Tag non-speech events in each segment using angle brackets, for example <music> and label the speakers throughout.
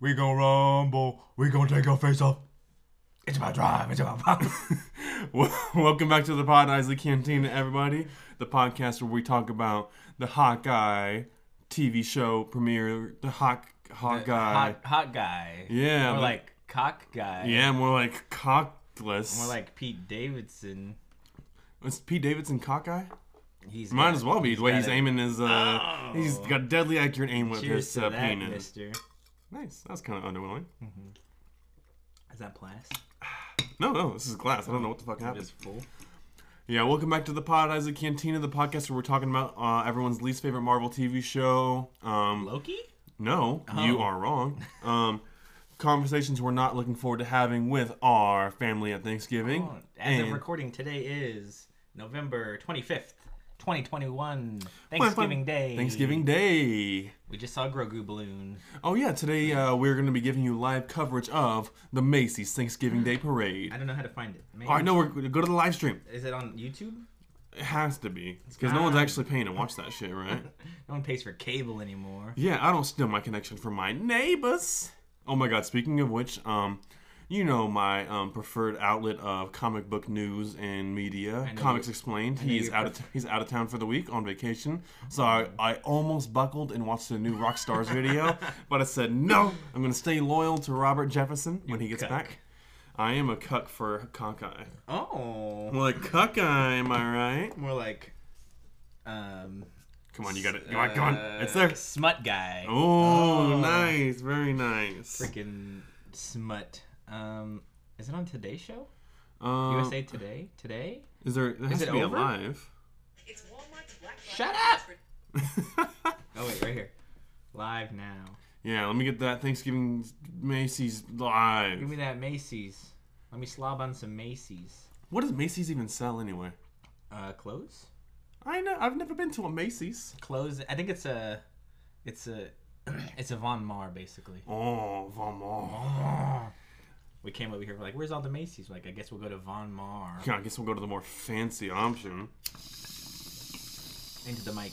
Speaker 1: We gonna rumble. We gonna take your face off. It's about drive. It's about <laughs> pop.
Speaker 2: Wel- <laughs> Welcome back to the Pod Isley Cantina, everybody. The podcast where we talk about the Hawkeye TV show premiere, the Hawk Hawkeye.
Speaker 3: Hot, hot guy.
Speaker 2: Yeah,
Speaker 3: More
Speaker 2: but-
Speaker 3: like cock guy.
Speaker 2: Yeah, more like cockless.
Speaker 3: More like Pete Davidson.
Speaker 2: Is Pete Davidson cockeye?
Speaker 3: He's
Speaker 2: Might
Speaker 3: got-
Speaker 2: as well be the way
Speaker 3: got
Speaker 2: he's
Speaker 3: it.
Speaker 2: aiming his. Uh, He's got a deadly accurate aim with
Speaker 3: Cheers
Speaker 2: his
Speaker 3: to
Speaker 2: uh,
Speaker 3: that,
Speaker 2: penis.
Speaker 3: mister.
Speaker 2: Nice. That was kind of underwhelming.
Speaker 3: Is that plastic?
Speaker 2: No, no, this is glass. I don't know what the fuck happened.
Speaker 3: It's full.
Speaker 2: Yeah, welcome back to the Pod Isaac Cantina, the podcast where we're talking about uh, everyone's least favorite Marvel TV show. Um,
Speaker 3: Loki?
Speaker 2: no,
Speaker 3: Oh.
Speaker 2: you are wrong. Um, conversations we're not looking forward to having with our family at Thanksgiving.
Speaker 3: Oh, as
Speaker 2: And-
Speaker 3: of
Speaker 2: <laughs>
Speaker 3: recording, today is November 25th, 2021. Thanksgiving Day.
Speaker 2: Thanksgiving Day.
Speaker 3: We just saw Grogu Balloon.
Speaker 2: Oh yeah, today uh, we're going to be giving you live coverage of the Macy's Thanksgiving Day
Speaker 3: <gasps>
Speaker 2: Parade.
Speaker 3: I don't know how to find it. Maybe,
Speaker 2: Oh, I know. We're go to the live stream.
Speaker 3: Is it on YouTube?
Speaker 2: It has to be because no one's
Speaker 3: Ah.
Speaker 2: actually paying to watch that shit, right?
Speaker 3: No one pays for cable anymore.
Speaker 2: Yeah, I don't steal my connection from my neighbors. Oh my god, speaking of which, um, you know my um, preferred outlet of comic book news and media,
Speaker 3: know
Speaker 2: Comics
Speaker 3: you-
Speaker 2: Explained.
Speaker 3: know
Speaker 2: He's
Speaker 3: you Mm-hmm.
Speaker 2: out of t- he's out of town for the week on vacation, so I, I almost buckled and watched the new Rock
Speaker 3: <laughs>
Speaker 2: Stars video, but I said no, I'm gonna stay loyal to Robert Jefferson when he gets
Speaker 3: cuck.
Speaker 2: back. I am a cuck for cockeye.
Speaker 3: Oh.
Speaker 2: Well, a cuck eye, am I right?
Speaker 3: More like. Um,
Speaker 2: Come on, you got it. Come on, come on. It's there.
Speaker 3: uh, Smut guy.
Speaker 2: Oh,
Speaker 3: Oh.
Speaker 2: nice. Very nice.
Speaker 3: freaking smut. Um, is it on Today Show?
Speaker 2: Um,
Speaker 3: USA Today? Today?
Speaker 2: Is there? There has
Speaker 3: it
Speaker 2: to be
Speaker 3: over?
Speaker 2: a live.
Speaker 4: It's Walmart's Black Friday.
Speaker 3: Shut up! Oh wait, right here. Live now.
Speaker 2: <laughs> yeah, let me get that Thanksgiving Macy's
Speaker 3: Give me
Speaker 2: live.
Speaker 3: that Macy's. Let me slob on some Macy's.
Speaker 2: What does Macy's even sell anyway?
Speaker 3: Uh, clothes?
Speaker 2: I know. I've never been to a Macy's.
Speaker 3: Clothes. I think it's a, it's a, <clears throat> it's a Von Mar basically.
Speaker 2: Oh, Vamos.
Speaker 3: <clears throat> We came over here. We're like, where's all the Macy's? We're like, I guess we'll go to Von Mar.
Speaker 2: Yeah, I guess we'll go to the more fancy option.
Speaker 3: Into the mic.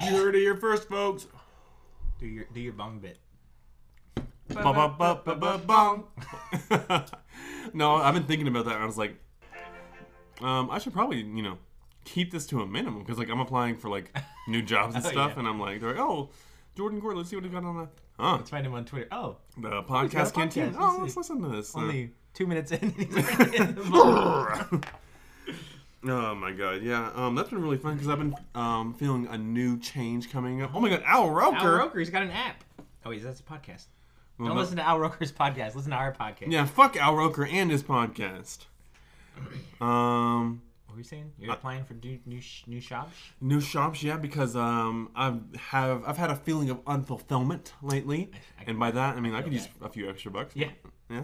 Speaker 2: You heard it here first, folks.
Speaker 3: Do your do your bong bit.
Speaker 2: Ba-ba-ba-ba-ba-bong. <laughs> no, I've been thinking about that. And I was like, um, I should probably, you know, keep this to a minimum because, like, I'm applying for like new jobs and
Speaker 3: <laughs> Oh,
Speaker 2: stuff,
Speaker 3: yeah.
Speaker 2: and I'm like, they're like, oh, Jordan Gordon, let's see what he got on the huh
Speaker 3: Let's find him on Twitter. Oh,
Speaker 2: the
Speaker 3: got a
Speaker 2: podcast
Speaker 3: podcast,
Speaker 2: canteen.
Speaker 3: let's
Speaker 2: Oh,
Speaker 3: see.
Speaker 2: let's listen to this.
Speaker 3: only two minutes in. <laughs> He's already in the bong.
Speaker 2: uh. <laughs> Oh my god, yeah. Um, that's been really fun because I've been um feeling a new change coming up. Oh my god, Al Roker.
Speaker 3: Al Roker, he's got an app. Oh wait, that's a podcast. Don't
Speaker 2: Well, that-
Speaker 3: listen to Al Roker's podcast. Listen to our podcast.
Speaker 2: Yeah, fuck Al Roker and his podcast. Um.
Speaker 3: What were you saying? You're applying for new new, sh- new shops?
Speaker 2: New shops, yeah, because um, I've have I've had a feeling of unfulfillment lately, and by that I mean I could use a few extra bucks.
Speaker 3: Yeah.
Speaker 2: yeah.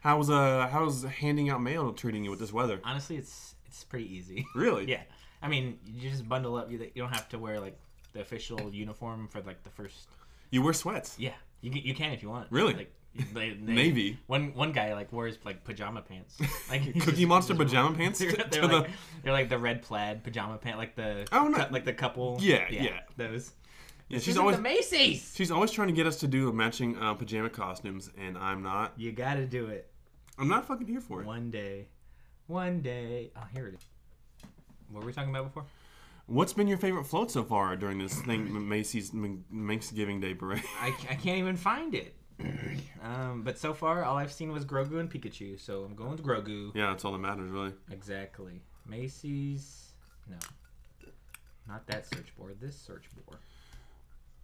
Speaker 2: How's uh how's handing out mail treating you with this weather?
Speaker 3: Honestly, it's it's pretty
Speaker 2: <laughs>
Speaker 3: easy.
Speaker 2: Really?
Speaker 3: yeah. I mean, you just bundle up. You you don't have to wear like the official uniform for like the first.
Speaker 2: You wear sweats.
Speaker 3: Yeah, you can- you can if you want.
Speaker 2: Really?
Speaker 3: Like they, they,
Speaker 2: <laughs> Navy.
Speaker 3: One one guy like wears like pajama
Speaker 2: <laughs>
Speaker 3: pants. Like he's
Speaker 2: Cookie
Speaker 3: just- <laughs>
Speaker 2: Monster
Speaker 3: just-
Speaker 2: pajama pants. <laughs>
Speaker 3: They're,
Speaker 2: to-
Speaker 3: they're
Speaker 2: to the-
Speaker 3: like they're like the red plaid pajama pant, like the
Speaker 2: Oh, no.
Speaker 3: like the couple.
Speaker 2: Yeah, yeah.
Speaker 3: Those.
Speaker 2: yeah,
Speaker 3: This
Speaker 2: she's
Speaker 3: is
Speaker 2: always
Speaker 3: the Macy's.
Speaker 2: she's always trying to get us to do matching uh, pajama costumes, and I'm not
Speaker 3: You gotta do it.
Speaker 2: I'm not fucking here for it.
Speaker 3: One day. One day. Oh, here it is. What were we talking about before?
Speaker 2: What's been your favorite float so far during this thing Macy's Thanksgiving Day parade?
Speaker 3: I, I can't even find it. Um, but so far, all I've seen was Grogu and Pikachu, so I'm going with Grogu.
Speaker 2: <laughs> yeah, that's all that matters really.
Speaker 3: Exactly. Macy's. No. Not that search board. This search board.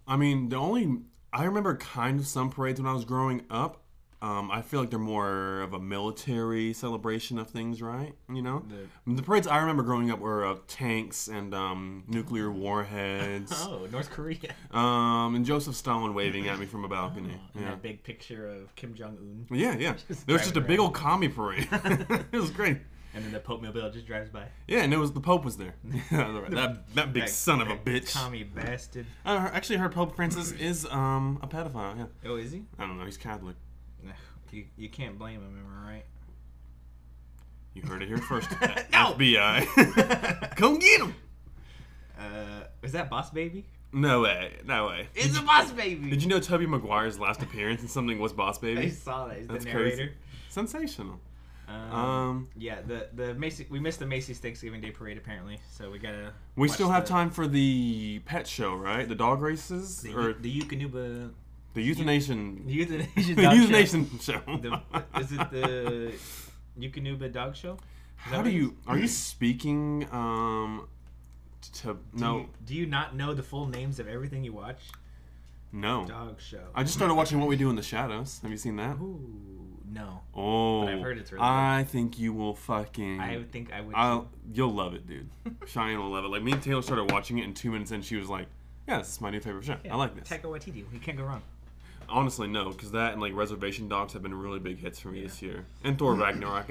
Speaker 2: I mean, the only I remember kind of some parades when I was growing up. Um, I feel like they're more of a military celebration of things, right? You know, the, parades I remember growing up were of tanks and um, nuclear warheads,
Speaker 3: <laughs> <laughs> Oh, North Korea.
Speaker 2: um, and Joseph Stalin waving at me from a balcony.
Speaker 3: And
Speaker 2: yeah.
Speaker 3: that big picture of Kim Jong Un.
Speaker 2: yeah,
Speaker 3: <laughs>
Speaker 2: yeah. There was just a
Speaker 3: driving
Speaker 2: big old commie parade. <laughs> it was great.
Speaker 3: And then the Pope Mobile just drives by.
Speaker 2: Yeah, and it was the Pope
Speaker 3: <laughs>
Speaker 2: was there. <laughs> that that big
Speaker 3: That-
Speaker 2: son of a
Speaker 3: that
Speaker 2: bitch.
Speaker 3: Commie bastard.
Speaker 2: I heard- actually heard Pope Francis is um, a pedophile. Yeah,
Speaker 3: Oh, is he?
Speaker 2: I don't know. He's Catholic.
Speaker 3: You, you can't blame him, am
Speaker 2: <laughs>
Speaker 3: I right?
Speaker 2: You heard it
Speaker 3: <laughs>
Speaker 2: here first.
Speaker 3: No. <laughs>
Speaker 2: FBI. Come get him.
Speaker 3: Uh, is that Boss Baby?
Speaker 2: No way. No way.
Speaker 3: It's a boss baby.
Speaker 2: Did you know Toby Maguire's last appearance in something was Boss
Speaker 3: I
Speaker 2: Baby?
Speaker 3: saw that. He's the
Speaker 2: That's
Speaker 3: narrator.
Speaker 2: crazy. Sensational.
Speaker 3: Um,
Speaker 2: Um,
Speaker 3: yeah, the the Macy we missed the Macy's Thanksgiving Day parade apparently, so we gotta.
Speaker 2: we
Speaker 3: watch
Speaker 2: still have
Speaker 3: the-
Speaker 2: time for the pet show, right? The dog races
Speaker 3: The,
Speaker 2: or
Speaker 3: the Yukonuba
Speaker 2: the euthanation.
Speaker 3: euthanasia.
Speaker 2: <laughs> The
Speaker 3: dog show.
Speaker 2: euthanation show.
Speaker 3: The, is it the
Speaker 2: <laughs>
Speaker 3: Yukonuba dog show?
Speaker 2: How
Speaker 3: what
Speaker 2: do
Speaker 3: it
Speaker 2: you? <clears throat> Are you speaking? Um, to
Speaker 3: Do
Speaker 2: no,
Speaker 3: You, do you not know the full names of everything you watch?
Speaker 2: no.
Speaker 3: Dog show.
Speaker 2: I just started watching What We Do in the Shadows. Have you seen that?
Speaker 3: Ooh, no.
Speaker 2: Oh,
Speaker 3: But I've heard it's really good.
Speaker 2: I think you will fucking.
Speaker 3: I would think I would.
Speaker 2: I'll, you'll love
Speaker 3: <laughs>
Speaker 2: it, dude. Cheyenne will love it. Like me and Taylor started watching it, and two minutes in, she was like, "Yeah, this is my new favorite show. I like this."
Speaker 3: Taika Waititi. You can't go wrong.
Speaker 2: Honestly, no, because that and like Reservation Dogs have been really big hits for me this year. And Thor Ragnarok,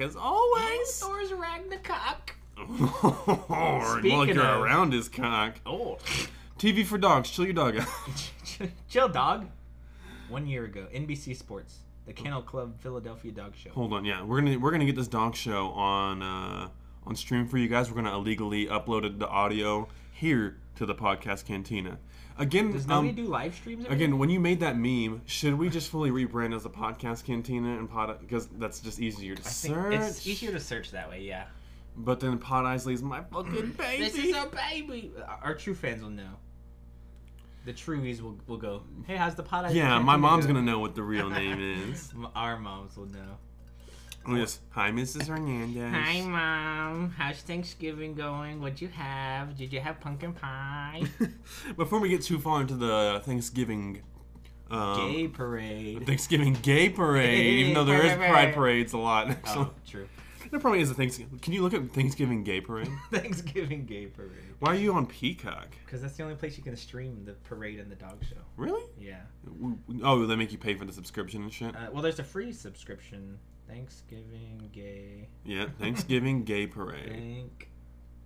Speaker 3: <laughs>
Speaker 2: as always.
Speaker 3: Thor's Ragnarok.
Speaker 2: <laughs> Or
Speaker 3: Speaking
Speaker 2: While you're
Speaker 3: of-
Speaker 2: around his cock.
Speaker 3: Oh. <laughs>
Speaker 2: TV for dogs. Chill your dog out. <laughs>
Speaker 3: Chill, dog. One year ago, NBC Sports, the Kennel Club Philadelphia Dog Show.
Speaker 2: Hold on, yeah, we're gonna we're gonna get this dog show on uh, on stream for you guys. We're gonna illegally upload it- the audio here to the podcast cantina. Again,
Speaker 3: Does nobody
Speaker 2: um,
Speaker 3: do live streams? every
Speaker 2: Again, when you made that meme, should we just fully rebrand as a podcast cantina and pod? Because that's just easier to
Speaker 3: day?
Speaker 2: search.
Speaker 3: It's easier to search that way, yeah.
Speaker 2: But then Pod Isley's my
Speaker 3: Mm.
Speaker 2: fucking baby.
Speaker 3: This is our baby. Our true fans will know. The trueies will, will go, hey, how's the pot?
Speaker 2: <laughs> yeah, my
Speaker 3: <laughs>
Speaker 2: mom's gonna know what the real name is.
Speaker 3: know. Our moms will know.
Speaker 2: Oh yes, hi Mrs. Hernandez.
Speaker 3: Hi, mom. How's Thanksgiving going? What'd you have? Did you have pumpkin pie?
Speaker 2: Before we get too far into the Thanksgiving, <laughs> um,
Speaker 3: Gay parade.
Speaker 2: Thanksgiving gay parade, even though there is pride
Speaker 3: Parade.
Speaker 2: parades a lot. Actually,
Speaker 3: Oh, true. <laughs>
Speaker 2: there probably is a Thanksgiving. Can you look at Thanksgiving gay parade?
Speaker 3: Thanksgiving gay parade.
Speaker 2: Why are you on Peacock?
Speaker 3: Because that's the only place you can stream the parade and the dog show.
Speaker 2: Really?
Speaker 3: Yeah.
Speaker 2: W- Oh, they make you pay for the subscription and shit.
Speaker 3: Uh, well, there's a free subscription. Thanksgiving gay.
Speaker 2: Yeah, Thanksgiving gay parade.
Speaker 3: Thank.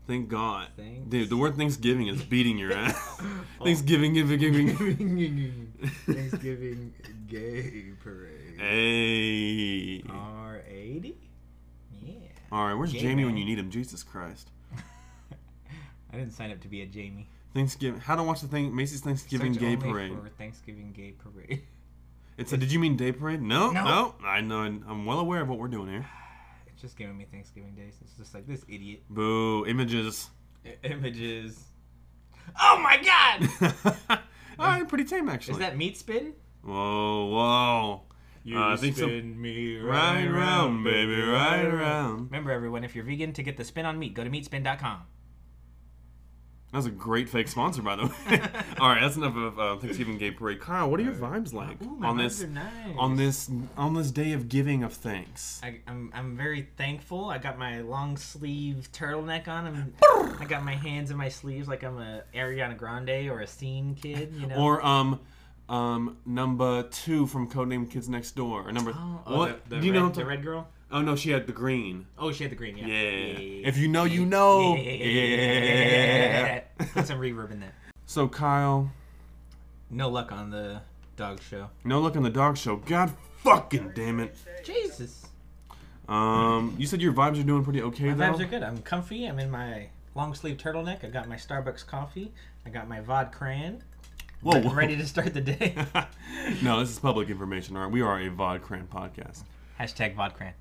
Speaker 2: Thank God,
Speaker 3: Thanks.
Speaker 2: dude. The word Thanksgiving is beating your ass.
Speaker 3: <laughs>
Speaker 2: Thanksgiving, giving, giving.
Speaker 3: Thanksgiving gay parade.
Speaker 2: Hey.
Speaker 3: R eighty. Oh. Yeah. <laughs>
Speaker 2: All right, where's
Speaker 3: Gay
Speaker 2: Jamie when
Speaker 3: man.
Speaker 2: you need him? Jesus Christ.
Speaker 3: I didn't sign up to be a Jamie.
Speaker 2: Thanksgiving. How to watch the thing? Macy's Thanksgiving
Speaker 3: Search
Speaker 2: Gay
Speaker 3: only
Speaker 2: Parade.
Speaker 3: For Thanksgiving gay parade. <laughs>
Speaker 2: It said, "Did you mean Day Parade?" No,
Speaker 3: No.
Speaker 2: no. I know. I'm well aware of what we're doing here.
Speaker 3: It's just giving me Thanksgiving days. It's just like this idiot. <laughs>
Speaker 2: Boo! Images.
Speaker 3: I- images. Oh my
Speaker 2: <laughs>
Speaker 3: god!
Speaker 2: All right, pretty tame actually.
Speaker 3: Is that meat spin?
Speaker 2: Whoa, whoa.
Speaker 3: You
Speaker 2: Uh, I think so.
Speaker 3: me
Speaker 2: Right round, baby, right round.
Speaker 3: Remember, everyone, if you're vegan, to get the spin on meat, go to meatspin.com.
Speaker 2: That was a great fake sponsor, by
Speaker 3: <laughs>
Speaker 2: the way. All right, that's enough of uh, Thanksgiving Gay Parade. Kyle, what are your vibes like
Speaker 3: Ooh, my
Speaker 2: on
Speaker 3: vibes
Speaker 2: this
Speaker 3: are nice.
Speaker 2: on this on this day of giving of thanks?
Speaker 3: I, I'm, I'm very thankful. I got my long sleeve turtleneck on. I'm, I got my hands in my sleeves like I'm a Ariana Grande or a scene kid, you know.
Speaker 2: Or um um number two from Codename Kids Next Door or number
Speaker 3: oh, oh,
Speaker 2: what
Speaker 3: The, the
Speaker 2: do you
Speaker 3: red,
Speaker 2: know? what
Speaker 3: the
Speaker 2: I'm
Speaker 3: red girl?
Speaker 2: talking- oh no, she had the green.
Speaker 3: Oh, she had the green. Yeah.
Speaker 2: Yeah. If you know, you know. Yeah.
Speaker 3: Put some reverb in that.
Speaker 2: So Kyle,
Speaker 3: No luck on the dog show.
Speaker 2: no luck on the dog show. God fucking damn it.
Speaker 3: Jesus.
Speaker 2: Um, you said your vibes are doing pretty okay
Speaker 3: My
Speaker 2: though.
Speaker 3: vibes are good. I'm comfy. I'm in my long sleeve turtleneck. I got my Starbucks coffee. I got my Vod Cran.
Speaker 2: Whoa,
Speaker 3: I'm
Speaker 2: whoa.
Speaker 3: ready to start the day.
Speaker 2: <laughs> no, this is public information. All right, we are a Vod Cran podcast.
Speaker 3: Hashtag Vod Cran.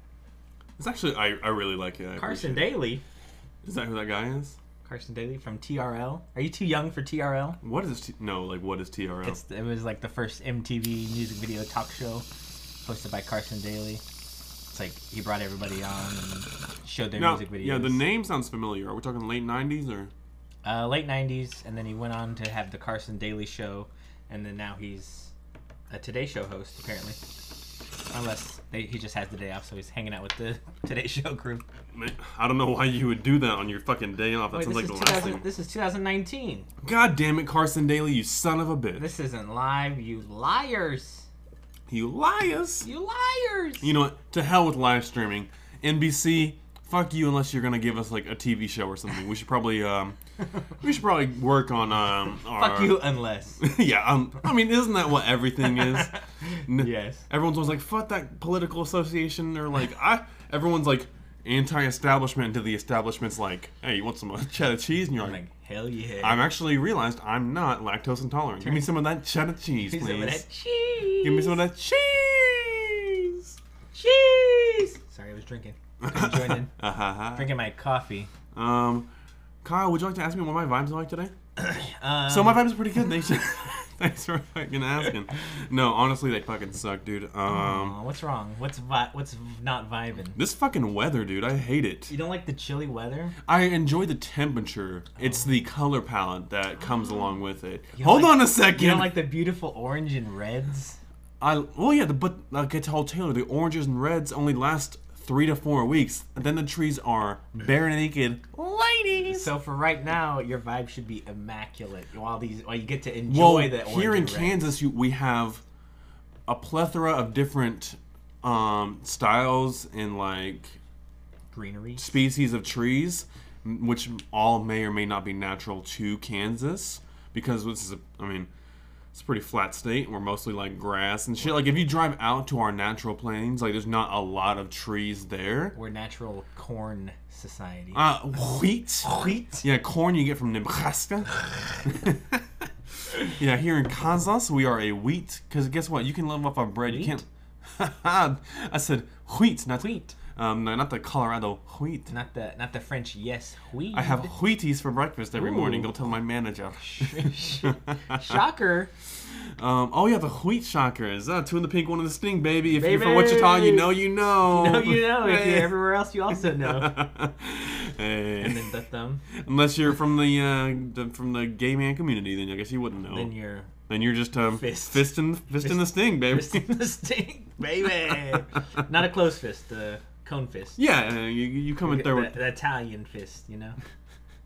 Speaker 2: It's actually I, I really like it. I
Speaker 3: Carson
Speaker 2: appreciate
Speaker 3: Daly.
Speaker 2: it. Is that who that guy is?
Speaker 3: Carson Daly from TRL. Are you too young for TRL?
Speaker 2: What is t- no like what is TRL?
Speaker 3: It's, it was like the first MTV music video talk show hosted by Carson Daly. It's like he brought everybody on and showed their
Speaker 2: no,
Speaker 3: music videos.
Speaker 2: yeah, the name sounds familiar. Are we talking late '90s or?
Speaker 3: Uh, late 90s, and then he went on to have the Carson Daly Show, and then now he's a Today Show host, apparently. Unless they, he just has the day off, so he's hanging out with the <laughs> Today Show crew.
Speaker 2: Man, I don't know why you would do that on your fucking day off. That
Speaker 3: Wait,
Speaker 2: sounds
Speaker 3: this,
Speaker 2: like
Speaker 3: is
Speaker 2: the last
Speaker 3: 2000,
Speaker 2: thing.
Speaker 3: this is 2019.
Speaker 2: God damn it, Carson Daly, you son of a bitch!
Speaker 3: This isn't live, you liars.
Speaker 2: you liars!
Speaker 3: You liars.
Speaker 2: You know what? To hell with live streaming. NBC, fuck you unless you're gonna give us like a TV show or something. We should probably um, we should probably work on um.
Speaker 3: <laughs> Fuck
Speaker 2: Our,
Speaker 3: you, unless.
Speaker 2: <laughs> yeah, um, I mean, isn't that what
Speaker 3: <laughs>
Speaker 2: everything is? N-
Speaker 3: yes.
Speaker 2: Everyone's always like, fuck that political association,
Speaker 3: <laughs>
Speaker 2: or like, I. Everyone's like anti-establishment until the establishment's like, hey, you want some uh, <laughs> cheddar cheese? And you're like,
Speaker 3: Like, Hell yeah.
Speaker 2: I'm actually realized I'm not lactose intolerant. Give me some of that cheddar cheese,
Speaker 3: Give
Speaker 2: please.
Speaker 3: me some of that cheese.
Speaker 2: Give me some of that cheese.
Speaker 3: cheese. Sorry, I was
Speaker 2: <laughs>
Speaker 3: drinking. I'm joining.
Speaker 2: Uh-huh.
Speaker 3: drinking my coffee.
Speaker 2: Um, Kyle, would you like to ask me what my vibes are like today?
Speaker 3: Um,
Speaker 2: So my vibes are pretty good. <laughs> Thanks, thanks for fucking asking. No, honestly, they fucking suck, dude. Um,
Speaker 3: aw, what's wrong? What's vi- what's not vibing?
Speaker 2: this fucking weather, dude. I hate it.
Speaker 3: You don't like the chilly weather?
Speaker 2: I enjoy the temperature. It's the color palette that comes along with it.
Speaker 3: You don't
Speaker 2: Hold
Speaker 3: like-
Speaker 2: on a second.
Speaker 3: You don't like the beautiful orange and reds?
Speaker 2: I well, yeah, the, but like I told Taylor, the oranges and reds only last three to four weeks. And then the trees are bare <laughs> naked, ladies.
Speaker 3: So for right now, your vibe should be immaculate. While these, while you get to
Speaker 2: well,
Speaker 3: enjoy the orange
Speaker 2: here in
Speaker 3: and red.
Speaker 2: Kansas, you, we have a plethora of different um, styles and like
Speaker 3: greenery.
Speaker 2: species of trees, m- which all may or may not be natural to Kansas because this is, a, I mean, it's a pretty flat state. We're mostly like grass and shit. Like if you drive out to our natural plains, like there's not a lot of trees there.
Speaker 3: We're natural corn society.
Speaker 2: Uh, wheat.
Speaker 3: Wheat.
Speaker 2: Yeah, corn you get from Nebraska. <laughs> yeah, here in Kansas we are a wheat because guess what? You can live off of bread. You
Speaker 3: Wheat?
Speaker 2: can't. <laughs> I said wheat, not
Speaker 3: Wheat.
Speaker 2: Um, no, not the Colorado wheat.
Speaker 3: Not the not the French yes wheat.
Speaker 2: I have <laughs> wheaties for breakfast every morning.
Speaker 3: Ooh.
Speaker 2: Go tell my manager.
Speaker 3: <laughs> shocker.
Speaker 2: <laughs> Um, oh yeah, the wheat shockers. Uh, two in the pink, one in the sting, baby. If you're from
Speaker 3: Baby.
Speaker 2: Wichita, you know you know.
Speaker 3: No, <laughs> Oh, you know. If
Speaker 2: Hey.
Speaker 3: you're
Speaker 2: <laughs>
Speaker 3: everywhere else, you also know.
Speaker 2: Hey.
Speaker 3: And then the thumb.
Speaker 2: Unless you're from the, uh, the from the gay man community, then I guess you wouldn't know.
Speaker 3: Then you're
Speaker 2: Then you're just um,
Speaker 3: Fist.
Speaker 2: fisting, fisting the sting, baby.
Speaker 3: fist in the stink, baby. Not a close fist. The cone fist.
Speaker 2: <laughs> Yeah, uh, you, you come in
Speaker 3: The,
Speaker 2: there with
Speaker 3: the Italian fist. You
Speaker 2: <laughs>
Speaker 3: know.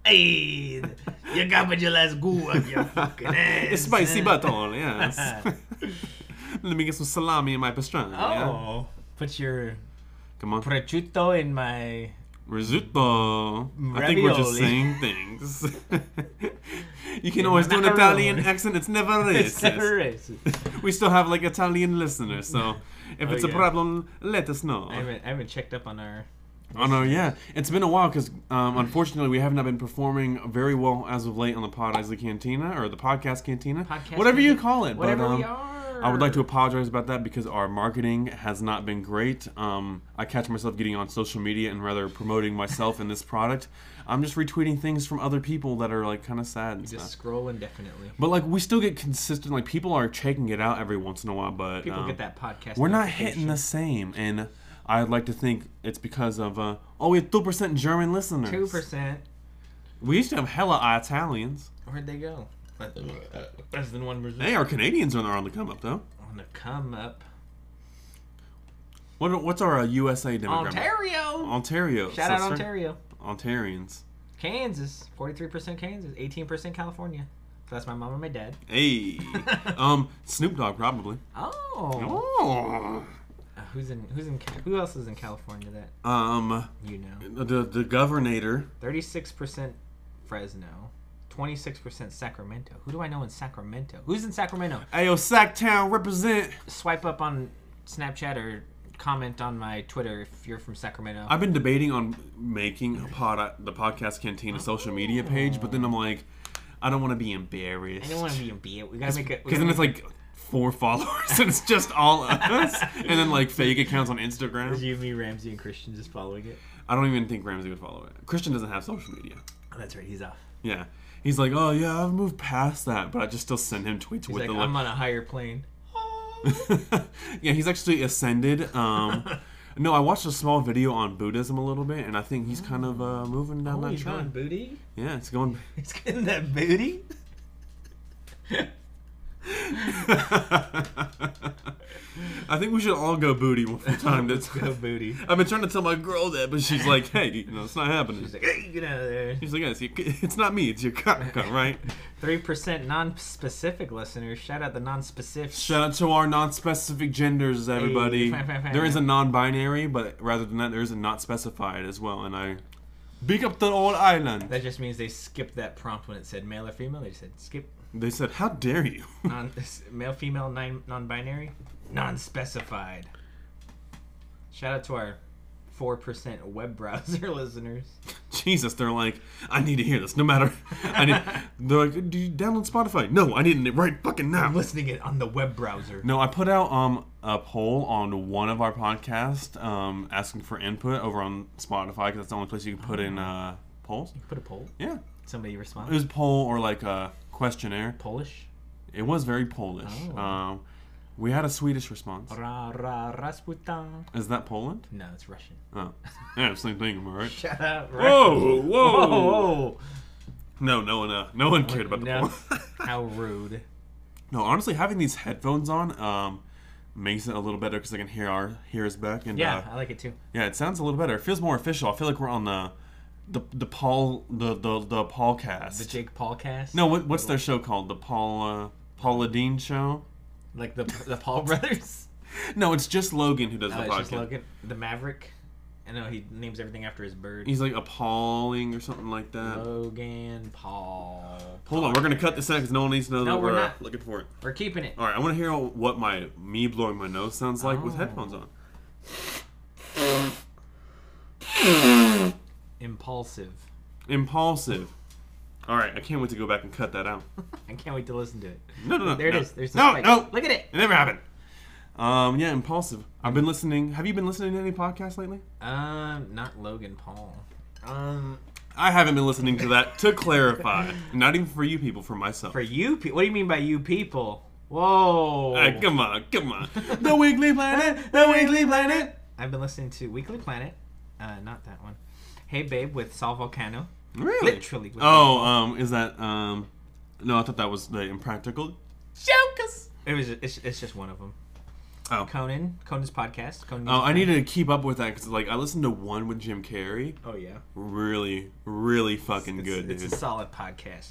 Speaker 3: Hey, you got what you last goo up
Speaker 2: <laughs>
Speaker 3: your fucking ass.
Speaker 2: it's spicy button. Yes. <laughs> Let me get some salami in my
Speaker 3: <laughs>
Speaker 2: pastrami.
Speaker 3: Oh,
Speaker 2: yeah?
Speaker 3: put your
Speaker 2: Come on.
Speaker 3: prosciutto in my.
Speaker 2: Risotto. I think we're
Speaker 3: Ravioli.
Speaker 2: just saying things. <laughs> you can
Speaker 3: Yeah,
Speaker 2: always do an
Speaker 3: macaroni.
Speaker 2: Italian accent. It's never
Speaker 3: <laughs> It's
Speaker 2: racist.
Speaker 3: <laughs> racist.
Speaker 2: We still have like Italian listeners, so if
Speaker 3: Oh,
Speaker 2: it's a
Speaker 3: yeah.
Speaker 2: problem, let us know.
Speaker 3: I haven't, I haven't checked up on our.
Speaker 2: Oh no, yeah, it's been a while because um, unfortunately we have not been performing very well as of late on the Pod Isley Cantina or the podcast Cantina,
Speaker 3: Podcast
Speaker 2: whatever you
Speaker 3: Cantina.
Speaker 2: call it.
Speaker 3: Whatever
Speaker 2: but, um,
Speaker 3: we are.
Speaker 2: I would like to apologize about that because our marketing has not been great. Um, I catch myself getting on social media and rather promoting myself and this product. I'm just retweeting things from other people that are like kind of sad and
Speaker 3: Just
Speaker 2: stuff.
Speaker 3: scroll indefinitely.
Speaker 2: Uh, But like we still get consistent. Like people are checking it out every once in a while, but
Speaker 3: People
Speaker 2: um,
Speaker 3: get that podcast.
Speaker 2: we're not
Speaker 3: notification.
Speaker 2: hitting the same, and I'd like to think it's because of uh, oh, we have two percent German listeners.
Speaker 3: Two percent.
Speaker 2: We used to have hella Italians.
Speaker 3: Where'd they go?
Speaker 2: uh,
Speaker 3: Less than one percent.
Speaker 2: Hey, our Canadians are on the come up though.
Speaker 3: On the come up.
Speaker 2: What, what's our uh, USA demographic?
Speaker 3: Ontario.
Speaker 2: Ontario.
Speaker 3: Shout out
Speaker 2: Oh, sister.
Speaker 3: Ontario.
Speaker 2: Ontarians.
Speaker 3: Kansas. Forty-three percent Kansas. Eighteen percent California. So that's my mom and my dad. <laughs>
Speaker 2: Hey. um, Snoop Dogg probably.
Speaker 3: Oh.
Speaker 2: Oh.
Speaker 3: Uh, who's in? Who's in? Ca- Who else is in California that
Speaker 2: Um,
Speaker 3: you know?
Speaker 2: the the governor.
Speaker 3: Thirty-six percent Fresno. Twenty-six percent Sacramento. Who do I know in Sacramento? Who's in Sacramento?
Speaker 2: Ayo, Sacktown represent.
Speaker 3: Swipe up on Snapchat or comment on my Twitter if you're from Sacramento.
Speaker 2: I've been debating on making a pod, the podcast cantina social media page, but then I'm like, I don't want to be embarrassed.
Speaker 3: I don't want to be a bee. We gotta make it.
Speaker 2: Because then it's like four followers and it's just all us, and then like fake accounts on Instagram.
Speaker 3: you, me, Ramsey, and Christian just following it.
Speaker 2: I don't even think Ramsey would follow it. Christian doesn't have social media.
Speaker 3: Oh, that's right. He's off.
Speaker 2: Yeah, he's like, oh yeah, I've moved past that, but I just still send him tweets
Speaker 3: He's
Speaker 2: with
Speaker 3: like,
Speaker 2: the
Speaker 3: I'm
Speaker 2: look.
Speaker 3: on a higher plane.
Speaker 2: <laughs> yeah, he's actually ascended.
Speaker 3: <laughs>
Speaker 2: Um, no, I watched a small video on Buddhism a little bit, and I think he's kind of uh, moving down
Speaker 3: Oh,
Speaker 2: that
Speaker 3: he's
Speaker 2: track.
Speaker 3: going booty. <laughs>
Speaker 2: Yeah, it's going. <laughs>
Speaker 3: He's getting that booty.
Speaker 2: I think we should all go booty one
Speaker 3: <laughs>
Speaker 2: time. That's
Speaker 3: Go booty.
Speaker 2: I've been trying to tell my girl that, but she's like, "Hey, you know, it's not happening."
Speaker 3: He's like, hey, get out of there.
Speaker 2: She's like, "Yes, you- it's not me. It's your
Speaker 3: <laughs>
Speaker 2: cock, right?"
Speaker 3: Three percent non-specific listeners. Shout out the non-specific.
Speaker 2: Shout out to our non-specific genders,
Speaker 3: <laughs>
Speaker 2: everybody.
Speaker 3: fine, fine, fine.
Speaker 2: There is a non-binary, but rather than that, there is a not specified as well. And I big up the whole island.
Speaker 3: that just means they skipped that prompt when it said male or female. They just said skip
Speaker 2: They said, "How dare you?" <laughs>
Speaker 3: non <laughs> male, female, non non-binary, non-specified. Shout out to our four percent web browser <laughs> listeners.
Speaker 2: Jesus, they're like, I need to hear this. No matter,
Speaker 3: <laughs>
Speaker 2: I need. They're like, do you download Spotify? No, I need it right fucking
Speaker 3: <laughs>
Speaker 2: now.
Speaker 3: I'm listening it on the web browser.
Speaker 2: No, I put out um a poll on one of our podcasts, um, asking for input over on Spotify because that's the only place you can put in
Speaker 3: Uh-huh.
Speaker 2: uh polls.
Speaker 3: Put a poll.
Speaker 2: Yeah,
Speaker 3: Somebody respond.
Speaker 2: it was a poll or like a questionnaire.
Speaker 3: Polish.
Speaker 2: It was very Polish.
Speaker 3: Oh.
Speaker 2: Um, we had a Swedish response.
Speaker 3: Ra ra Rasputin.
Speaker 2: Is that Poland?
Speaker 3: No, it's Russian.
Speaker 2: Oh, yeah, same thing. Am I
Speaker 3: <laughs>
Speaker 2: right?
Speaker 3: Shut up. Whoa!
Speaker 2: Whoa, whoa,
Speaker 3: whoa. Oh,
Speaker 2: No, no one, uh, no one cared about the
Speaker 3: No.
Speaker 2: poll.
Speaker 3: <laughs> How rude.
Speaker 2: no, honestly, having these headphones on um, makes it a little better because I can hear our hear us back and
Speaker 3: Yeah,
Speaker 2: uh,
Speaker 3: I like it too.
Speaker 2: yeah, it sounds a little better. It feels more official. I feel like we're on the the the Paul the the the Paul cast.
Speaker 3: The Jake Paul cast.
Speaker 2: no, what, what's their show called? The Paul uh, Paula Dean show?
Speaker 3: Like the the Paul <laughs> brothers.
Speaker 2: No, it's just Logan who does
Speaker 3: Uh,
Speaker 2: the
Speaker 3: it's just
Speaker 2: podcast.
Speaker 3: Logan, the Maverick. I know he names everything after his bird.
Speaker 2: He's like appalling or something like that.
Speaker 3: Logan Paul.
Speaker 2: Hold on, we're gonna cut this out because no one needs to know
Speaker 3: No,
Speaker 2: that
Speaker 3: we're
Speaker 2: we're, uh,
Speaker 3: not.
Speaker 2: looking for it.
Speaker 3: We're keeping it.
Speaker 2: All right, I want to hear what my me blowing my nose sounds like with
Speaker 3: Oh.
Speaker 2: headphones on.
Speaker 3: Impulsive.
Speaker 2: Impulsive. All right, I can't wait to go back and cut that out.
Speaker 3: I can't wait to listen to it.
Speaker 2: No, no, no.
Speaker 3: There it
Speaker 2: no.
Speaker 3: is. There's the
Speaker 2: no,
Speaker 3: spike.
Speaker 2: no.
Speaker 3: Look at it.
Speaker 2: It never happened. Um, yeah, impulsive. I've been listening. Have you been listening to any podcasts lately?
Speaker 3: Um, not Logan Paul. Um,
Speaker 2: I haven't been listening to that. To clarify, not even for you people, for myself.
Speaker 3: for you, pe- what do you mean by you people? Whoa.
Speaker 2: Hey, <laughs> come on, come on. the Weekly Planet. The Weekly Planet.
Speaker 3: I've been listening to Weekly Planet. Uh, not that one. Hey Babe with Sal Volcano.
Speaker 2: Really?
Speaker 3: Literally. With
Speaker 2: Oh, um, is that um? No, I thought that was the impractical.
Speaker 3: Jokers. It was. It's, it's just one of them.
Speaker 2: Oh.
Speaker 3: Conan. Conan's podcast. Conan.
Speaker 2: Oh, I need to keep up with that because like I listened to one with Jim Carrey,
Speaker 3: Oh yeah.
Speaker 2: really, really fucking
Speaker 3: It's,
Speaker 2: good,
Speaker 3: it's
Speaker 2: dude.
Speaker 3: a solid podcast.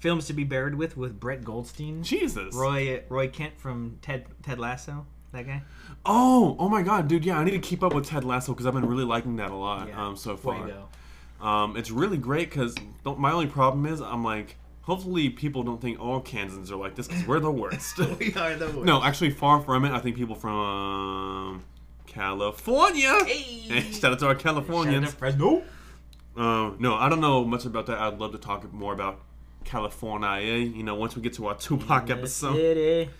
Speaker 3: Films to be buried with with Brett Goldstein.
Speaker 2: Jesus.
Speaker 3: Roy Roy Kent from Ted Ted Lasso. That guy.
Speaker 2: Oh, oh my God, dude. Yeah, I need to keep up with Ted Lasso because I've been really liking that a lot
Speaker 3: Yeah.
Speaker 2: um, so
Speaker 3: Way
Speaker 2: far.
Speaker 3: though.
Speaker 2: <laughs> Um, it's really great because my only problem is I'm like, hopefully people don't think all Kansans are like this because we're
Speaker 3: <laughs>
Speaker 2: the worst.
Speaker 3: We are the worst.
Speaker 2: no, actually, far from it. I think people from California.
Speaker 3: Hey.
Speaker 2: Shout out to our Californians.
Speaker 3: Fresno.
Speaker 2: Um, no, I don't know much about that. I'd love to talk more about California. You know, once we get to our Tupac
Speaker 3: The
Speaker 2: episode,
Speaker 3: city.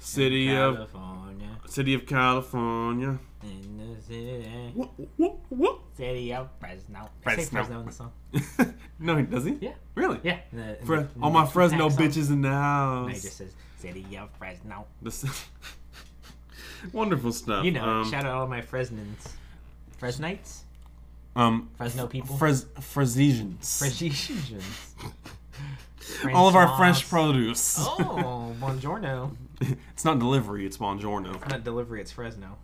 Speaker 2: city of
Speaker 3: California.
Speaker 2: city of California.
Speaker 3: In the city.
Speaker 2: Whoop, whoop, whoop.
Speaker 3: City of Fresno.
Speaker 2: Fresno.
Speaker 3: Say Fresno in the song.
Speaker 2: <laughs> no, he doesn't.
Speaker 3: Yeah.
Speaker 2: Really?
Speaker 3: Yeah. in the- in
Speaker 2: Fre-
Speaker 3: the- in
Speaker 2: all
Speaker 3: the
Speaker 2: my Fresno
Speaker 3: song.
Speaker 2: bitches in the
Speaker 3: And
Speaker 2: house.
Speaker 3: he just says City of Fresno.
Speaker 2: This- <laughs> Wonderful stuff.
Speaker 3: You know,
Speaker 2: um,
Speaker 3: shout out all my Fresnans. Fresnites?
Speaker 2: um,
Speaker 3: Fresno people?
Speaker 2: Fres- Fresians.
Speaker 3: Fresians.
Speaker 2: <laughs> All of our
Speaker 3: French
Speaker 2: fresh produce.
Speaker 3: Oh, buongiorno.
Speaker 2: <laughs> it's not delivery. It's buongiorno.
Speaker 3: Not delivery, it's Fresno.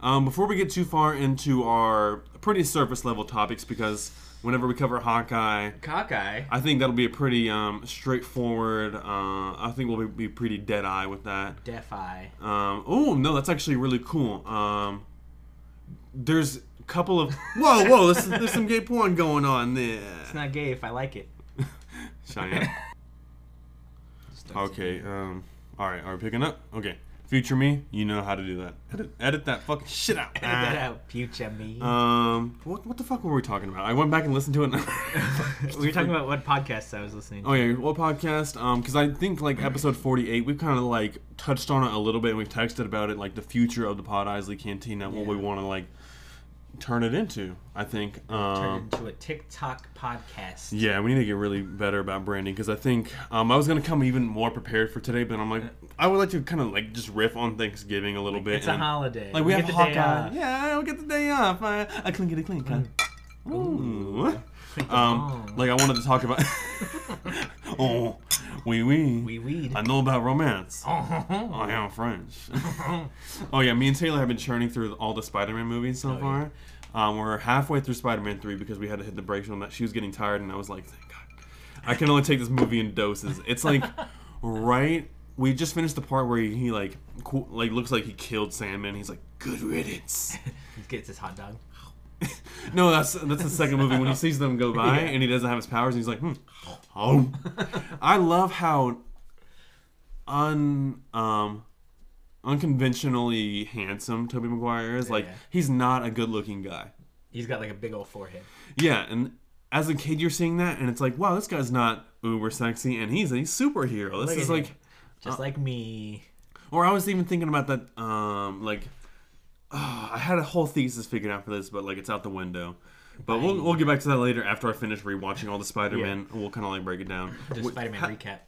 Speaker 2: Um, before we get too far into our pretty surface level topics, because whenever we cover Hawkeye,
Speaker 3: Cockeye.
Speaker 2: I think that'll be a pretty um, straightforward. Uh, I think we'll be, be pretty dead eye with that.
Speaker 3: Deaf eye.
Speaker 2: Um, oh no, that's actually really cool. Um, there's a couple of whoa, whoa, there's, there's some gay porn going on
Speaker 3: It's <laughs>
Speaker 2: there.
Speaker 3: not gay if I like it.
Speaker 2: Cheyenne.
Speaker 3: Just don't say
Speaker 2: Okay. Um. All right. Are we picking up? Okay. Future me, you know how to do that. Edit, edit that fucking shit out.
Speaker 3: it. Edit that out, future me.
Speaker 2: Um, what, what the fuck were we talking about? I went back and listened to it. <laughs>
Speaker 3: we were talking about what podcasts I was listening to.
Speaker 2: Oh yeah, what podcast? Um, because I think like episode forty-eight, we've kind of like touched on it a little bit, and we've texted about it, like the future of the Pod Isley Cantina, what we
Speaker 3: Yeah.
Speaker 2: want to like turn it into. I think. Um,
Speaker 3: Turned into a TikTok podcast.
Speaker 2: yeah, we need to get really better about branding because I think um, I was gonna come even more prepared for today, but I'm like, I would like to kind of like just riff on Thanksgiving a little bit.
Speaker 3: It's a
Speaker 2: and-
Speaker 3: holiday.
Speaker 2: Like we,
Speaker 3: get
Speaker 2: have
Speaker 3: the day
Speaker 2: Hawkeye.
Speaker 3: off.
Speaker 2: Yeah, we get the day off. I, I clink it, a clink. huh? Ooh. Um,
Speaker 3: along.
Speaker 2: like I wanted to
Speaker 3: <laughs>
Speaker 2: talk about. <laughs> oh, wee wee.
Speaker 3: We weed.
Speaker 2: I know about romance. I am French. <laughs> oh yeah, me and Taylor have been churning through all the Spider-Man movies so far. Um, we're halfway through Spider-Man three because we had to hit the brakes on that. She was getting tired, and I was like, "Thank God, I can only take this movie in doses." It's like, right? We just finished the part where he, he like, qu- like looks like he killed Sandman. He's like, "Good riddance."
Speaker 3: <laughs> He gets his hot dog.
Speaker 2: No, that's that's the second movie when he sees them go by
Speaker 3: Yeah.
Speaker 2: and he doesn't have his powers. He's like, hmm. Oh. I love how un um unconventionally handsome Toby Maguire is. Like
Speaker 3: Yeah.
Speaker 2: he's not a good-looking guy.
Speaker 3: He's got like a big old forehead.
Speaker 2: Yeah, and as a kid, you're seeing that, and it's like, wow, this guy's not uber sexy, and he's a superhero. This
Speaker 3: Look
Speaker 2: is
Speaker 3: at
Speaker 2: like,
Speaker 3: him. Just like me.
Speaker 2: or I was even thinking about that, um, like, ah, I had a whole thesis figured out for this, but like, it's out the window. But we'll, we'll get back to that later after I finish rewatching all the Spider Man. We'll kind of like break it down.
Speaker 3: The Spider Man recap.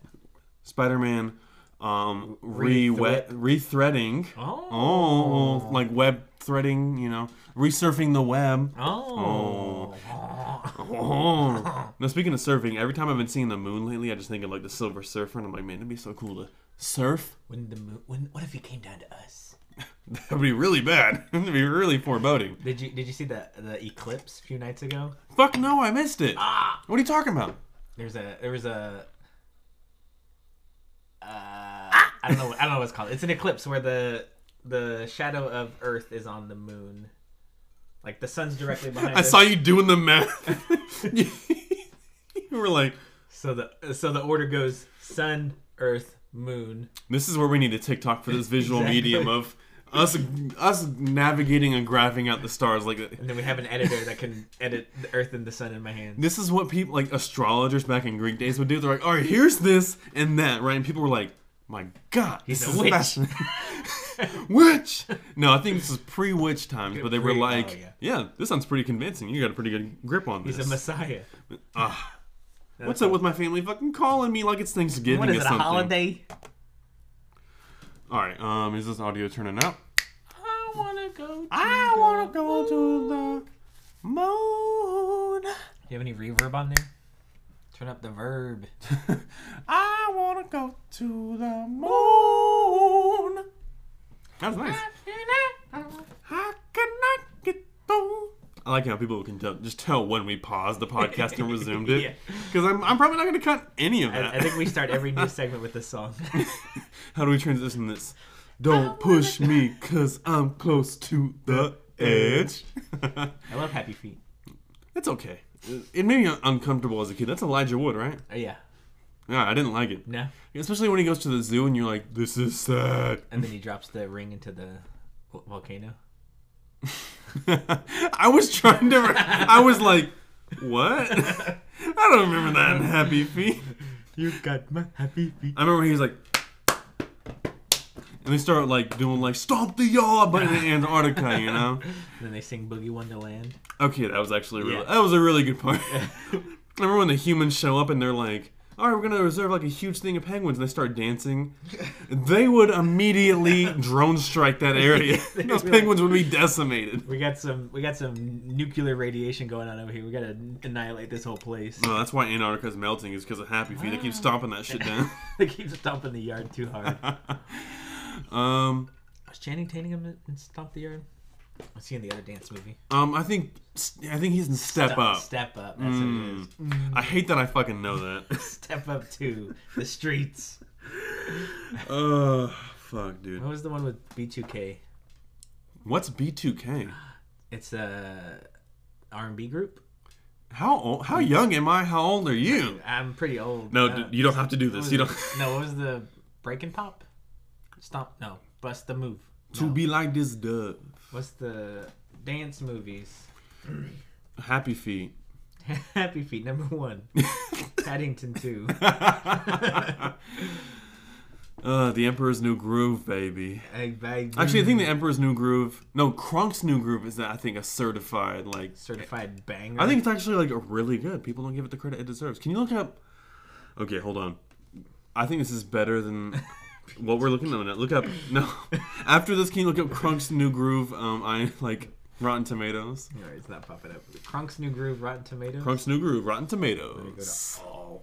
Speaker 2: Spider Man, um, re
Speaker 3: Re-thread-
Speaker 2: rethreading.
Speaker 3: Oh.
Speaker 2: Oh, like web threading, you know, resurfing the web.
Speaker 3: Oh.
Speaker 2: Oh. now speaking of surfing, every time I've been seeing the moon lately, I just think of like the Silver Surfer, and I'm like, man, it'd be so cool to surf. <laughs>
Speaker 3: When the moon, when what if he came down to us?
Speaker 2: That'd be really bad. <laughs> That'd be really foreboding.
Speaker 3: Did you did you see the the eclipse a few nights ago?
Speaker 2: Fuck no, I missed it. What are you talking about?
Speaker 3: There's a there was a uh, I don't know what, I don't know what it's called. It's an eclipse where the the shadow of Earth is on the moon, like the sun's directly behind.
Speaker 2: I
Speaker 3: us.
Speaker 2: saw you doing the math. <laughs> you were like,
Speaker 3: So the so the order goes sun, Earth, moon.
Speaker 2: this is where we need a TikTok
Speaker 3: <laughs>
Speaker 2: for this visual
Speaker 3: Exactly.
Speaker 2: medium of us us navigating and graphing out the stars like
Speaker 3: And then we have an editor that can edit the Earth and the sun in my hand.
Speaker 2: This is what people like astrologers back in Greek days would do. They're like, all right, here's this and that, right? And people were like, my God,
Speaker 3: He's
Speaker 2: this
Speaker 3: a
Speaker 2: is
Speaker 3: witch. <laughs>
Speaker 2: fascinating. witch. No, I think this is pre-witch times, but they were
Speaker 3: Pre- oh,
Speaker 2: like,
Speaker 3: yeah.
Speaker 2: yeah. this sounds pretty convincing. You got a pretty good grip on this.
Speaker 3: He's a messiah.
Speaker 2: Ah. What's up with my family fucking calling me like it's Thanksgiving
Speaker 3: What is
Speaker 2: or
Speaker 3: it? A
Speaker 2: something?
Speaker 3: holiday?
Speaker 2: All right, um, is this audio turning up?
Speaker 3: I wanna go. To
Speaker 2: I wanna go to the moon.
Speaker 3: Do you have any reverb on there? Turn up the verb.
Speaker 2: I wanna go to the moon. That was nice. How can I get through? I like how people can tell, just tell when we paused the podcast and <laughs> resumed
Speaker 3: Yeah.
Speaker 2: it. Because I'm, I'm probably not going to cut any of that.
Speaker 3: I, I think we
Speaker 2: <laughs>
Speaker 3: start every new segment with this song. <laughs>
Speaker 2: how do we transition this? Don't push me because I'm close to <laughs> the edge. <laughs>
Speaker 3: I love Happy Feet.
Speaker 2: That's okay. It made me un- uncomfortable as a kid. That's Elijah Wood, right?
Speaker 3: Oh yeah.
Speaker 2: Yeah, I didn't like it.
Speaker 3: No.
Speaker 2: Especially when he goes to the zoo and you're like, this is sad. <laughs>
Speaker 3: And then he drops the ring into the vol- volcano.
Speaker 2: I was trying to. Re- I was like, what? <laughs> I don't remember that in Happy Feet.
Speaker 3: You got my happy feet.
Speaker 2: I remember he was like, and they start like doing like stomp the yard but in Antarctica, you know?
Speaker 3: Then they sing Boogie Wonderland.
Speaker 2: Okay, that was actually really,
Speaker 3: Yeah.
Speaker 2: that was a really good part. <laughs> remember when the humans show up and they're like, all right, we're gonna reserve like a huge thing of penguins, and they start dancing. They would immediately drone strike that <laughs> area. Those penguins would be decimated.
Speaker 3: We got some we got some nuclear radiation going on over here. We gotta annihilate this whole place.
Speaker 2: No, that's why Antarctica's melting is because of Happy Feet. They keep stomping that shit <laughs> down.
Speaker 3: <laughs> they keep stomping the yard too hard.
Speaker 2: um,
Speaker 3: Was Channing Tatum in- in Stomp the Yard? I seen the other dance movie.
Speaker 2: um, I think I think he's in Step
Speaker 3: Step
Speaker 2: Up. Mm.
Speaker 3: Step up. That's what it is.
Speaker 2: I hate that I fucking know <laughs>
Speaker 3: <laughs>
Speaker 2: that.
Speaker 3: Step up to the streets.
Speaker 2: Oh, fuck, dude.
Speaker 3: What was the one with B2K?
Speaker 2: What's B2K?
Speaker 3: It's a R&B group.
Speaker 2: How old? How young am I? How old are you?
Speaker 3: I'm pretty old.
Speaker 2: No,
Speaker 3: Uh,
Speaker 2: dude, you don't have to do
Speaker 3: what
Speaker 2: this.
Speaker 3: was
Speaker 2: You
Speaker 3: it?
Speaker 2: don't.
Speaker 3: No, what was the break and pop? Stomp. No, bust the move.
Speaker 2: <laughs> To be like this dub.
Speaker 3: What's the dance movies? <laughs>
Speaker 2: Happy Feet. <laughs>
Speaker 3: Happy Feet number one. <laughs> Paddington
Speaker 2: <laughs>
Speaker 3: two.
Speaker 2: Uh, the Emperor's New Groove, baby.
Speaker 3: I, I,
Speaker 2: Actually, I think the Emperor's New Groove. No, Kronk's New Groove is that I think a certified like
Speaker 3: certified banger.
Speaker 2: I think it's actually like a really good. People don't give it the credit it deserves. Can you look up? Okay, hold on. I think this is better than what we're looking at. Look up. No, <laughs> after this, can you look up Crunk's New Groove? Um, I like Rotten Tomatoes.
Speaker 3: No, it's not popping up. Crunk's New Groove, Rotten Tomatoes.
Speaker 2: Crunk's New Groove, Rotten
Speaker 3: Go to
Speaker 2: Tomatoes.
Speaker 3: all.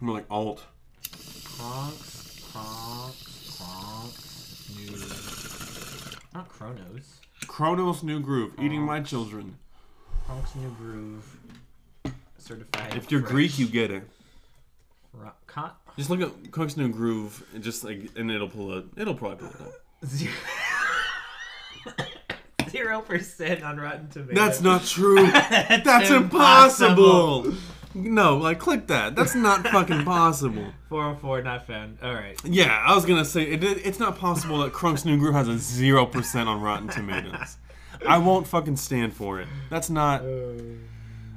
Speaker 2: I'm like alt.
Speaker 3: Cronks, Cronks, Cronks, New. Not Chronos.
Speaker 2: Chronos New Groove, eating my children.
Speaker 3: Cronks New Groove. Certified.
Speaker 2: If you're
Speaker 3: fresh
Speaker 2: Greek, you get it.
Speaker 3: Ro- con-
Speaker 2: Just look up Crunk's New Groove, and just like, and it'll pull it. It'll probably pull it up.
Speaker 3: Zero- <coughs> Zero percent on Rotten Tomatoes. <laughs>
Speaker 2: That's not true. That's impossible. No, like click that. That's not fucking possible.
Speaker 3: 404 not found. All right.
Speaker 2: Yeah, I was gonna say it, it's not possible that Crunk's New Groove has a zero percent on Rotten Tomatoes. I won't fucking stand for it. That's not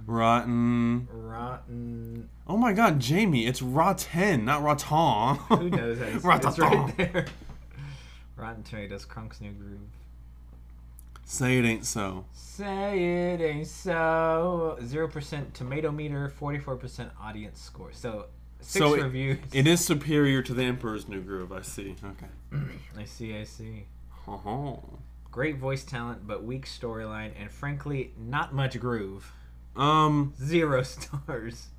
Speaker 2: rotten.
Speaker 3: rotten.
Speaker 2: Oh my god, Jamie, it's rotten, not <laughs> rotten.
Speaker 3: Who knows? How to say it? It's right
Speaker 2: Rotten.
Speaker 3: there. Rotten Tomatoes, Crunk's New Groove.
Speaker 2: Say it ain't so.
Speaker 3: Say it ain't so. 0% tomato meter, 44% audience score. So, six
Speaker 2: So it-
Speaker 3: reviews.
Speaker 2: It is superior to the Emperor's New Groove. I see. Okay.
Speaker 3: I see, I see.
Speaker 2: Uh-huh.
Speaker 3: Great voice talent, but weak storyline, and frankly, not much groove.
Speaker 2: Um.
Speaker 3: Zero <laughs> stars.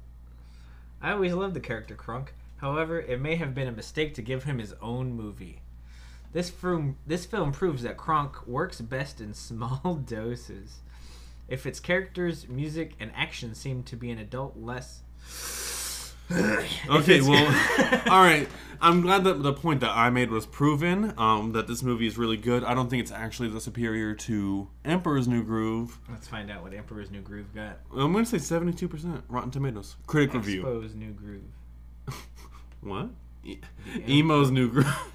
Speaker 3: I always loved the character Krunk. However, it may have been a mistake to give him his own movie. This film, this film proves that Kronk works best in <laughs> small doses. If its characters, music, and action seem to be an adult less.
Speaker 2: Okay, well, <laughs>
Speaker 3: <laughs>
Speaker 2: all right. I'm glad that the point that I made was proven. Um, that this movie is really good. I don't think it's actually the superior to Emperor's New Groove.
Speaker 3: Let's find out what Emperor's New Groove got.
Speaker 2: I'm gonna say 72 percent Rotten Tomatoes critic review.
Speaker 3: Expo's New Groove.
Speaker 2: What? E- Emo's New Groove.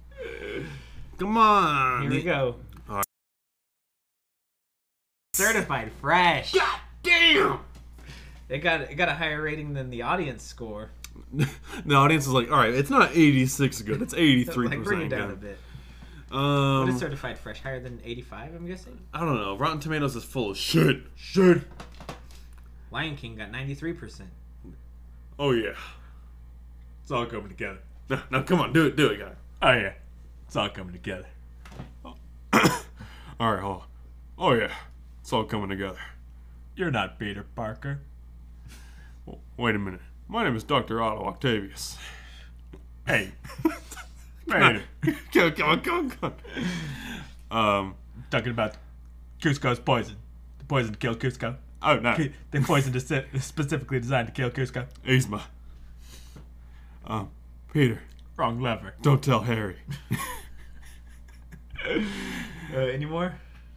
Speaker 2: <laughs> Come on.
Speaker 3: Here we go.
Speaker 2: All right.
Speaker 3: Certified fresh.
Speaker 2: Damn. <laughs>
Speaker 3: It got it got a higher rating than the audience score.
Speaker 2: The audience is like, all right, it's not 86 good. It's 83
Speaker 3: like bring it
Speaker 2: percent
Speaker 3: down a
Speaker 2: good.
Speaker 3: bit. What is
Speaker 2: Um,
Speaker 3: certified fresh? Higher than 85, I'm guessing.
Speaker 2: I don't know. Rotten Tomatoes is full of shit. Shit.
Speaker 3: Lion King got 93%.
Speaker 2: Oh yeah.
Speaker 1: It's all coming together.
Speaker 2: No, no, come on, do it, do it, guy.
Speaker 1: Oh yeah, it's all coming together.
Speaker 2: <coughs> All right, hold. On. Oh yeah, it's all coming together.
Speaker 1: You're not Peter Parker.
Speaker 2: W- Wait a minute. My name is Doctor Otto Octavius. <laughs>
Speaker 1: Hey,
Speaker 2: Come
Speaker 1: <laughs> Peter,
Speaker 2: on, come on, come on, come on. Um.
Speaker 1: talking about Cusco's poison. The poison to kill Cusco.
Speaker 2: Oh no,
Speaker 1: The poison is se- is specifically designed to kill Cusco.
Speaker 2: Yzma. Um, Peter,
Speaker 1: Wrong lever.
Speaker 2: don't tell Harry. <laughs>
Speaker 3: Uh, any more?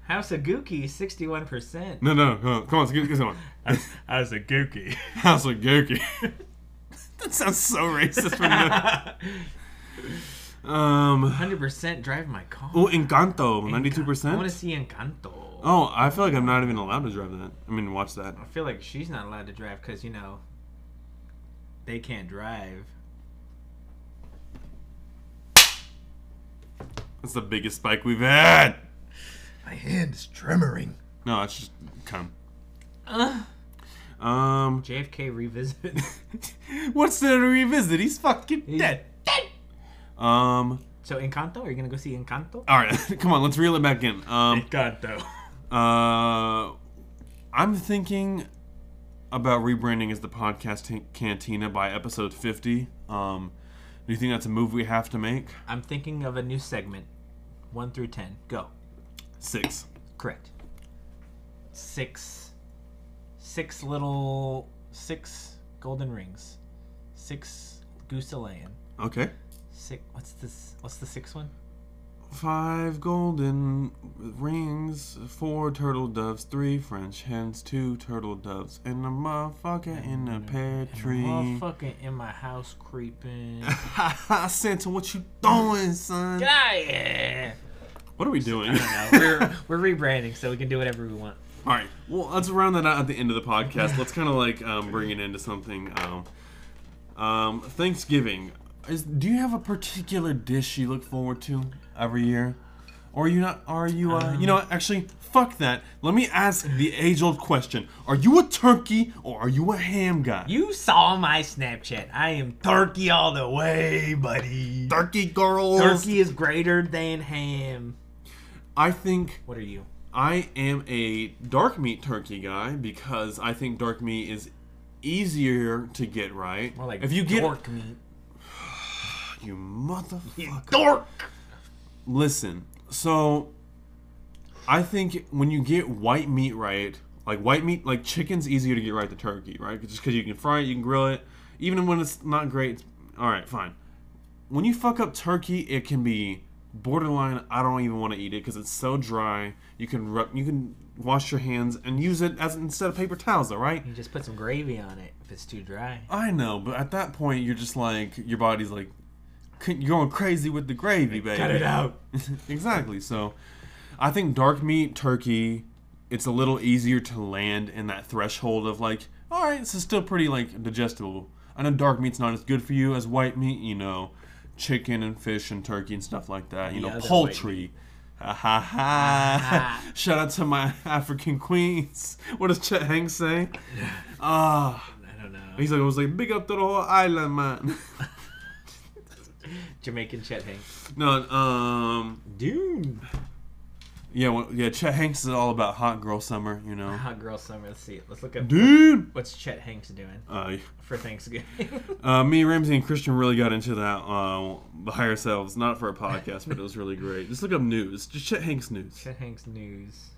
Speaker 3: House of Gookie, 61%.
Speaker 2: No, no, no. Come on, get, get someone.
Speaker 1: I, I was a
Speaker 2: <laughs>
Speaker 1: gookie.
Speaker 2: House of
Speaker 1: <laughs>
Speaker 2: Gookie. that sounds so racist. When
Speaker 3: <laughs>
Speaker 2: you- <laughs> um.
Speaker 3: 100% drive my car.
Speaker 2: Oh, Encanto, ninety-two
Speaker 3: I want to
Speaker 2: percent.
Speaker 3: see Encanto.
Speaker 2: Oh, I feel like I'm not even allowed to drive that. I mean, watch that.
Speaker 3: I feel like she's not allowed to drive because, you know, they can't drive.
Speaker 2: That's the biggest spike we've had.
Speaker 1: My hand is tremoring.
Speaker 2: No, it's just come.
Speaker 3: Ugh.
Speaker 2: Um,
Speaker 3: JFK revisit.
Speaker 2: <laughs> what's there to revisit? He's fucking dead. Um,
Speaker 3: so Encanto? Are you going to go see Encanto?
Speaker 2: all right, <laughs> come on, let's reel it back in. Um,
Speaker 1: Encanto.
Speaker 2: uh, I'm thinking about rebranding as the podcast Tin- Cantina by episode 50. Um, do you think that's a move we have to make?
Speaker 3: I'm thinking of a new segment. 1 through 10. Go.
Speaker 2: Six.
Speaker 3: Correct. Six, six little, six golden rings, six goose a laying.
Speaker 2: Okay.
Speaker 3: Six. What's this? What's the sixth one?
Speaker 2: Five golden rings, four turtle doves, three French hens, two turtle doves, and a motherfucker in a pear tree. <laughs>
Speaker 3: Motherfucking Oh, in my house creeping.
Speaker 2: Santa, what you doing, son?
Speaker 3: yeah.
Speaker 2: What are we doing?
Speaker 3: No,
Speaker 2: <laughs>
Speaker 3: we're we're rebranding, so we can do whatever we want.
Speaker 2: All right. Well, let's round that out at the end of the podcast. Let's kind of like um, bring it into something. Um, um, Thanksgiving. Is, do you have a particular dish you look forward to every year? Or are you not? Are you? Uh, you know, what? actually, fuck that. Let me ask the age-old question: Are you a turkey or are you a ham guy?
Speaker 3: You saw my Snapchat. I am turkey all the way, buddy.
Speaker 2: turkey girls.
Speaker 3: Turkey is greater than ham.
Speaker 2: I think
Speaker 3: What are you?
Speaker 2: I am a dark meat turkey guy because I think dark meat is easier to get right.
Speaker 3: More like
Speaker 2: if you get
Speaker 3: dork meat.
Speaker 2: you motherfucker.
Speaker 3: Dork.
Speaker 2: Listen, so I think when you get white meat right, like white meat, like chicken's easier to get right than turkey, right? Just because you can fry it, you can grill it, even when it's not great. All right, fine. When you fuck up turkey, it can be borderline I don't even want to eat it because it's so dry. You can rub, you can wash your hands and use it as instead of paper towels, all right?
Speaker 3: You just put some gravy on it if it's too dry.
Speaker 2: I know, but at that point you're just like your body's like c- you're going crazy with the gravy, baby.
Speaker 1: Cut it out.
Speaker 2: <laughs> exactly. So I think dark meat turkey it's a little easier to land in that threshold of like all right, this is still pretty like digestible. I know dark meat's not as good for you as white meat, you know, chicken and fish and turkey and stuff like that, you
Speaker 3: The
Speaker 2: know,
Speaker 3: other
Speaker 2: poultry. Ha ha ha. <laughs> Shout out to my African queens. <laughs> What does Chet Hanks say? Ah.
Speaker 3: I don't know.
Speaker 2: He's like, I was like, big up to the whole island, man. <laughs>
Speaker 3: Jamaican Chet Hanks.
Speaker 2: no, um,
Speaker 3: Doom.
Speaker 2: yeah, well, yeah. Chet Hanks is all about hot girl summer, you know.
Speaker 3: Hot girl summer. Let's see. Let's look at
Speaker 2: Dude.
Speaker 3: what's Chet Hanks doing
Speaker 2: Uh,
Speaker 3: for Thanksgiving. <laughs>
Speaker 2: uh, me, Ramsey, and Christian really got into that uh, by ourselves, not for a podcast, but it was really great. Just look up news, just Chet Hanks news.
Speaker 3: Chet Hanks news.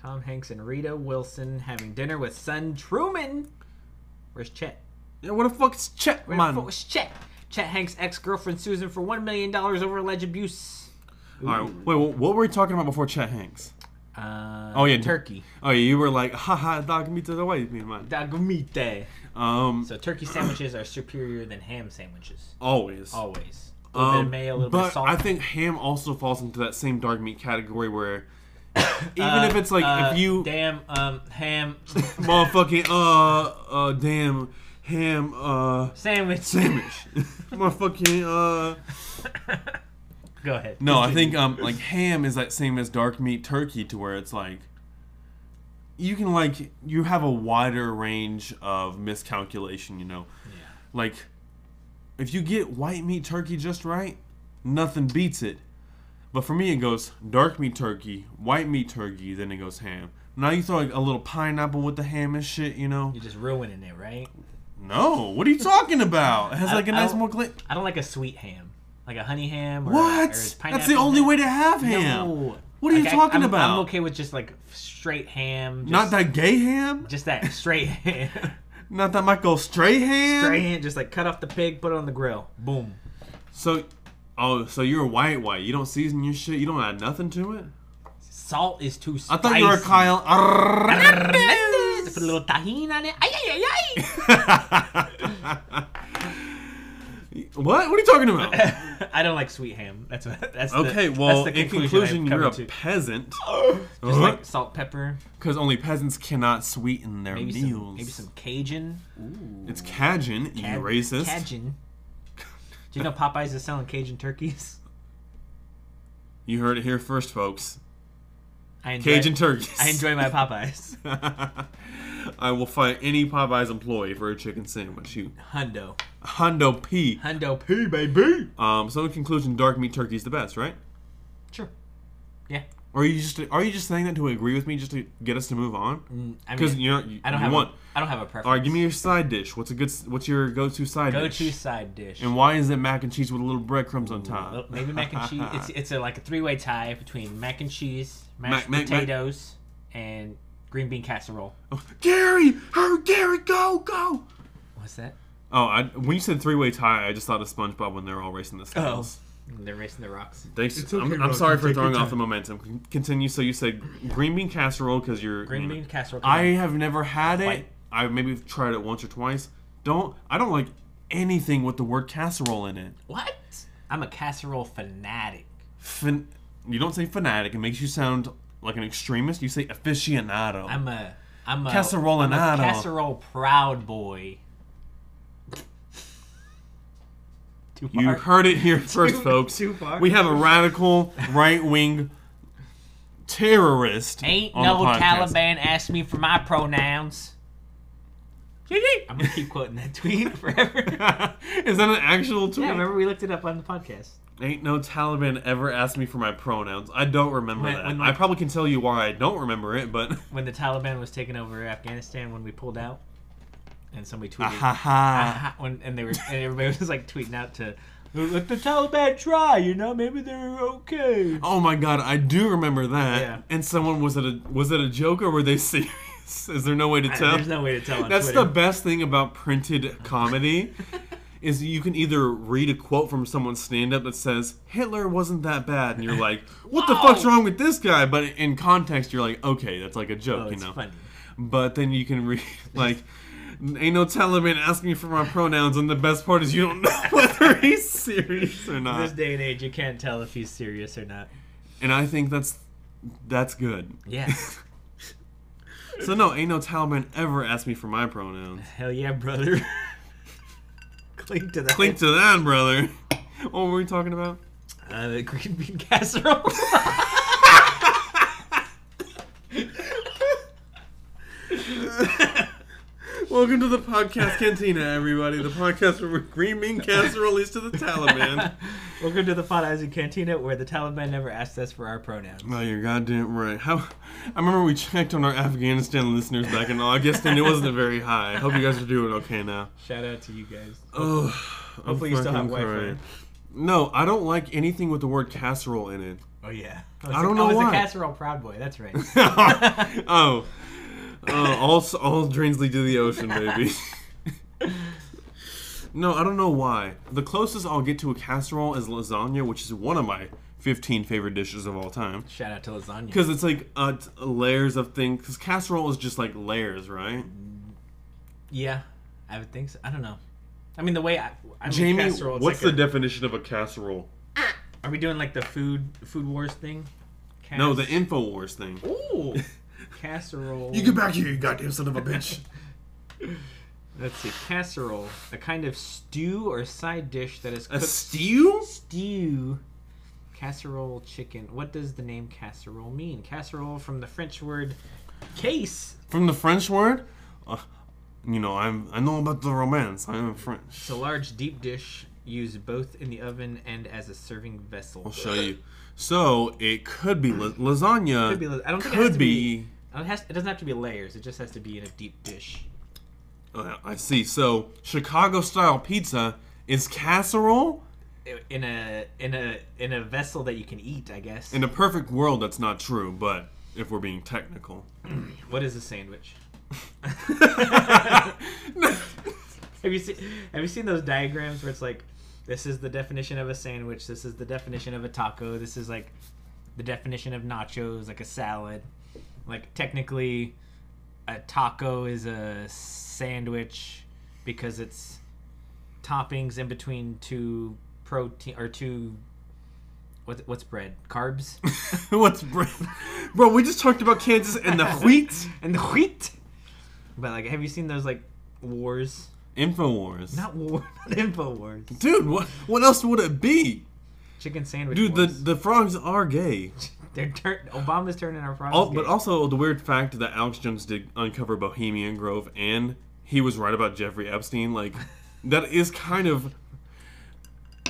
Speaker 3: Tom Hanks and Rita Wilson having dinner with son Truman. Where's Chet?
Speaker 2: Yeah, what the fuck's Chet,
Speaker 3: Where
Speaker 2: man?
Speaker 3: the fuck was Chet? Chet Hanks' ex-girlfriend Susan for one million dollars over alleged abuse.
Speaker 2: All right, wait, wh- what were we talking about before Chet Hanks?
Speaker 3: Uh,
Speaker 2: Oh, yeah.
Speaker 3: turkey.
Speaker 2: Oh, yeah, you were like, haha, dog meat to the white meat, man.
Speaker 3: Dagomite.
Speaker 2: Um,
Speaker 3: So turkey sandwiches are superior than ham sandwiches.
Speaker 2: always.
Speaker 3: Always. oh, A little bit of mayo, a little
Speaker 2: Um, but
Speaker 3: bit of salt.
Speaker 2: I think ham also falls into that same dark meat
Speaker 3: <coughs>
Speaker 2: category where even if it's like
Speaker 3: Uh,
Speaker 2: if you
Speaker 3: damn um
Speaker 2: <laughs>
Speaker 3: ham
Speaker 2: motherfucking uh uh damn ham uh
Speaker 3: sandwich.
Speaker 2: sandwich <laughs> motherfucking uh
Speaker 3: <laughs> Go ahead.
Speaker 2: no I think um like ham is that same as dark meat turkey to where it's like you can like you have a wider range of miscalculation you know like if you get white meat turkey just right nothing beats it but for me it goes dark meat turkey white meat turkey then it goes ham now you throw like a little pineapple with the ham and shit you know
Speaker 3: You're just ruining it, right?
Speaker 2: no what are you talking about it has like a
Speaker 3: I
Speaker 2: nice
Speaker 3: don't-
Speaker 2: more glit
Speaker 3: I don't like a sweet ham, like a honey ham. Or,
Speaker 2: what
Speaker 3: Or pineapple
Speaker 2: that's the only
Speaker 3: ham.
Speaker 2: way to have ham
Speaker 3: No.
Speaker 2: What are you
Speaker 3: Like, I-
Speaker 2: talking
Speaker 3: I'm-
Speaker 2: about?
Speaker 3: I'm okay with just like straight ham. Just,
Speaker 2: not that gay ham
Speaker 3: Just that <laughs> straight ham.
Speaker 2: not that michael stray ham
Speaker 3: straight ham. Just like cut off the pig, put it on the grill. Boom.
Speaker 2: so oh so you're white white you don't season your shit you don't add nothing to it
Speaker 3: Salt is too
Speaker 2: i
Speaker 3: spicy.
Speaker 2: thought you were kyle
Speaker 3: <laughs> Put a little tahini on it. Ay, ay, ay,
Speaker 2: <laughs> what what are you
Speaker 3: <laughs>
Speaker 2: talking about
Speaker 3: ay. I don't like sweet ham. That's what. That's the-
Speaker 2: Okay, well,
Speaker 3: that's the
Speaker 2: in
Speaker 3: conclusion
Speaker 2: conclusion,
Speaker 3: I've
Speaker 2: you're
Speaker 3: come
Speaker 2: a
Speaker 3: to.
Speaker 2: <gasps> peasant
Speaker 3: just like salt, pepper,
Speaker 2: because only peasants cannot sweeten their
Speaker 3: maybe
Speaker 2: meals.
Speaker 3: some, maybe some Cajun.
Speaker 2: It's Cajun, you
Speaker 3: Caj-
Speaker 2: racist.
Speaker 3: Cajun. Do you know Popeyes is selling Cajun turkeys? <laughs>
Speaker 2: You heard it here first, folks.
Speaker 3: I enjoy,
Speaker 2: Cajun turkeys.
Speaker 3: I enjoy my Popeyes.
Speaker 2: <laughs> I will fight any Popeyes employee for a chicken sandwich. You
Speaker 3: Hundo.
Speaker 2: hundo p.
Speaker 3: Hundo P, baby.
Speaker 2: Um. So in conclusion, dark meat turkey is the best, right?
Speaker 3: Sure. Yeah.
Speaker 2: Or are you just are you just saying that to agree with me, just to get us to move on?
Speaker 3: Mm, I
Speaker 2: Because
Speaker 3: mean,
Speaker 2: you're you,
Speaker 3: I don't
Speaker 2: you
Speaker 3: have.
Speaker 2: want.
Speaker 3: A, I don't have a preference.
Speaker 2: All right, give me your side dish. What's a good? s- What's your go-to side
Speaker 3: Go
Speaker 2: dish?
Speaker 3: to side dish.
Speaker 2: And why is it mac and cheese with a little breadcrumbs on
Speaker 3: Well,
Speaker 2: top?
Speaker 3: Maybe mac and cheese. It's it's a, like a three way tie between mac and cheese, mashed
Speaker 2: Mac- mac- mac-
Speaker 3: potatoes, and green bean casserole.
Speaker 2: <laughs> Gary, hurry, Gary, go, go.
Speaker 3: What's that?
Speaker 2: Oh, I, when you said three-way tie, I just thought of SpongeBob when they're all racing
Speaker 3: Oh.
Speaker 2: the scales.
Speaker 3: They're racing the rocks.
Speaker 2: Thanks.
Speaker 1: It's okay,
Speaker 2: I'm, I'm
Speaker 1: Rob,
Speaker 2: sorry
Speaker 1: you
Speaker 2: for
Speaker 1: take your
Speaker 2: throwing off the
Speaker 1: time.
Speaker 2: momentum. Con- Continue. So you said green bean casserole because you're
Speaker 3: Green
Speaker 2: you
Speaker 3: bean casserole.
Speaker 2: Mm. I have never had it.
Speaker 3: White.
Speaker 2: I maybe tried it once or twice. Don't. I don't like anything with the word casserole in it.
Speaker 3: What? I'm a casserole fanatic.
Speaker 2: Fin- you don't say fanatic. It makes you sound like an extremist. You say aficionado.
Speaker 3: I'm a I'm a
Speaker 2: Casserole
Speaker 3: I'm a
Speaker 2: and I don't-
Speaker 3: casserole proud boy. <laughs> Too
Speaker 2: <laughs> You
Speaker 3: hard.
Speaker 2: heard it here first, folks.
Speaker 3: too far.
Speaker 2: We have a radical right wing terrorist.
Speaker 3: Ain't
Speaker 2: on
Speaker 3: no
Speaker 2: the podcast.
Speaker 3: Taliban asked me for my pronouns. I'm gonna keep quoting that tweet
Speaker 2: <laughs>
Speaker 3: forever.
Speaker 2: <laughs> Is that an actual tweet?
Speaker 3: yeah, remember we looked it up on the podcast.
Speaker 2: Ain't no Taliban ever asked me for my pronouns. I don't remember
Speaker 3: When-
Speaker 2: that.
Speaker 3: when,
Speaker 2: I
Speaker 3: like-
Speaker 2: probably can tell you why I don't remember it, but <laughs>
Speaker 3: When the Taliban was taking over Afghanistan, when we pulled out, and somebody tweeted,
Speaker 2: ha ha.
Speaker 3: "Aha," when, and they were, and everybody was like tweeting out to, "Let the Taliban try, you know, maybe they're okay."
Speaker 2: <laughs> Oh my god, I do remember that.
Speaker 3: Yeah.
Speaker 2: And someone was it a was it a joke or were they <laughs> serious? Is there no way to tell?
Speaker 3: There's no way to tell. On <laughs>
Speaker 2: That's
Speaker 3: Twitter. <laughs>
Speaker 2: the best thing about printed comedy is you can either read a quote from someone's stand up that says Hitler wasn't that
Speaker 3: <laughs>
Speaker 2: bad, and you're like, what the fuck's wrong with this guy? But in context, you're like, okay, that's like a joke,
Speaker 3: Oh,
Speaker 2: <laughs> you
Speaker 3: it's
Speaker 2: know.
Speaker 3: funny.
Speaker 2: But then you can read <laughs> like. Ain't no telling man asking me for my pronouns, and the best part is you don't know <laughs> whether he's serious or not.
Speaker 3: this day and age, you can't tell if he's serious or not.
Speaker 2: and I think that's that's good.
Speaker 3: Yeah.
Speaker 2: <laughs> So no, ain't no Taliban ever asked me for
Speaker 3: <laughs>
Speaker 2: my pronouns.
Speaker 3: Hell yeah, brother. Cling to that.
Speaker 2: Cling to that, brother. <laughs> What were we talking about?
Speaker 3: <laughs> Uh, the green bean
Speaker 2: <laughs>
Speaker 3: casserole. <laughs>
Speaker 2: Welcome to the podcast cantina, everybody. The podcast where we're green bean casserole is to the <laughs> Taliban.
Speaker 3: <laughs> Welcome to the Fat Isaac Cantina, where the Taliban never asked us for our pronouns.
Speaker 2: Oh, you're goddamn right. How I remember we checked on our Afghanistan listeners back in August, and it wasn't very high. I hope you guys are doing okay now.
Speaker 3: Shout out to you guys.
Speaker 2: Oh,
Speaker 3: Hopefully you still have Wi-Fi.
Speaker 2: No, I don't like anything with the word casserole in
Speaker 3: <laughs>
Speaker 2: it. <laughs>
Speaker 3: Oh yeah.
Speaker 2: I don't know
Speaker 3: I was
Speaker 2: why.
Speaker 3: a casserole proud boy. That's
Speaker 2: <laughs>
Speaker 3: right. <laughs>
Speaker 2: oh, oh, all all Drainsley to the
Speaker 3: <laughs>
Speaker 2: ocean, baby. no, I don't know why. The closest I'll get to a casserole is lasagna, which is one of my 15 favorite dishes of all time.
Speaker 3: Shout out to lasagna.
Speaker 2: Because it's like uh, t- layers of things. Because casserole is just like layers, right?
Speaker 3: Mm-hmm. Yeah, I would think so. I don't know. I mean, the way I, I make
Speaker 2: Jamie,
Speaker 3: casserole, it's
Speaker 2: what's the
Speaker 3: like a-
Speaker 2: definition of a casserole?
Speaker 3: Are we doing like the food food wars thing? Cas-
Speaker 2: No, the Infowars thing. <laughs>
Speaker 3: Ooh. casserole.
Speaker 2: back here, you goddamn son of
Speaker 3: <laughs>
Speaker 2: a bitch.
Speaker 3: Let's see. Casserole, a kind of stew or side dish that is
Speaker 2: a
Speaker 3: cooked
Speaker 2: stew?
Speaker 3: stew casserole chicken what does the name casserole mean casserole from the french word case
Speaker 2: From the French word? Uh, you know, I'm I know about the romance. I am French.
Speaker 3: it's a large deep dish used both in the oven and as a serving vessel
Speaker 2: I'll show you. So it could be la- lasagna.
Speaker 3: Could be la- I don't think it
Speaker 2: could
Speaker 3: has to
Speaker 2: be.
Speaker 3: it, has, it doesn't have to be layers it just has to be in a deep dish
Speaker 2: Uh, I see. So Chicago style pizza is casserole.
Speaker 3: in a in a in a vessel that you can eat i guess
Speaker 2: In a perfect world, that's not true. But if we're being technical,
Speaker 3: what is a sandwich Have you seen Have you seen those diagrams where it's like, this is the definition of a sandwich, this is the definition of a taco, this is like the definition of nachos, like a salad. Like technically, a taco is a sandwich because it's toppings in between two protein or two. What, what's bread? Carbs
Speaker 2: <laughs> what's bread? Bro, we just talked about Kansas and the wheat.
Speaker 3: <laughs> and the wheat. But like, have you seen those like wars?
Speaker 2: Infowars.
Speaker 3: Not war, <laughs> not info wars.
Speaker 2: Dude, what what else would it be?
Speaker 3: Chicken sandwich.
Speaker 2: Dude, the
Speaker 3: wars.
Speaker 2: the frogs are gay.
Speaker 3: They're tur- Obama's turning our problems.
Speaker 2: Al- Oh, but also the weird fact that Alex Jones did uncover Bohemian Grove and he was right about Jeffrey Epstein,
Speaker 3: <laughs>
Speaker 2: like that is kind of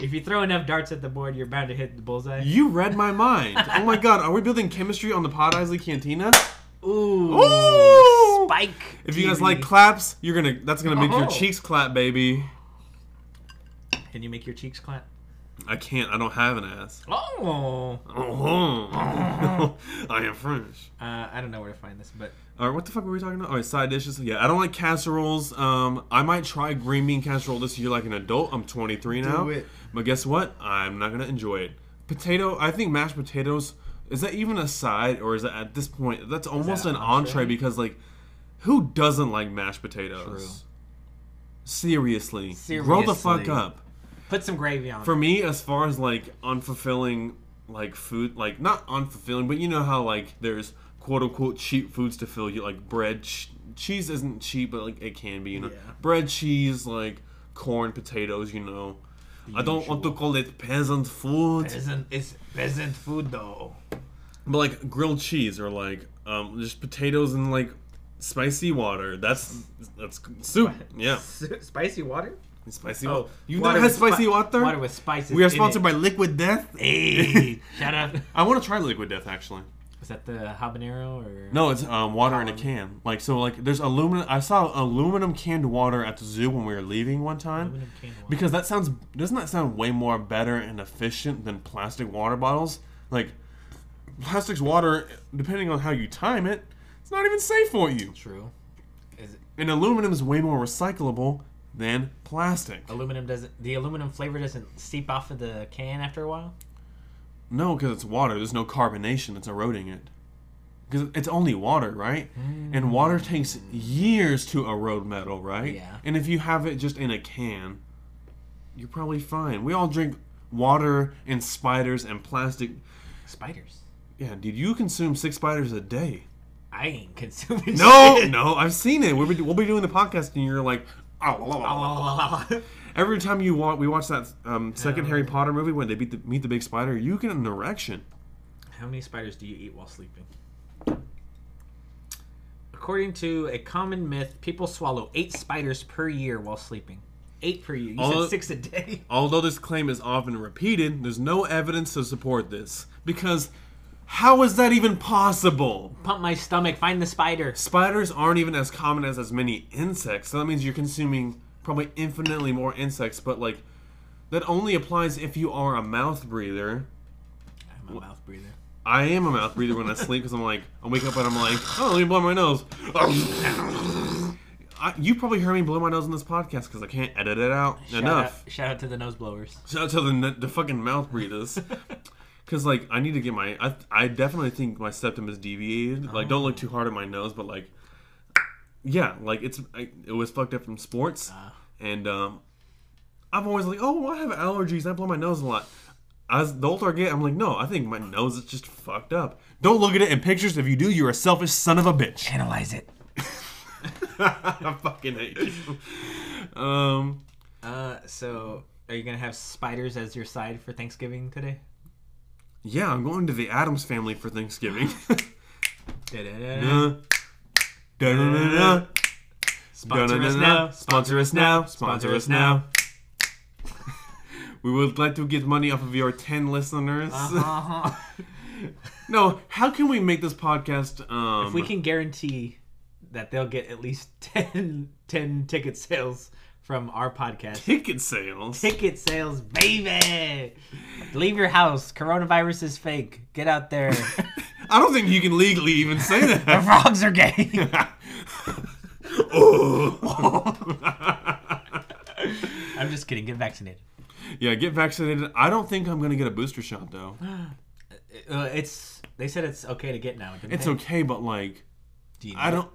Speaker 3: if you throw enough darts at the board, you're bound to hit the bullseye.
Speaker 2: you read my mind. oh my god, are we building chemistry on the Pod Isley Cantina?
Speaker 3: Ooh,
Speaker 2: Ooh!
Speaker 3: Spike.
Speaker 2: If you guys
Speaker 3: TV.
Speaker 2: like claps, you're gonna that's gonna make your
Speaker 3: Oh.
Speaker 2: cheeks clap, baby.
Speaker 3: can you make your cheeks clap?
Speaker 2: I can't, I don't have an ass.
Speaker 3: Oh,
Speaker 2: Oh, I am French.
Speaker 3: uh, I don't know where to find this, but
Speaker 2: All right, what the fuck were we talking about? All right, side dishes. Yeah, I don't like casseroles. Um, I might try green bean casserole this year like an adult. I'm 23 now.
Speaker 3: it.
Speaker 2: But guess what? I'm not gonna enjoy it. Potato. I think mashed potatoes. Is that even a side, or is that at this point that's almost
Speaker 3: that
Speaker 2: an
Speaker 3: an
Speaker 2: entree?
Speaker 3: entree?
Speaker 2: Because like, who doesn't like mashed potatoes?
Speaker 3: True.
Speaker 2: Seriously, grow the fuck
Speaker 3: Seriously.
Speaker 2: up.
Speaker 3: put some gravy on.
Speaker 2: For me, as far as like unfulfilling, like food, like not unfulfilling, but you know how like there's quote unquote cheap foods to fill you, like bread. Ch- cheese isn't cheap, but like it can be, you know.
Speaker 3: Yeah.
Speaker 2: Bread, cheese, like corn, potatoes, you know. I don't want to call it peasant food,
Speaker 3: it. Isn't it's peasant food though?
Speaker 2: but like grilled cheese or like um just potatoes and like spicy water. That's that's soup. Yeah,
Speaker 3: S- spicy water.
Speaker 2: spicy.
Speaker 3: Oh,
Speaker 2: water. You've
Speaker 3: water
Speaker 2: never had
Speaker 3: with spi-
Speaker 2: spicy water.
Speaker 3: Water with spices.
Speaker 2: we are
Speaker 3: in
Speaker 2: sponsored
Speaker 3: it.
Speaker 2: by Liquid Death.
Speaker 3: Hey, shout out.
Speaker 2: I want to try Liquid Death actually.
Speaker 3: Was that the habanero or
Speaker 2: No, it's um, water in a can. Like so, like there's aluminum. I saw aluminum canned water at the zoo when we were leaving one time.
Speaker 3: Aluminum canned water.
Speaker 2: Because that sounds doesn't that sound way more better and efficient than plastic water bottles? Like plastic's water, depending on how you time it, it's not even safe for you.
Speaker 3: True. Is it,
Speaker 2: And aluminum is way more recyclable than plastic.
Speaker 3: Aluminum doesn't. The aluminum flavor doesn't seep off of the can after a while.
Speaker 2: No, because it's water. There's no carbonation that's eroding it. Because it's only water, right? And water takes years to erode metal, right?
Speaker 3: Yeah.
Speaker 2: And if you have it just in a can, you're probably fine. We all drink water and spiders and plastic.
Speaker 3: Spiders.
Speaker 2: Yeah, dude, you consume six spiders a day.
Speaker 3: I ain't consuming.
Speaker 2: No,
Speaker 3: shit. <laughs>
Speaker 2: no, I've seen it. We'll be, we'll be doing the podcast, and you're like, "Ow, la, la, la,
Speaker 3: Ah.
Speaker 2: la, la." every time you watch, we watch that um, second Harry Potter movie when they beat the, meet the big spider, you get an erection.
Speaker 3: How many spiders do you eat while sleeping? According to a common myth, people swallow eight spiders per year while sleeping. Eight per year. You
Speaker 2: All-
Speaker 3: said six a day. <laughs>
Speaker 2: Although this claim is often repeated, there's no evidence to support this because how is that even possible?
Speaker 3: Pump my stomach. Find the spider.
Speaker 2: Spiders aren't even as common as as many insects, so that means you're consuming probably infinitely more insects. But like, that only applies if you are a mouth breather.
Speaker 3: I'm a mouth breather.
Speaker 2: I am a mouth breather when I sleep because I'm like, I wake up and I'm like, oh, let me blow my nose. I, you probably heard me blow my nose in this podcast because I can't edit it out enough.
Speaker 3: Shout out, shout out to the nose blowers.
Speaker 2: Shout out to the, the fucking mouth <laughs> breathers. Because, like, I need to get my. I, I definitely think my septum is deviated. Like, don't look too hard at my nose, but, like, yeah, like, it's. I, it was fucked up from sports. And, um, I'm always like, oh, I have allergies. I blow my nose a lot. As the older I get, I'm like, no, I think my nose is just fucked up. Don't look at it in pictures. If you do, you're a selfish son of a bitch.
Speaker 3: Analyze it.
Speaker 2: <laughs> I fucking hate you. <laughs> Um,
Speaker 3: Uh, so are you gonna have spiders as your side for Thanksgiving today?
Speaker 2: yeah, I'm going to the Adams family for Thanksgiving. <laughs>
Speaker 3: Da-da-da-da.
Speaker 2: Uh, da-da-da-da.
Speaker 3: Sponsor us now.
Speaker 2: Sponsor us now. Sponsor us now. We would like to get money off of your 10 listeners.
Speaker 3: <laughs> Uh-huh.
Speaker 2: No, how can we make this podcast? Um,
Speaker 3: If we can guarantee that they'll get at least <laughs> 10, 10 ticket sales from our
Speaker 2: <laughs>
Speaker 3: podcast.
Speaker 2: ticket sales.
Speaker 3: Ticket sales, baby! Leave your house. Coronavirus is fake. Get out
Speaker 2: <laughs>
Speaker 3: there.
Speaker 2: I don't think you can legally even say that.
Speaker 3: <laughs> frogs are
Speaker 2: <laughs>
Speaker 3: gay.
Speaker 2: Oh.
Speaker 3: I'm just kidding. Get vaccinated.
Speaker 2: yeah, get vaccinated. I don't think I'm gonna get a booster shot though.
Speaker 3: Uh, it's they said it's okay to get now. didn't
Speaker 2: It's
Speaker 3: they?
Speaker 2: okay, but like,
Speaker 3: Do you
Speaker 2: I
Speaker 3: know?
Speaker 2: don't.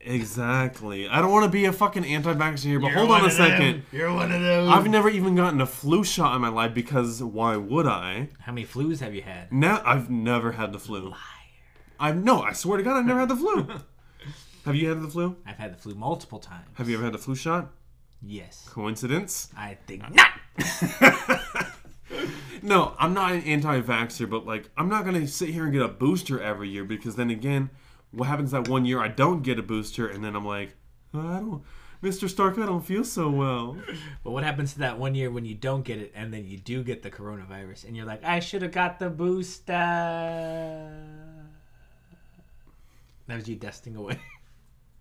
Speaker 2: Exactly. I don't want to be a fucking anti-vaxxer here, but
Speaker 3: You're
Speaker 2: hold on
Speaker 3: one
Speaker 2: a
Speaker 3: of them.
Speaker 2: second.
Speaker 3: You're one of those.
Speaker 2: I've never even gotten a flu shot in my life because why would I?
Speaker 3: How many flus have you had?
Speaker 2: Now I've never had the flu. I've no. I swear to God, I've never had the flu. <laughs> Have you had the flu?
Speaker 3: I've had the flu multiple times.
Speaker 2: Have you ever had a flu shot?
Speaker 3: Yes.
Speaker 2: Coincidence?
Speaker 3: I
Speaker 2: <laughs>
Speaker 3: think not. <laughs>
Speaker 2: No, I'm not an anti-vaxxer, but like I'm not gonna sit here and get a booster every year because then again, what happens that one year I don't get a booster and then I'm like, I don't, Mr. Stark, I don't feel so well.
Speaker 3: But what happens to that one year when you don't get it and then you do get the coronavirus and you're like, I should have got the booster? That was you dusting away. <laughs>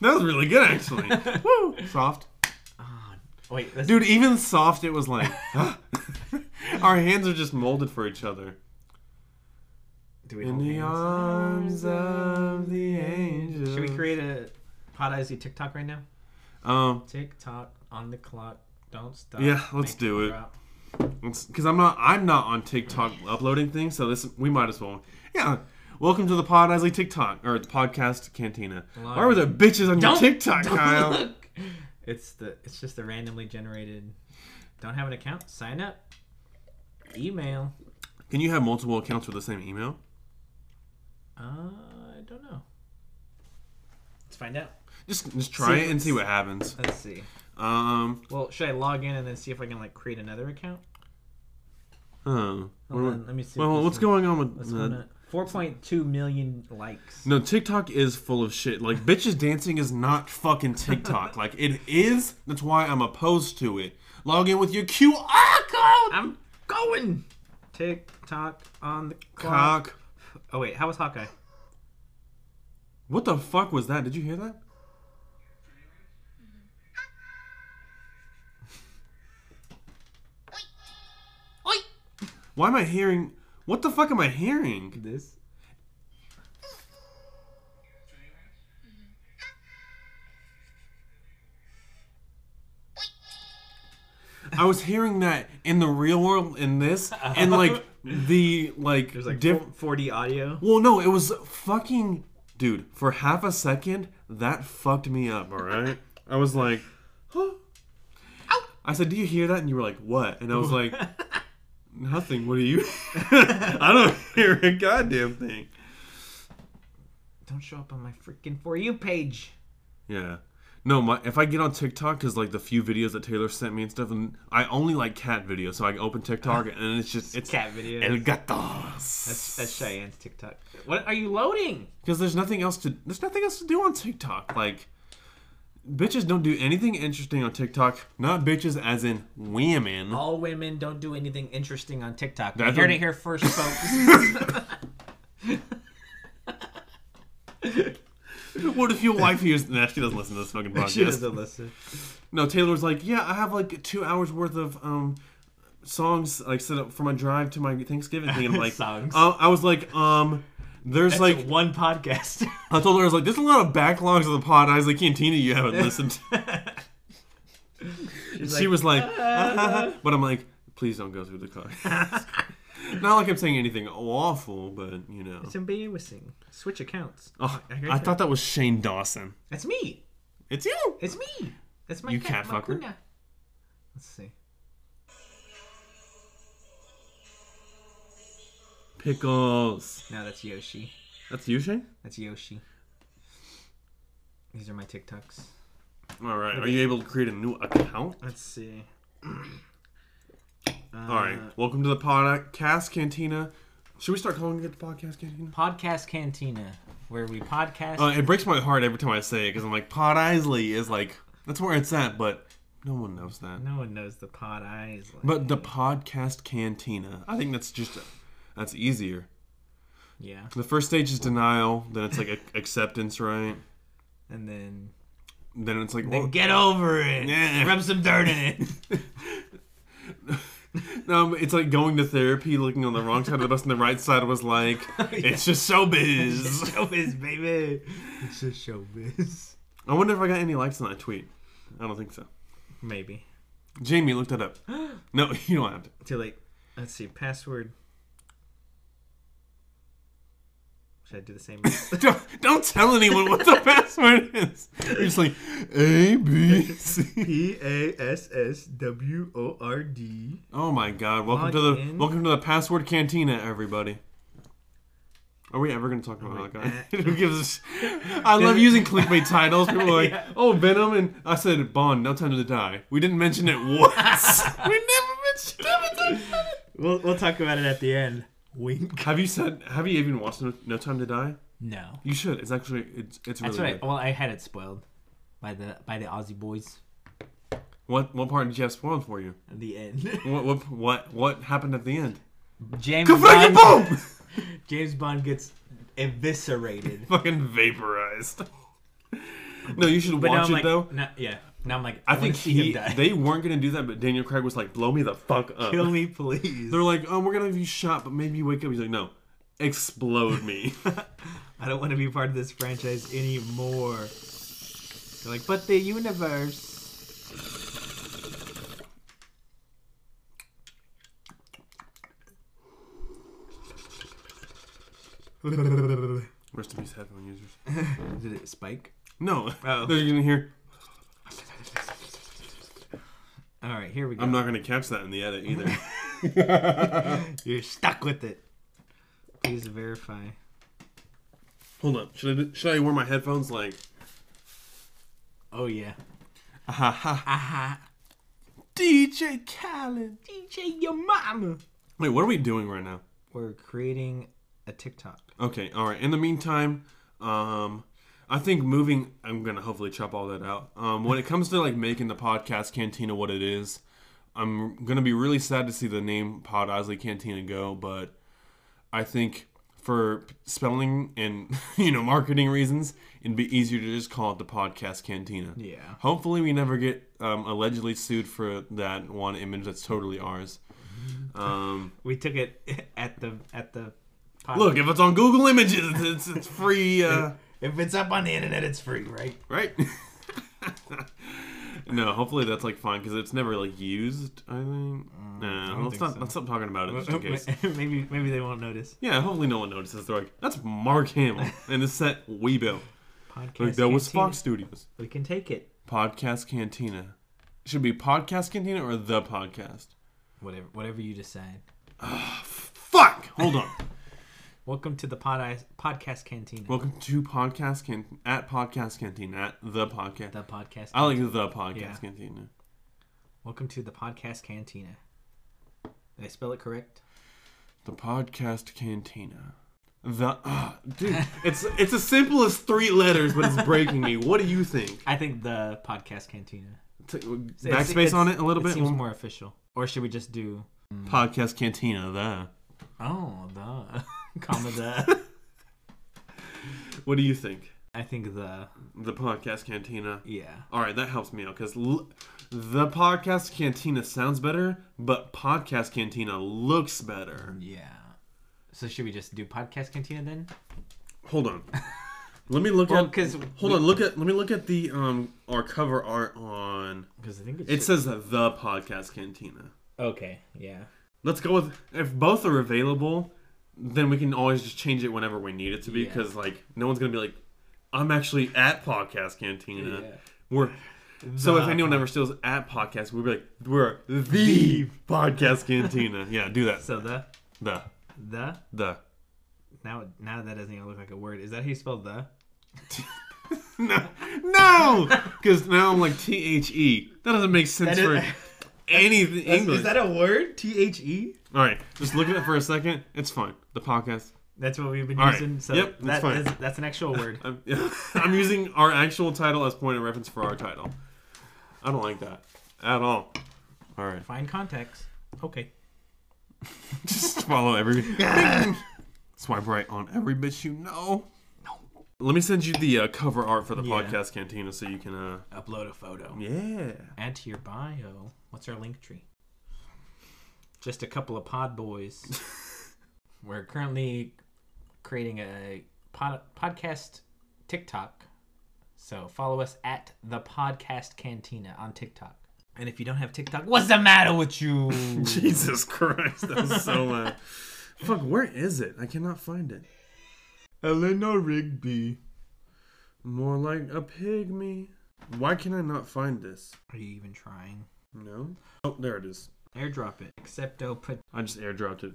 Speaker 2: That was really good actually. Woo, soft,
Speaker 3: Wait, that's,
Speaker 2: dude. Even soft, it was like <laughs> "Ah." our hands are just molded for each other.
Speaker 3: do we
Speaker 2: In
Speaker 3: hold
Speaker 2: the
Speaker 3: hands?
Speaker 2: arms of the angel.
Speaker 3: Should we create a Podizey TikTok right now?
Speaker 2: Um,
Speaker 3: TikTok on the clock. Don't stop.
Speaker 2: Yeah, let's
Speaker 3: Make
Speaker 2: do it. <laughs>
Speaker 3: drop.
Speaker 2: because I'm not I'm not on TikTok uploading things, so this we might as well. Yeah. Welcome to the Pod Isley TikTok or the podcast Cantina. Why were there bitches on
Speaker 3: Don't
Speaker 2: your TikTok,
Speaker 3: don't
Speaker 2: Kyle?
Speaker 3: <laughs> Look. It's the it's just the randomly generated. Don't have an account? Sign up. Email.
Speaker 2: Can you have multiple accounts with the same email?
Speaker 3: Uh, I don't know. Let's find out.
Speaker 2: Just just try it and
Speaker 3: Sequence.
Speaker 2: see what happens.
Speaker 3: Let's see.
Speaker 2: Um,
Speaker 3: Well, should I log in and then see if I can like create another account?
Speaker 2: huh.
Speaker 3: Hold
Speaker 2: Well,
Speaker 3: on, let me see.
Speaker 2: well, what's going on with
Speaker 3: What's
Speaker 2: the-
Speaker 3: going on? Four point two million likes.
Speaker 2: No, TikTok is full of shit. Like bitches dancing is not fucking TikTok. like it is. That's why I'm opposed to it. Log in with your QR code.
Speaker 3: I'm going. Tick tock on the clock.
Speaker 2: Cock.
Speaker 3: Oh wait, how was Hawkeye?
Speaker 2: What the fuck was that? Did you hear that? Why am I hearing? What the fuck am I hearing?
Speaker 3: This.
Speaker 2: was hearing that in the real world in this
Speaker 5: <laughs>
Speaker 2: and like the like,
Speaker 5: There's like
Speaker 2: diff-
Speaker 5: 4D audio.
Speaker 2: Well, no, it was fucking dude. For half a second, that fucked me up. All right, I was
Speaker 5: <gasps>
Speaker 2: like, huh? I said, "Do you hear that?" And you were like, "What?" And I was
Speaker 5: <laughs>
Speaker 2: like, "Nothing." What are you? <laughs> I don't <laughs> hear a goddamn thing.
Speaker 5: Don't show up on my freaking For You page.
Speaker 2: Yeah. No, my if I get on TikTok, cause like the few videos that Taylor sent me and stuff, and I only like cat videos, so I
Speaker 5: <laughs>
Speaker 2: open TikTok and it's just it's
Speaker 5: Cat videos.
Speaker 2: El gatos.
Speaker 5: That's, that's Cheyenne's TikTok. What are you loading?
Speaker 2: Because there's nothing else to there's nothing else to do on TikTok. Like bitches don't do anything interesting on TikTok. Not bitches as in women.
Speaker 5: Oh.
Speaker 3: All women don't do anything interesting on TikTok. You
Speaker 2: That's
Speaker 3: heard
Speaker 2: what-
Speaker 3: it here first,
Speaker 2: <laughs>
Speaker 3: folks.
Speaker 2: What if your wife hears nah, she doesn't listen to this fucking
Speaker 5: <laughs>
Speaker 2: podcast?
Speaker 5: She doesn't listen.
Speaker 2: No, Taylor's like, Yeah, I have like two hours worth of um songs like set up for my drive to my Thanksgiving
Speaker 5: <laughs>
Speaker 2: thing. I'm like
Speaker 3: Songs.
Speaker 2: uh, I was like, um there's
Speaker 5: It's
Speaker 2: like
Speaker 5: like one
Speaker 3: <laughs>
Speaker 5: podcast.
Speaker 2: I told her I was like, there's a lot of backlogs of the pod. I was like, Cantina, you haven't listened. to. <laughs> And she was like, "Uh-huh." <laughs> but I'm like, please don't go through the car. <laughs> Not like I'm saying anything awful, but you know.
Speaker 5: it's embarrassing. Switch accounts.
Speaker 2: Oh,
Speaker 5: Okay.
Speaker 2: I thought that was Shane Dawson.
Speaker 5: That's me.
Speaker 2: It's you.
Speaker 5: It's me. That's my
Speaker 2: You
Speaker 5: cat,
Speaker 2: cat fucker.
Speaker 5: Makuna. Let's see.
Speaker 2: Pickles.
Speaker 5: No, that's Yoshi.
Speaker 2: That's you, Shane.
Speaker 5: That's Yoshi. These are my TikToks.
Speaker 2: All right. Are you able to create a new account?
Speaker 5: Let's see.
Speaker 2: All right. Welcome to the podcast Cantina. Should we start calling it the podcast Cantina?
Speaker 3: podcast Cantina, where we podcast.
Speaker 2: Uh, it breaks my heart every time I say it because I'm like, Pod Isley is like, that's where it's at, but no one knows that.
Speaker 5: No one knows the pod eyes. Like,
Speaker 2: But the podcast cantina, I think that's just that's easier.
Speaker 3: yeah.
Speaker 2: The first stage is denial, then it's like ac- acceptance, right?
Speaker 5: and then
Speaker 2: Then it's like,
Speaker 5: then
Speaker 2: well,
Speaker 5: get over it.
Speaker 2: Yeah.
Speaker 5: Rub some dirt in it. <laughs>
Speaker 2: um, it's like going to therapy, looking on the wrong side of the bus, and the right side was like, it's just showbiz.
Speaker 5: showbiz, baby. It's a showbiz.
Speaker 2: I wonder if I got any likes on that tweet. I don't think so.
Speaker 5: Maybe.
Speaker 2: Jamie looked that up. No, <laughs> you don't have to.
Speaker 5: Too late. Let's see. Password. Should I do the same?
Speaker 2: <laughs> Don't, don't tell anyone what the <laughs> password is. You're just like A B C.
Speaker 5: P A S S W O R D.
Speaker 2: Oh my god! Welcome to
Speaker 5: Log
Speaker 2: the
Speaker 5: in.
Speaker 2: welcome to the password cantina, everybody. Are we ever going to talk about that guy? <laughs> Who gives? A sh- I love using clickbait titles. People are like, "Oh, Venom," and I said, "Bond, No Time to Die." We didn't mention it once. we never mentioned it.
Speaker 5: We'll, we'll talk about it at the end. Wink.
Speaker 2: Have you said? Have you even watched No, no Time to Die?
Speaker 3: No.
Speaker 2: You should. It's actually it's it's really
Speaker 3: That's right.
Speaker 2: good.
Speaker 3: Well, I had it spoiled by the by the Aussie boys
Speaker 2: What what part did you have spoiled for you?
Speaker 3: at
Speaker 5: <laughs>
Speaker 3: the end.
Speaker 2: What what what what happened at the end?
Speaker 3: James
Speaker 2: Fucking
Speaker 3: Bond.
Speaker 2: boom!
Speaker 3: James Bond gets eviscerated.
Speaker 2: Fucking vaporized. No, you should
Speaker 3: But now
Speaker 2: watch
Speaker 3: I'm
Speaker 2: it
Speaker 3: like,
Speaker 2: though.
Speaker 3: no- yeah. Now I'm like,
Speaker 2: I think
Speaker 3: see
Speaker 2: he,
Speaker 3: him die.
Speaker 2: they weren't gonna do that, but Daniel Craig was like, "Blow me the fuck up."
Speaker 5: Kill me, please.
Speaker 2: They're like, "Oh, we're gonna have you shot, but maybe you wake up." He's like, "No, explode me."
Speaker 5: I don't want to be part of this franchise anymore. They're like, but the universe. Did
Speaker 2: Rest in peace, headphone users.
Speaker 5: it spike?
Speaker 2: No,
Speaker 5: Oh.
Speaker 2: <laughs> they're gonna hear.
Speaker 5: All right, here we go.
Speaker 2: I'm not gonna catch that in the edit either.
Speaker 5: You're stuck with it. Please verify.
Speaker 2: Hold up, should I do- should I wear my headphones? Like,
Speaker 5: Oh yeah.
Speaker 2: ha ha ha DJ Khaled.
Speaker 5: DJ your mama.
Speaker 2: Wait, what are we doing right now?
Speaker 5: We're creating a TikTok.
Speaker 2: Okay, all right. In the meantime, um, I think moving. I'm gonna hopefully chop all that out. Um, when it comes to like making the podcast Cantina what it is, I'm gonna be really sad to see the name Pod Osley Cantina go, but I think for spelling and <laughs> you know marketing reasons, it'd be easier to just call it the podcast Cantina.
Speaker 5: Yeah.
Speaker 2: Hopefully, we never get um, allegedly sued for that one image that's totally ours. Um,
Speaker 5: We took it <laughs> at the at the. Pod-
Speaker 2: look, if it's on Google Images, it's, it's free. Uh,
Speaker 5: if it's up on the internet, it's free, right?
Speaker 2: right? No, hopefully that's like fine because it's never like used. I think.
Speaker 6: Mm, I
Speaker 2: Nah,
Speaker 6: don't
Speaker 2: let's
Speaker 6: think
Speaker 2: not
Speaker 6: so.
Speaker 2: let's stop talking about it <laughs>
Speaker 6: <laughs>
Speaker 2: just in case.
Speaker 3: <laughs> maybe maybe they won't notice.
Speaker 2: Yeah, hopefully no one notices. They're like, that's Mark Hamill and the set we
Speaker 6: <laughs>
Speaker 2: built.
Speaker 3: Podcast.
Speaker 2: Like that was
Speaker 3: cantina.
Speaker 2: Fox Studios.
Speaker 3: We can take it.
Speaker 2: Podcast Cantina. It should be Podcast Cantina or the podcast.
Speaker 3: Whatever whatever you decide.
Speaker 2: Fuck.
Speaker 6: <laughs>
Speaker 2: Hold on.
Speaker 3: Welcome to the pod- podcast cantina.
Speaker 2: Welcome to Podcast Can at Podcast Cantina at the podcast.
Speaker 3: the podcast.
Speaker 2: I like the Podcast
Speaker 3: Yeah.
Speaker 2: Cantina.
Speaker 3: Welcome to the podcast cantina. Did I spell it correct?
Speaker 2: The Podcast Cantina. The ah, dude, it's it's the simplest three letters, but it's breaking me. What do you think?
Speaker 3: I think the podcast cantina.
Speaker 2: T- uh,
Speaker 3: It's-
Speaker 2: Backspace
Speaker 3: it's-
Speaker 2: on it a little
Speaker 3: it
Speaker 2: bit.
Speaker 3: seems
Speaker 2: One-
Speaker 3: more official. Or should we just do
Speaker 2: Podcast Cantina. The.
Speaker 3: oh the <laughs> comma <laughs> the?
Speaker 2: What do you think?
Speaker 3: I think the
Speaker 2: The podcast cantina.
Speaker 3: yeah.
Speaker 2: All right, that helps me out because l- the podcast cantina sounds better, but podcast cantina looks better.
Speaker 7: Yeah. So should we just do podcast cantina then?
Speaker 2: Hold on. Let me look
Speaker 3: Well,
Speaker 2: at.
Speaker 3: 'cause
Speaker 2: hold on. Look at. Let me look at the um our cover art on.
Speaker 3: Because I think it's,
Speaker 2: It says the podcast cantina.
Speaker 3: okay. Yeah.
Speaker 2: Let's go with if both are available, then we can always just change it whenever we need it to be
Speaker 3: Yeah.
Speaker 2: because like no one's gonna be like, I'm actually at podcast cantina.
Speaker 3: Yeah.
Speaker 2: We're so if anyone ever steals at podcast, we'll be like we're the podcast cantina. <laughs> Yeah, do that.
Speaker 3: So the
Speaker 2: The
Speaker 3: the <laughs>
Speaker 2: the
Speaker 3: now now that doesn't even look like a word. Is that how you spell the?
Speaker 2: no no because now I'm like T H E. That doesn't make sense
Speaker 3: That is-
Speaker 2: for
Speaker 3: <laughs>
Speaker 2: anything English.
Speaker 3: a word? T H E.
Speaker 2: All right, just look at it for a second. It's fine. The podcast.
Speaker 3: That's what we've been
Speaker 2: All right.
Speaker 3: using. So
Speaker 2: Yep, that's
Speaker 3: that
Speaker 2: fine.
Speaker 3: is- that's an actual word. <laughs>
Speaker 2: I'm, <laughs> I'm using our actual title as point of reference for our title. I don't like that at all. All right, <laughs>
Speaker 3: Find context. Okay.
Speaker 2: just follow every <laughs> swipe right on every bitch you know. Let me send you the uh, cover art for the
Speaker 3: Yeah.
Speaker 2: podcast cantina so you can. uh
Speaker 3: Upload a photo.
Speaker 2: Yeah.
Speaker 3: Add to your bio. What's our link tree? Just a couple of pod <laughs> boys.
Speaker 7: We're currently creating a pod- podcast TikTok. So follow us at the podcast cantina on TikTok.
Speaker 3: And if you don't have TikTok,
Speaker 7: What's the matter with you?
Speaker 2: <laughs>
Speaker 3: <laughs>
Speaker 2: Jesus Christ, that was so loud. Fuck, where is it? I cannot find it. Eleanor Rigby, more like a pygmy. Why can I not find this?
Speaker 3: are you even trying?
Speaker 2: No. Oh, there it is.
Speaker 3: Airdrop it. Accepto put
Speaker 2: I just airdropped it.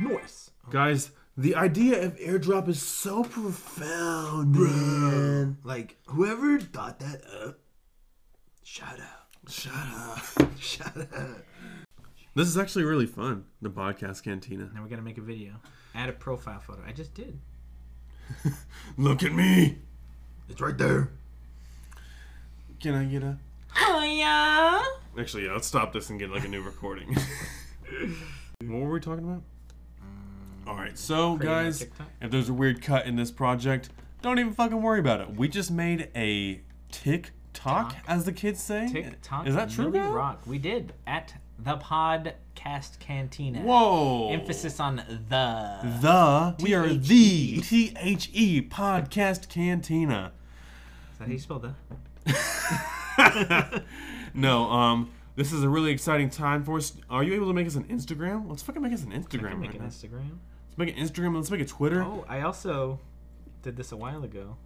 Speaker 3: noise.
Speaker 2: Guys, the idea of airdrop is so profound, man.
Speaker 3: Like whoever thought that up, shout out.
Speaker 2: Shut up. <laughs> Shut up. This is actually really fun, the podcast cantina.
Speaker 3: Now we're gonna make a video. Add a profile photo. I just did.
Speaker 2: Look at me.
Speaker 3: It's right there.
Speaker 2: Can I get a.
Speaker 7: oh yeah.
Speaker 2: Actually, yeah, let's stop this and get like
Speaker 3: <laughs>
Speaker 2: a new recording. <laughs> what were we talking about? All right, so
Speaker 3: Mm, Creating a
Speaker 2: guys,
Speaker 3: TikTok?
Speaker 2: if there's a weird cut in this project, don't even fucking worry about it. We just made a TikTok,
Speaker 3: Tock.
Speaker 2: as the kids say.
Speaker 3: TikTok.
Speaker 2: Is that true?
Speaker 3: Millie
Speaker 2: Guy?
Speaker 3: Rock. We did at the podcast cantina.
Speaker 2: Whoa.
Speaker 3: Emphasis on the.
Speaker 2: The we are the T H E podcast cantina. <laughs>
Speaker 3: Is that how you spell the?
Speaker 2: No, um, this is a really exciting time for us. Are you able to make us an Instagram? Let's fucking make us an Instagram
Speaker 3: Make
Speaker 2: right
Speaker 3: an
Speaker 2: now.
Speaker 3: Instagram.
Speaker 2: Let's make an Instagram. Let's make a Twitter.
Speaker 3: Oh, I also did this a while ago.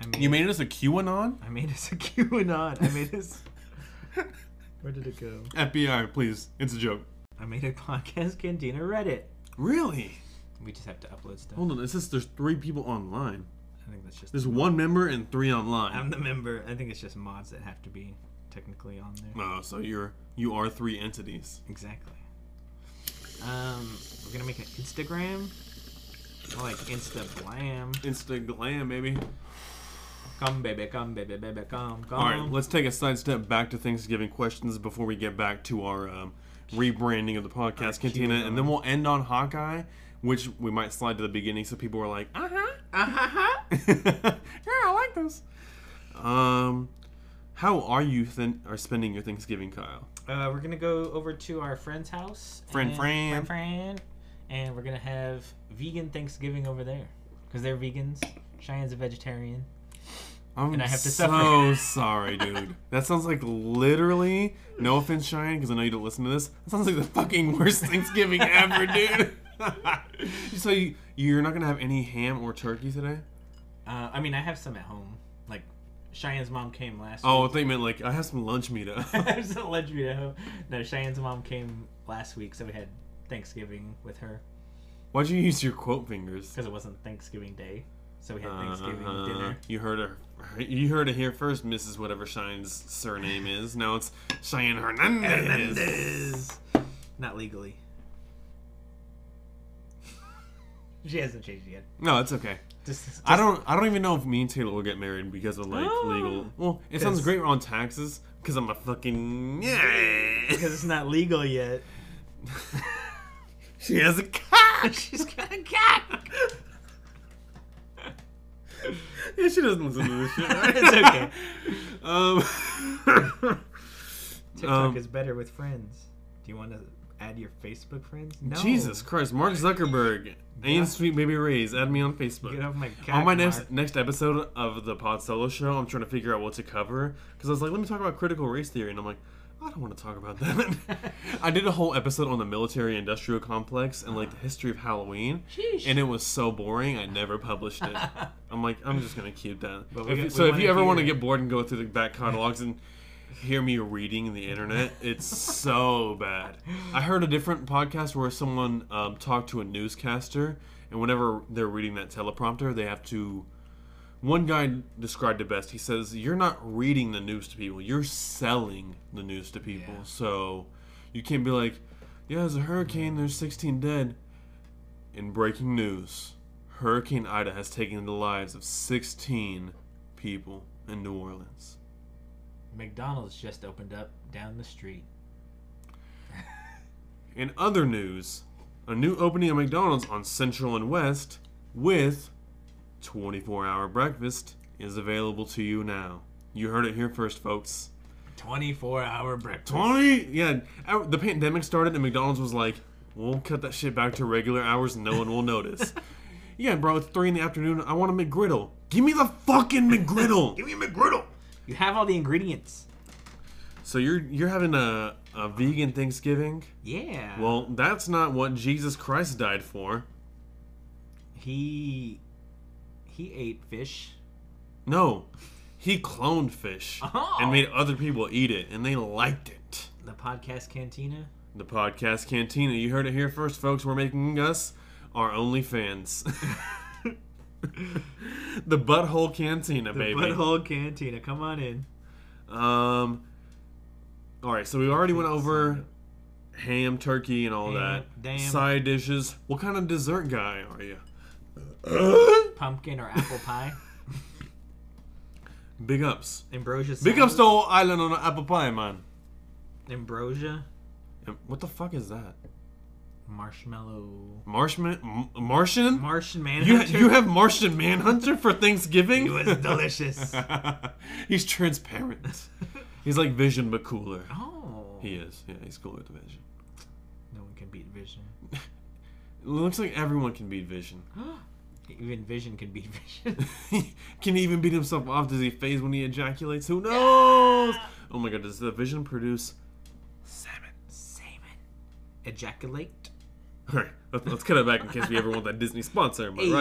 Speaker 3: I made,
Speaker 2: You made us a QAnon.
Speaker 3: I made us a <laughs> QAnon. I made
Speaker 2: <laughs>
Speaker 3: us. Where did it go?
Speaker 2: FBI, please. It's a joke.
Speaker 3: I made a podcast cantina Reddit.
Speaker 2: Really?
Speaker 3: We just have to upload stuff.
Speaker 2: Hold on. It says there's three people online.
Speaker 3: I think that's just.
Speaker 2: There's one member and three online.
Speaker 3: I'm the member. I think it's just mods that have to be technically on there.
Speaker 2: oh, so you're you are three entities.
Speaker 3: Exactly. Um, we're gonna make an Instagram. More like Insta Blam.
Speaker 2: Insta glam, baby.
Speaker 3: Come baby, come baby, baby, come, come.
Speaker 2: All right, let's take a side step back to Thanksgiving questions before we get back to our um, rebranding of the podcast cantina, and then we'll end on Hawkeye, which we might slide to the beginning so people are like, uh huh, uh huh, <laughs> yeah, I like this. Um, how are you thin- are spending your Thanksgiving, Kyle?
Speaker 7: Uh, we're gonna go over to our friend's house.
Speaker 2: Friend,
Speaker 7: and- friend,
Speaker 2: friend.
Speaker 7: friend, and we're gonna have vegan Thanksgiving over there because they're vegans. Cheyenne's a vegetarian,
Speaker 2: I'm
Speaker 3: and I have to
Speaker 2: so
Speaker 3: suffer. <laughs>
Speaker 2: sorry, dude. That sounds like literally, no offense, Cheyenne, because I know you don't listen to this. That sounds like the fucking worst <laughs> Thanksgiving ever, dude. <laughs> so you, you're not gonna have any ham or turkey today?
Speaker 3: Uh, I mean, I have some at home. Like Cheyenne's mom came last.
Speaker 2: Oh, I
Speaker 3: week.
Speaker 2: thought you meant like I have some lunch meat. up. <laughs>
Speaker 3: there's a legend at home. No, Cheyenne's mom came last week, so we had Thanksgiving with her
Speaker 2: Why'd you use your quote fingers? Uh-huh.
Speaker 3: because it wasn't Thanksgiving Day, so we had Thanksgiving dinner.
Speaker 2: You heard her. You heard it here first, Mrs. Whatever Cheyenne's surname is. Now it's Cheyenne Hernandez.
Speaker 5: Hernandez. Not legally.
Speaker 3: She hasn't changed yet.
Speaker 2: No, it's okay.
Speaker 3: Just, just
Speaker 2: I don't. I don't even know if me and Taylor will get married because of like
Speaker 3: Oh.
Speaker 2: legal. Well, it sounds
Speaker 5: Yes.
Speaker 2: great on taxes because I'm a fucking yeah.
Speaker 5: Because it's not legal yet.
Speaker 2: <laughs> She has a <laughs>
Speaker 5: <laughs>
Speaker 2: cock.
Speaker 5: She's got a
Speaker 2: <laughs>
Speaker 5: cat.
Speaker 2: Yeah, she doesn't listen to this shit. right?
Speaker 5: It's okay.
Speaker 2: <laughs> Um.
Speaker 5: TikTok
Speaker 2: Um,
Speaker 5: is better with friends. Do you want to add your Facebook friends? No.
Speaker 2: Jesus Christ, Mark Zuckerberg and Sweet Baby Ray's add me on Facebook.
Speaker 5: Get off my cock,
Speaker 2: on my
Speaker 5: Mark.
Speaker 2: next next episode of the Pod Solo Show, I'm trying to figure out what to cover because I was like, let me talk about critical race theory, and I'm like, I don't want to talk about
Speaker 5: <laughs>
Speaker 2: that. I did a whole episode on the military-industrial complex and
Speaker 5: Ah.
Speaker 2: like the history of Halloween,
Speaker 3: Sheesh.
Speaker 2: and it was so boring I never
Speaker 5: <laughs>
Speaker 2: published it. I'm like, I'm just gonna keep that.
Speaker 5: But we
Speaker 2: If-
Speaker 5: got- we
Speaker 2: so if
Speaker 5: wanna
Speaker 2: you ever want to
Speaker 5: hear-
Speaker 2: get bored and go through the back catalogs and hear me reading the internet. It's so bad. I heard a different podcast where someone um, talked to a newscaster, and whenever they're reading that teleprompter, they have to. One guy described it best. He says, You're not reading the news to people, you're selling the news to people.
Speaker 5: Yeah.
Speaker 2: So you can't be like, Yeah, there's a hurricane, there's 16 dead. In breaking news, Hurricane Ida has taken the lives of 16 people in New Orleans.
Speaker 3: McDonald's just opened up down the street.
Speaker 2: In other news, a new opening of McDonald's on Central and West with 24 hour breakfast is available to you now. You heard it here first, folks.
Speaker 5: 24 hour breakfast.
Speaker 2: 20? Yeah, our- the pandemic started and McDonald's was like, we'll cut that shit back to regular hours and no one will notice. <laughs> yeah, bro, it's 3 in the afternoon. I want a McGriddle. Give me the fucking
Speaker 3: <laughs>
Speaker 2: McGriddle!
Speaker 5: Give me a McGriddle. You have all the ingredients.
Speaker 2: so you're you're having a, a vegan Thanksgiving?
Speaker 5: Yeah.
Speaker 2: Well, that's not what Jesus Christ died for.
Speaker 5: he he ate fish.
Speaker 2: No, he cloned fish
Speaker 5: Oh.
Speaker 2: and made other people eat it, and they liked it.
Speaker 5: The podcast cantina.
Speaker 2: The podcast Cantina, you heard it here first, folks. We're making us our only fans. <laughs> the Butthole Cantina,
Speaker 5: The
Speaker 2: baby.
Speaker 5: butthole cantina. Come on in.
Speaker 2: Um. All right, so we already went over ham, turkey, and all
Speaker 5: Ham,
Speaker 2: that.
Speaker 5: damn.
Speaker 2: Side dishes. What kind of dessert guy are you?
Speaker 5: <coughs>
Speaker 3: Pumpkin or apple pie?
Speaker 2: Big ups.
Speaker 5: <laughs> Ambrosia.
Speaker 2: Big ups to
Speaker 5: salad.
Speaker 2: whole island on the apple pie, man.
Speaker 5: Ambrosia.
Speaker 2: And What the fuck is that?
Speaker 5: Marshmallow.
Speaker 2: Marshman, M- Martian.
Speaker 5: Martian
Speaker 2: You
Speaker 5: Manhunter. <laughs>
Speaker 2: you have Martian Manhunter for Thanksgiving.
Speaker 5: It was
Speaker 2: <laughs>
Speaker 5: delicious.
Speaker 2: he's transparent. He's like Vision but cooler.
Speaker 5: oh.
Speaker 2: He is. Yeah, he's cooler than Vision.
Speaker 5: No one can beat Vision.
Speaker 2: It looks like everyone can beat Vision. <laughs>
Speaker 5: Even Vision can beat Vision.
Speaker 2: can he even beat himself off? Does he phase when he ejaculates? Who knows? Oh my god, does the Vision produce salmon?
Speaker 5: Salmon. <laughs> Ejaculate.
Speaker 2: All right, let's, let's cut it back in case we ever want that Disney sponsor, am I
Speaker 5: Hey.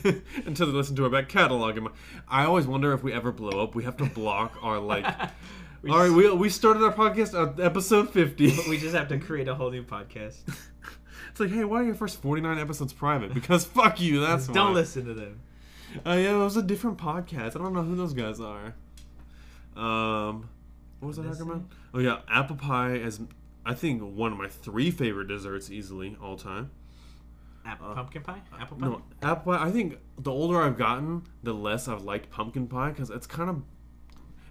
Speaker 2: right? <laughs> Until they listen to our back catalog. Am I, I always wonder if we ever blow up, we have to block
Speaker 5: <laughs>
Speaker 2: our like. All right, we, we started our podcast at episode fifty.
Speaker 5: But we just have to create a whole new podcast.
Speaker 2: <laughs> it's like, hey, why are your first forty nine episodes private? Because <laughs> fuck you. That's why.
Speaker 5: Don't listen to them.
Speaker 2: Uh, yeah, it was a different podcast. I don't know who those guys are. Um, what was I talking about? Oh yeah, apple pie is I think one of my three favorite desserts easily all time.
Speaker 5: Apple, Uh, pumpkin pie? Apple pie?
Speaker 2: No, apple pie. I think the older I've gotten, the less I've liked pumpkin pie because it's kind of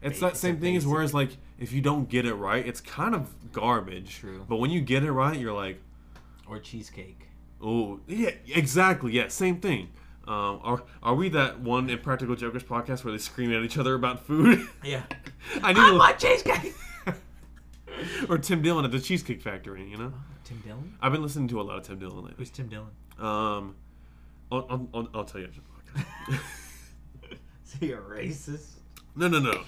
Speaker 2: it's that same thing as whereas like if you don't get it right, it's kind of garbage.
Speaker 3: True.
Speaker 2: But when you get it right, you're like,
Speaker 3: or cheesecake?
Speaker 2: Oh yeah, exactly. Yeah, same thing. Um, are are we that one Impractical Jokers podcast where they scream at each other about food? <laughs>
Speaker 5: Yeah. <laughs>
Speaker 2: I
Speaker 5: I
Speaker 2: knew.
Speaker 5: want cheesecake!
Speaker 2: <laughs> or Tim Dillon at the Cheesecake Factory. You
Speaker 5: <laughs>
Speaker 2: know,
Speaker 3: Uh-huh.
Speaker 5: Tim Dillon?
Speaker 2: I've been listening to a lot of Tim Dillon lately.
Speaker 5: Who's Tim <laughs> Dillon?
Speaker 2: Um, I'll, I'll, I'll, I'll tell you after the podcast.
Speaker 5: So you're racist.
Speaker 2: <laughs> No, no, no.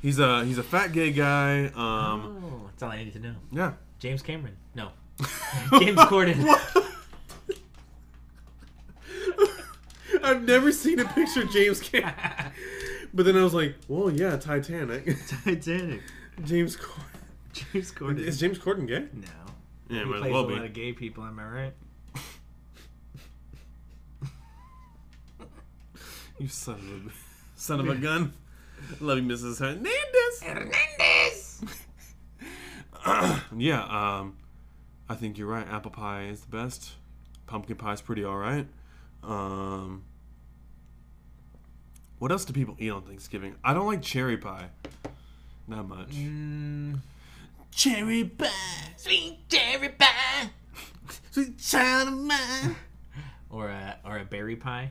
Speaker 2: He's a he's a fat gay guy. Um,
Speaker 3: Oh, that's all I needed to know.
Speaker 2: yeah.
Speaker 3: James Cameron. No. <laughs> James
Speaker 2: <laughs>
Speaker 3: Corden.
Speaker 2: I've never seen a picture of James Cameron. but then I was like, well, yeah, Titanic. <laughs>
Speaker 5: Titanic.
Speaker 2: James Corden.
Speaker 5: James Corden.
Speaker 2: Is James Corden gay?
Speaker 5: no.
Speaker 2: Yeah,
Speaker 5: He
Speaker 2: might as
Speaker 5: plays
Speaker 2: well
Speaker 5: a lot
Speaker 2: be.
Speaker 5: of gay people, am I right?
Speaker 2: You son of a son of a <laughs> gun. Love you, Mrs. Hernandez. Hernandez. yeah, um, I think you're right. Apple pie is the best. Pumpkin pie is pretty all right. Um, what else do people eat on Thanksgiving? I don't like cherry pie. Not much. Mm. Cherry pie,
Speaker 3: Sweet cherry pie.
Speaker 2: sweet child of mine.
Speaker 3: Or a or a berry pie.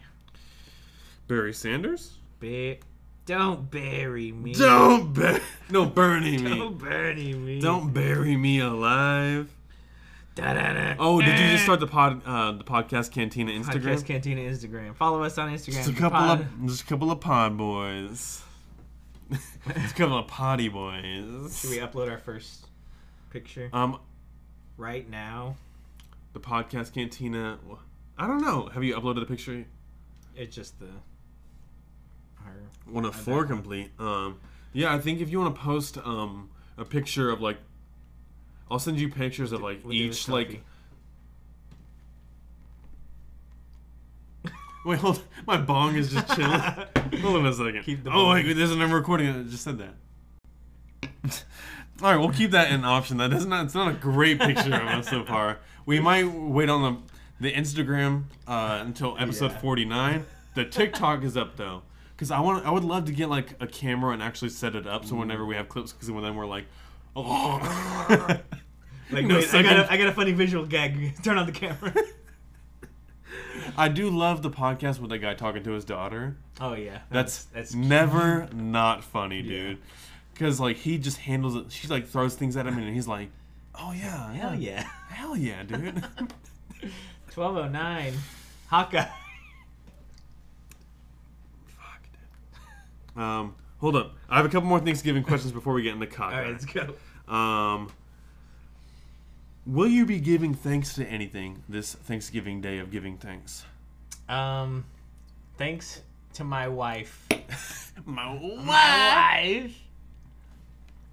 Speaker 2: Barry Sanders.
Speaker 5: Ba- don't bury me.
Speaker 2: Don't bur- no Bernie me.
Speaker 5: Don't bury me.
Speaker 2: Don't bury me alive.
Speaker 5: Da-da-da.
Speaker 2: Oh, did you just start the pod, uh, the podcast Cantina Instagram?
Speaker 5: Eh. Podcast Cantina Instagram. Follow us on Instagram.
Speaker 2: Just a couple
Speaker 5: Pod-
Speaker 2: of just a couple of pod boys. just a couple of potty boys.
Speaker 5: Should we upload our first picture
Speaker 2: um,
Speaker 5: right now?
Speaker 2: the podcast Cantina. I don't know. Have you uploaded a picture?
Speaker 5: It's just the. Our,
Speaker 2: One of four complete. Um, yeah, I think if you want to post um a picture of like, I'll send you pictures of like
Speaker 5: we'll do
Speaker 2: each
Speaker 5: a
Speaker 2: <laughs> like. Wait, hold. My bong is just
Speaker 5: <laughs>
Speaker 2: chilling. hold on a second.
Speaker 5: Keep the
Speaker 2: oh
Speaker 5: bong.
Speaker 2: wait, there's another recording. I just said that. <laughs> All right, we'll keep that an option. That does not. It's not a great picture of
Speaker 5: <laughs>
Speaker 2: us so far. We might wait on the the Instagram uh, until episode
Speaker 5: Yeah.
Speaker 2: 49. The TikTok is up though, because I want. I would love to get like a camera and actually set it up. So whenever we have clips, because then we're
Speaker 5: <laughs>
Speaker 2: like, <laughs> oh.
Speaker 5: like,
Speaker 2: No,
Speaker 5: wait, I, got
Speaker 2: second-
Speaker 5: a, I got a funny visual gag. <laughs> Turn on the
Speaker 2: <laughs>
Speaker 5: camera.
Speaker 2: I do love the podcast with that guy talking to his daughter.
Speaker 5: oh yeah,
Speaker 2: That's
Speaker 5: that's
Speaker 2: that's
Speaker 5: cute.
Speaker 2: never not funny, dude. Because like he just handles it. She like throws things at him, and he's like, "Oh yeah,
Speaker 5: hell yeah.
Speaker 2: hell
Speaker 5: <laughs>
Speaker 2: yeah, dude." <laughs>
Speaker 5: Twelve oh nine, Hawkeye. <laughs>
Speaker 2: Fuck, dude. Um, hold up. I have a couple more Thanksgiving questions before we get into
Speaker 5: All right,
Speaker 2: cockeye.
Speaker 5: let's go.
Speaker 2: um, will you be giving thanks to anything this Thanksgiving day of giving thanks?
Speaker 3: Um, thanks to my wife.
Speaker 2: My
Speaker 3: Wife.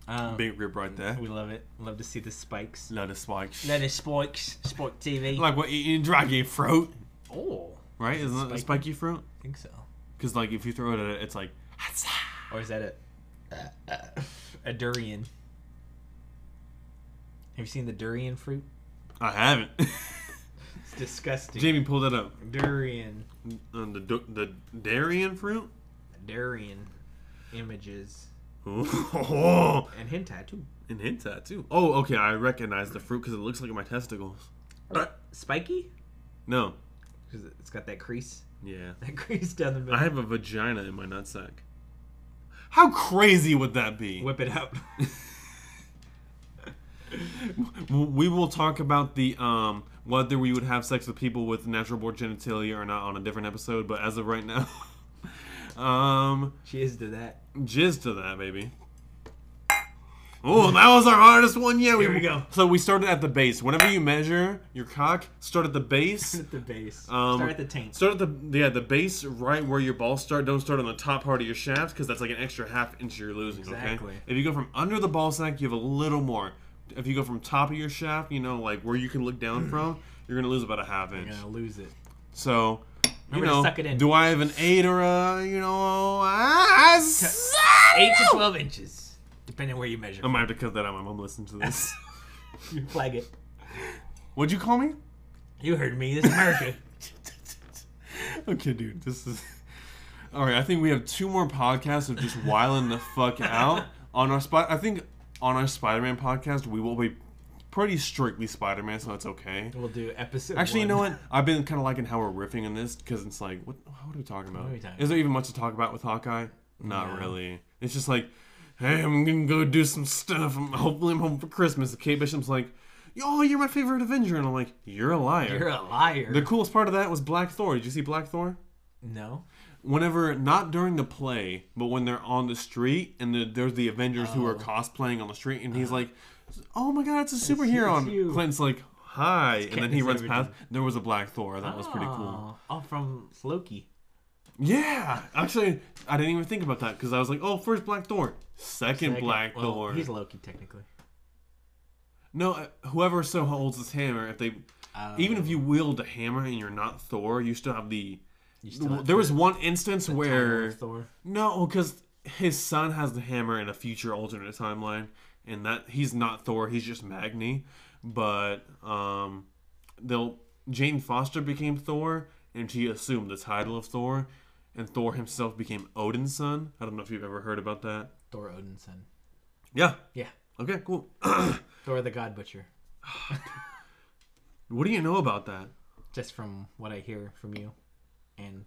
Speaker 3: Um,
Speaker 2: Big rip right there.
Speaker 3: we love it. Love to see the spikes.
Speaker 2: Let us spike.
Speaker 3: Let us spikes. Spike TV.
Speaker 2: Like what eating dragon fruit,
Speaker 3: oh,
Speaker 2: right? Isn't that
Speaker 3: Spiky.
Speaker 2: spiky fruit?
Speaker 3: I think so.
Speaker 2: Because like if you throw it at it, it's like
Speaker 3: Or is that a a durian? Have you seen the durian fruit?
Speaker 2: I haven't. <laughs>
Speaker 5: It's disgusting.
Speaker 2: Jamie pulled it up.
Speaker 5: Durian,
Speaker 2: Um, the du- the Darien fruit. <laughs>
Speaker 5: durian, images
Speaker 2: Ooh.
Speaker 5: and hentai too.
Speaker 2: and hentai too. Oh, okay. I recognize the fruit because it looks like my testicles.
Speaker 5: Spiky,
Speaker 2: No.
Speaker 5: 'Cause it's got that crease,
Speaker 2: Yeah.
Speaker 3: <laughs>
Speaker 5: that crease down the middle.
Speaker 2: I have a vagina in my nutsack. How crazy would that be? <laughs>
Speaker 5: Whip it
Speaker 3: <laughs>
Speaker 5: out.
Speaker 2: We will talk about the um whether we would have sex with people with natural born genitalia or not on a different episode. But as of right now, <laughs> um,
Speaker 5: Cheers to that.
Speaker 2: jizz to that, baby. Oh, that was our hardest one yet.
Speaker 5: Here we go.
Speaker 2: So we started at the base. Whenever you measure your cock, start at the base.
Speaker 5: At the base.
Speaker 2: Um,
Speaker 5: Start at the tank.
Speaker 2: Start at the yeah the base right where your balls start. Don't start on the top part of your shaft because that's like an extra half inch you're losing.
Speaker 5: Exactly.
Speaker 2: Okay. If you go from under the ball sack, you have a little more. If you go from top of your shaft, you know like where you can look
Speaker 3: Hmm.
Speaker 2: down from, you're gonna lose about a half inch.
Speaker 5: You're gonna lose it.
Speaker 2: So. You
Speaker 3: Remember to
Speaker 2: know,
Speaker 3: suck it in.
Speaker 2: do I have an eight or a you know? I, I suck
Speaker 3: Eight to
Speaker 2: it.
Speaker 3: twelve inches, depending where you measure.
Speaker 2: I might have to cut that out. My mom listened to <laughs> this.
Speaker 3: Flag it.
Speaker 2: What'd you call me?
Speaker 3: You heard me. This is
Speaker 2: <laughs>
Speaker 3: America.
Speaker 2: Okay, dude. This is. All right, I think we have two more podcasts of just wiling the fuck <laughs> out on our spot. I think on our Spider-Man podcast, we will be pretty strictly Spider-Man, so it's okay.
Speaker 3: we'll do episode.
Speaker 2: Actually, you
Speaker 3: one.
Speaker 2: know what? I've been kind of liking how we're riffing on this because it's like, what? What are we talking about?
Speaker 3: are we talking
Speaker 2: Is there even much to talk about with Hawkeye? Not really. It's just like, hey, I'm gonna go do some stuff. I'm, hopefully, I'm home for Christmas. And Kate Bishop's like, oh, you're my favorite Avenger, and I'm like, you're a liar.
Speaker 3: You're a liar.
Speaker 2: the coolest part of that was Black Thor. Did you see Black Thor?
Speaker 3: No.
Speaker 2: whenever not during the play, but when they're on the street and the, there's the Avengers who are cosplaying on the street, and he's like, "Oh my God, it's a
Speaker 5: Oh.
Speaker 2: superhero!"
Speaker 5: Uh-huh. it's
Speaker 2: and
Speaker 5: you.
Speaker 2: Clint's like, "Hi," and then he
Speaker 5: Katniss
Speaker 2: runs
Speaker 5: Everdeen.
Speaker 2: past. There was a Black Thor. That was pretty cool.
Speaker 5: Oh, from Loki.
Speaker 2: Yeah, actually, I didn't even think about that because I was like, "Oh, first Black Thor, second,
Speaker 5: Second-
Speaker 2: Black
Speaker 5: well,
Speaker 2: Thor."
Speaker 5: He's Loki technically.
Speaker 2: No, uh, whoever so holds this hammer, if they,
Speaker 5: Uh,
Speaker 2: even
Speaker 5: Oh.
Speaker 2: if you wield a hammer and you're not Thor, you still have the.
Speaker 5: still have
Speaker 2: there was one instance where
Speaker 5: Title of Thor.
Speaker 2: no, because his son has the hammer in a future alternate timeline, and that he's not Thor, he's just Magni. But um, they'll Jane Foster became Thor, and she assumed the title of Thor, and Thor himself became Odin's son. I don't know if you've ever heard about that.
Speaker 5: Thor Odinson.
Speaker 2: Yeah.
Speaker 5: Yeah.
Speaker 2: Okay. Cool. <clears throat>
Speaker 5: Thor the God Butcher.
Speaker 2: what do you know about that?
Speaker 5: Just from what I hear from you, and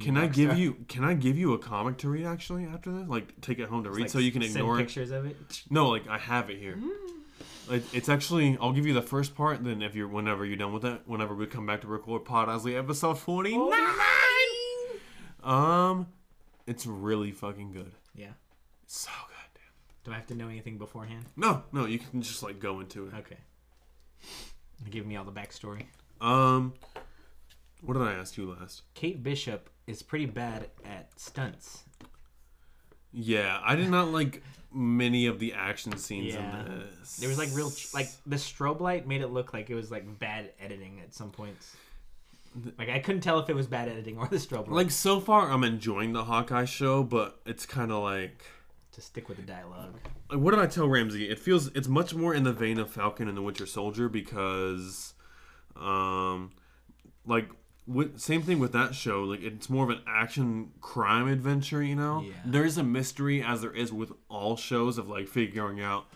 Speaker 2: Can I give you Can I give you a comic to read actually after this? Like take it home to read
Speaker 5: like,
Speaker 2: so you can
Speaker 5: send
Speaker 2: ignore it.
Speaker 5: pictures of it.
Speaker 2: No, like I have it here.
Speaker 5: Mm.
Speaker 2: Like, it's actually I'll give you the first part. Then if you're whenever you're done with that, whenever we come back to record Pod Osley episode forty nine. Um, it's really fucking good.
Speaker 5: Yeah.
Speaker 2: It's so good. dude.
Speaker 5: Do I have to know anything beforehand?
Speaker 2: No, no, you can just like go into it.
Speaker 5: Okay. Give me all the backstory.
Speaker 2: Um, what did I ask you last?
Speaker 5: Kate Bishop is pretty bad at stunts.
Speaker 2: Yeah, I did not like many of the action scenes
Speaker 5: Yeah.
Speaker 2: in this.
Speaker 5: There was like real, like the strobe light made it look like it was like bad editing at some points. Like I couldn't tell if it was bad editing or the strobe light.
Speaker 2: Like so far, I'm enjoying the Hawkeye show, but it's kind of like,
Speaker 5: to stick with the dialogue.
Speaker 2: like, what did I tell Ramsey? It feels it's much more in the vein of Falcon and the Winter Soldier because, um, like with, same thing with that show. Like it's more of an action crime adventure. You know,
Speaker 5: Yeah.
Speaker 2: there is a mystery as there is with all shows of like figuring out.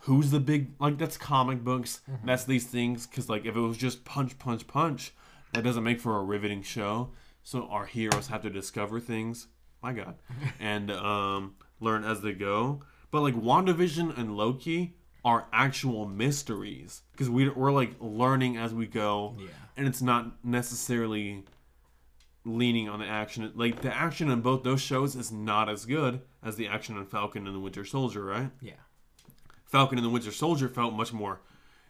Speaker 2: Who's the big like? That's comic books. That's these things. Cause like if it was just punch, punch, punch, that doesn't make for a riveting show. So our heroes have to discover things. My God, and um, learn as they go. But like WandaVision and Loki are actual mysteries because we, we're like learning as we go.
Speaker 5: Yeah.
Speaker 2: and it's not necessarily leaning on the action. Like the action in both those shows is not as good as the action in Falcon and the Winter Soldier, right?
Speaker 5: Yeah.
Speaker 2: Falcon and the Winter Soldier felt much more.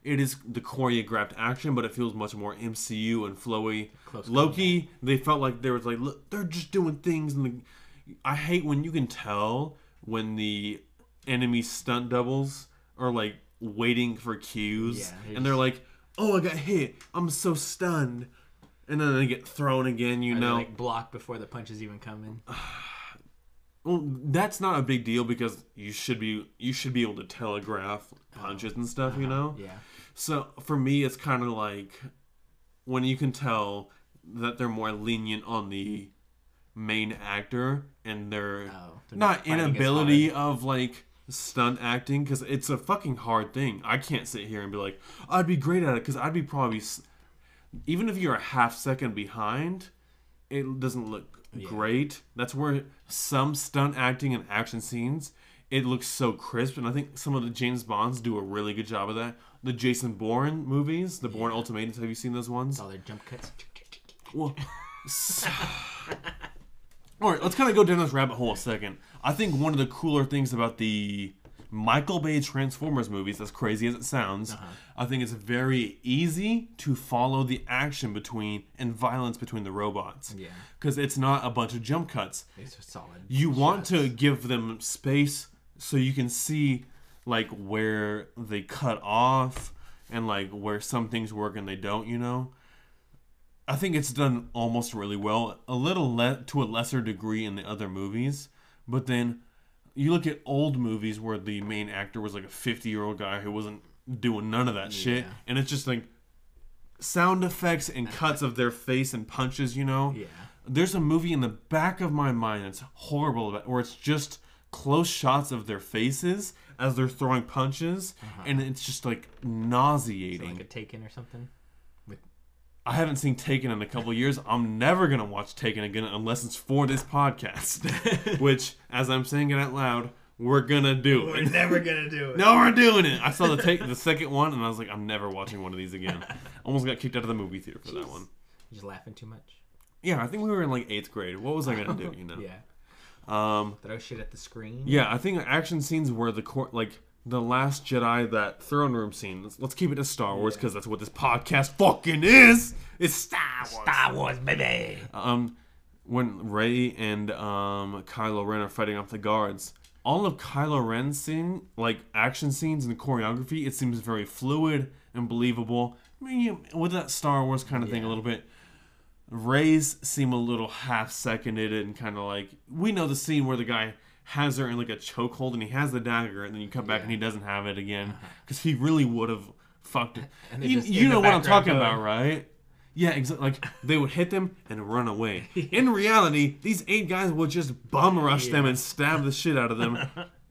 Speaker 2: It is the choreographed action, but it feels much more MCU and flowy.
Speaker 5: Close
Speaker 2: Loki, they felt like there was like look, they're just doing things, and the, I hate when you can tell when the enemy stunt doubles are like waiting for cues,
Speaker 5: Yeah, they
Speaker 2: and they're
Speaker 5: just-
Speaker 2: like, "Oh, I got hit! I'm so stunned," and then they get thrown again. You
Speaker 5: Or they,
Speaker 2: know,
Speaker 5: like block before the punches even come in.
Speaker 2: Uh, Well, that's not a big deal because you should be you should be able to telegraph punches and stuff, you know.
Speaker 5: Yeah.
Speaker 2: So for me, it's kind of like when you can tell that they're more lenient on the main actor and their
Speaker 5: Oh, they're not
Speaker 2: not
Speaker 5: fighting as
Speaker 2: inability of like stunt acting because it's a fucking hard thing. I can't sit here and be like, I'd be great at it because I'd be probably s- even if you're a half second behind, it doesn't look great. That's where some stunt acting and action scenes it looks so crisp, and I think some of the James Bonds do a really good job of that. The Jason Bourne movies, the Bourne Ultimatums. Have you seen those ones?
Speaker 5: All their jump cuts.
Speaker 2: Well, s- all right, let's kind of go down this rabbit hole a second. I think one of the cooler things about the Michael Bay Transformers movies, as crazy as it sounds, I think it's very easy to follow the action between and violence between the robots.
Speaker 5: Yeah.
Speaker 2: Because it's not a bunch of jump cuts
Speaker 5: These are solid.
Speaker 2: you want to give them space so you can see like where they cut off and like where some things work and they don't you know i think it's done almost really well a little le- to a lesser degree in the other movies but then you look at old movies where the main actor was like a 50 year old guy who wasn't doing none of that shit
Speaker 5: Yeah.
Speaker 2: and it's just like sound effects and cuts of their face and punches you know
Speaker 5: Yeah.
Speaker 2: there's a movie in the back of my mind that's horrible about where it's just close shots of their faces as they're throwing punches and it's just like nauseating
Speaker 5: Uh-huh. Like
Speaker 2: <laughs>
Speaker 5: a Taken or something.
Speaker 2: i haven't seen taken in a couple of years i'm never going to watch taken again unless it's for
Speaker 5: <laughs>
Speaker 2: this podcast which as i'm saying it out loud we're going to do it
Speaker 5: never gonna do
Speaker 3: <laughs>
Speaker 5: it.
Speaker 2: <laughs> no, we're doing it. I saw the take the second one, and I was like,
Speaker 5: <laughs>
Speaker 2: I'm never watching one of these again. Almost got kicked out of the movie theater for that one.
Speaker 5: You're just laughing too much.
Speaker 2: Yeah, I think we were in like eighth grade. What was I gonna do? You know.
Speaker 3: Yeah.
Speaker 2: Um.
Speaker 3: Throw shit at the screen.
Speaker 2: Yeah, I think action scenes were the core, like the Last Jedi, that throne room scene. Let's, let's keep it to Star Wars because that's what this podcast fucking is. It's Star Wars.
Speaker 8: Star Wars, baby.
Speaker 2: Um, when Ray and um Kylo Ren are fighting off the guards, all of Kylo Ren's scene, like action scenes and choreography, it seems very fluid and believable. I mean, you- with that Star Wars kind of thing a little bit. Ray's seem a little half seconded and kind of like we know the scene where the guy has her in like a chokehold and he has the dagger and then you cut back and he doesn't have
Speaker 8: <laughs>
Speaker 2: it again because he really would have fucked it. You,
Speaker 8: just
Speaker 2: you
Speaker 8: in the
Speaker 2: know what I'm
Speaker 8: background
Speaker 2: talking about, right? Yeah, exactly. Like they would hit them and run away. In reality, these eight guys will just bum rush them and stab the shit out
Speaker 3: <laughs>
Speaker 2: of them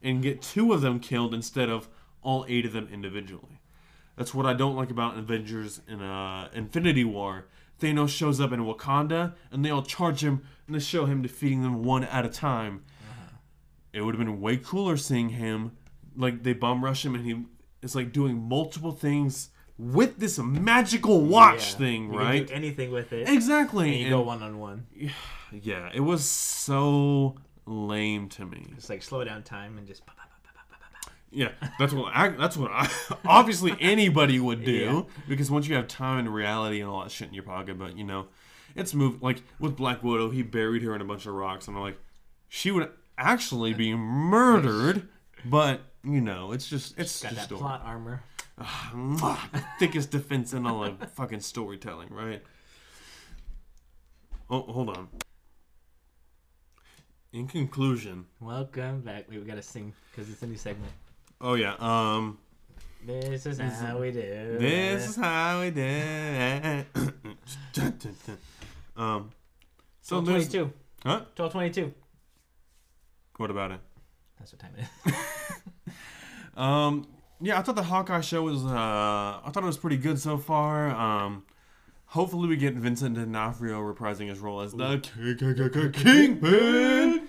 Speaker 2: and get two of them killed instead of all eight of them individually. That's what I don't like about Avengers in uh, Infinity War. Thanos shows up in Wakanda, and they all charge him, and they show him defeating them one at a time.
Speaker 3: Uh-huh.
Speaker 2: It would have been way cooler seeing him, like they bomb rush him, and he is like doing multiple things with this magical watch
Speaker 3: Yeah.
Speaker 2: thing,
Speaker 3: You
Speaker 2: right?
Speaker 3: Can do anything with it.
Speaker 2: exactly.
Speaker 3: You
Speaker 2: and-
Speaker 3: go one on one.
Speaker 2: yeah, it was so lame to me.
Speaker 3: Just like slow down time and just. pa- pa- pa- pa- pa- pa- pa- pa.
Speaker 2: Yeah, that's what I, that's what I, <laughs> obviously anybody would do because once you have time and reality and all that shit in your pocket, but you know, it's move like with Black Widow, he buried her in a bunch of rocks, and I'm like, she would actually be murdered, but you know, it's just it's
Speaker 3: Got
Speaker 2: just
Speaker 3: that
Speaker 2: story.
Speaker 3: plot armor.
Speaker 2: Mwah, the Mm. thickest defense in all of fucking storytelling, right? Oh, hold on. In conclusion,
Speaker 3: Welcome back. Wait, we gotta sing because it's a new segment.
Speaker 2: oh yeah, um.
Speaker 3: This is how we do.
Speaker 2: This
Speaker 3: it.
Speaker 2: is how we did. <coughs> it. um, so there's
Speaker 3: 1222.
Speaker 2: huh?
Speaker 3: 1222.
Speaker 2: What about it?
Speaker 3: That's what time it is.
Speaker 2: Um, yeah, I thought the Hawkeye show was. Uh, I thought it was pretty good so far. Um, hopefully we get Vincent D'Onofrio reprising his role as the King- King- King- Kingpin.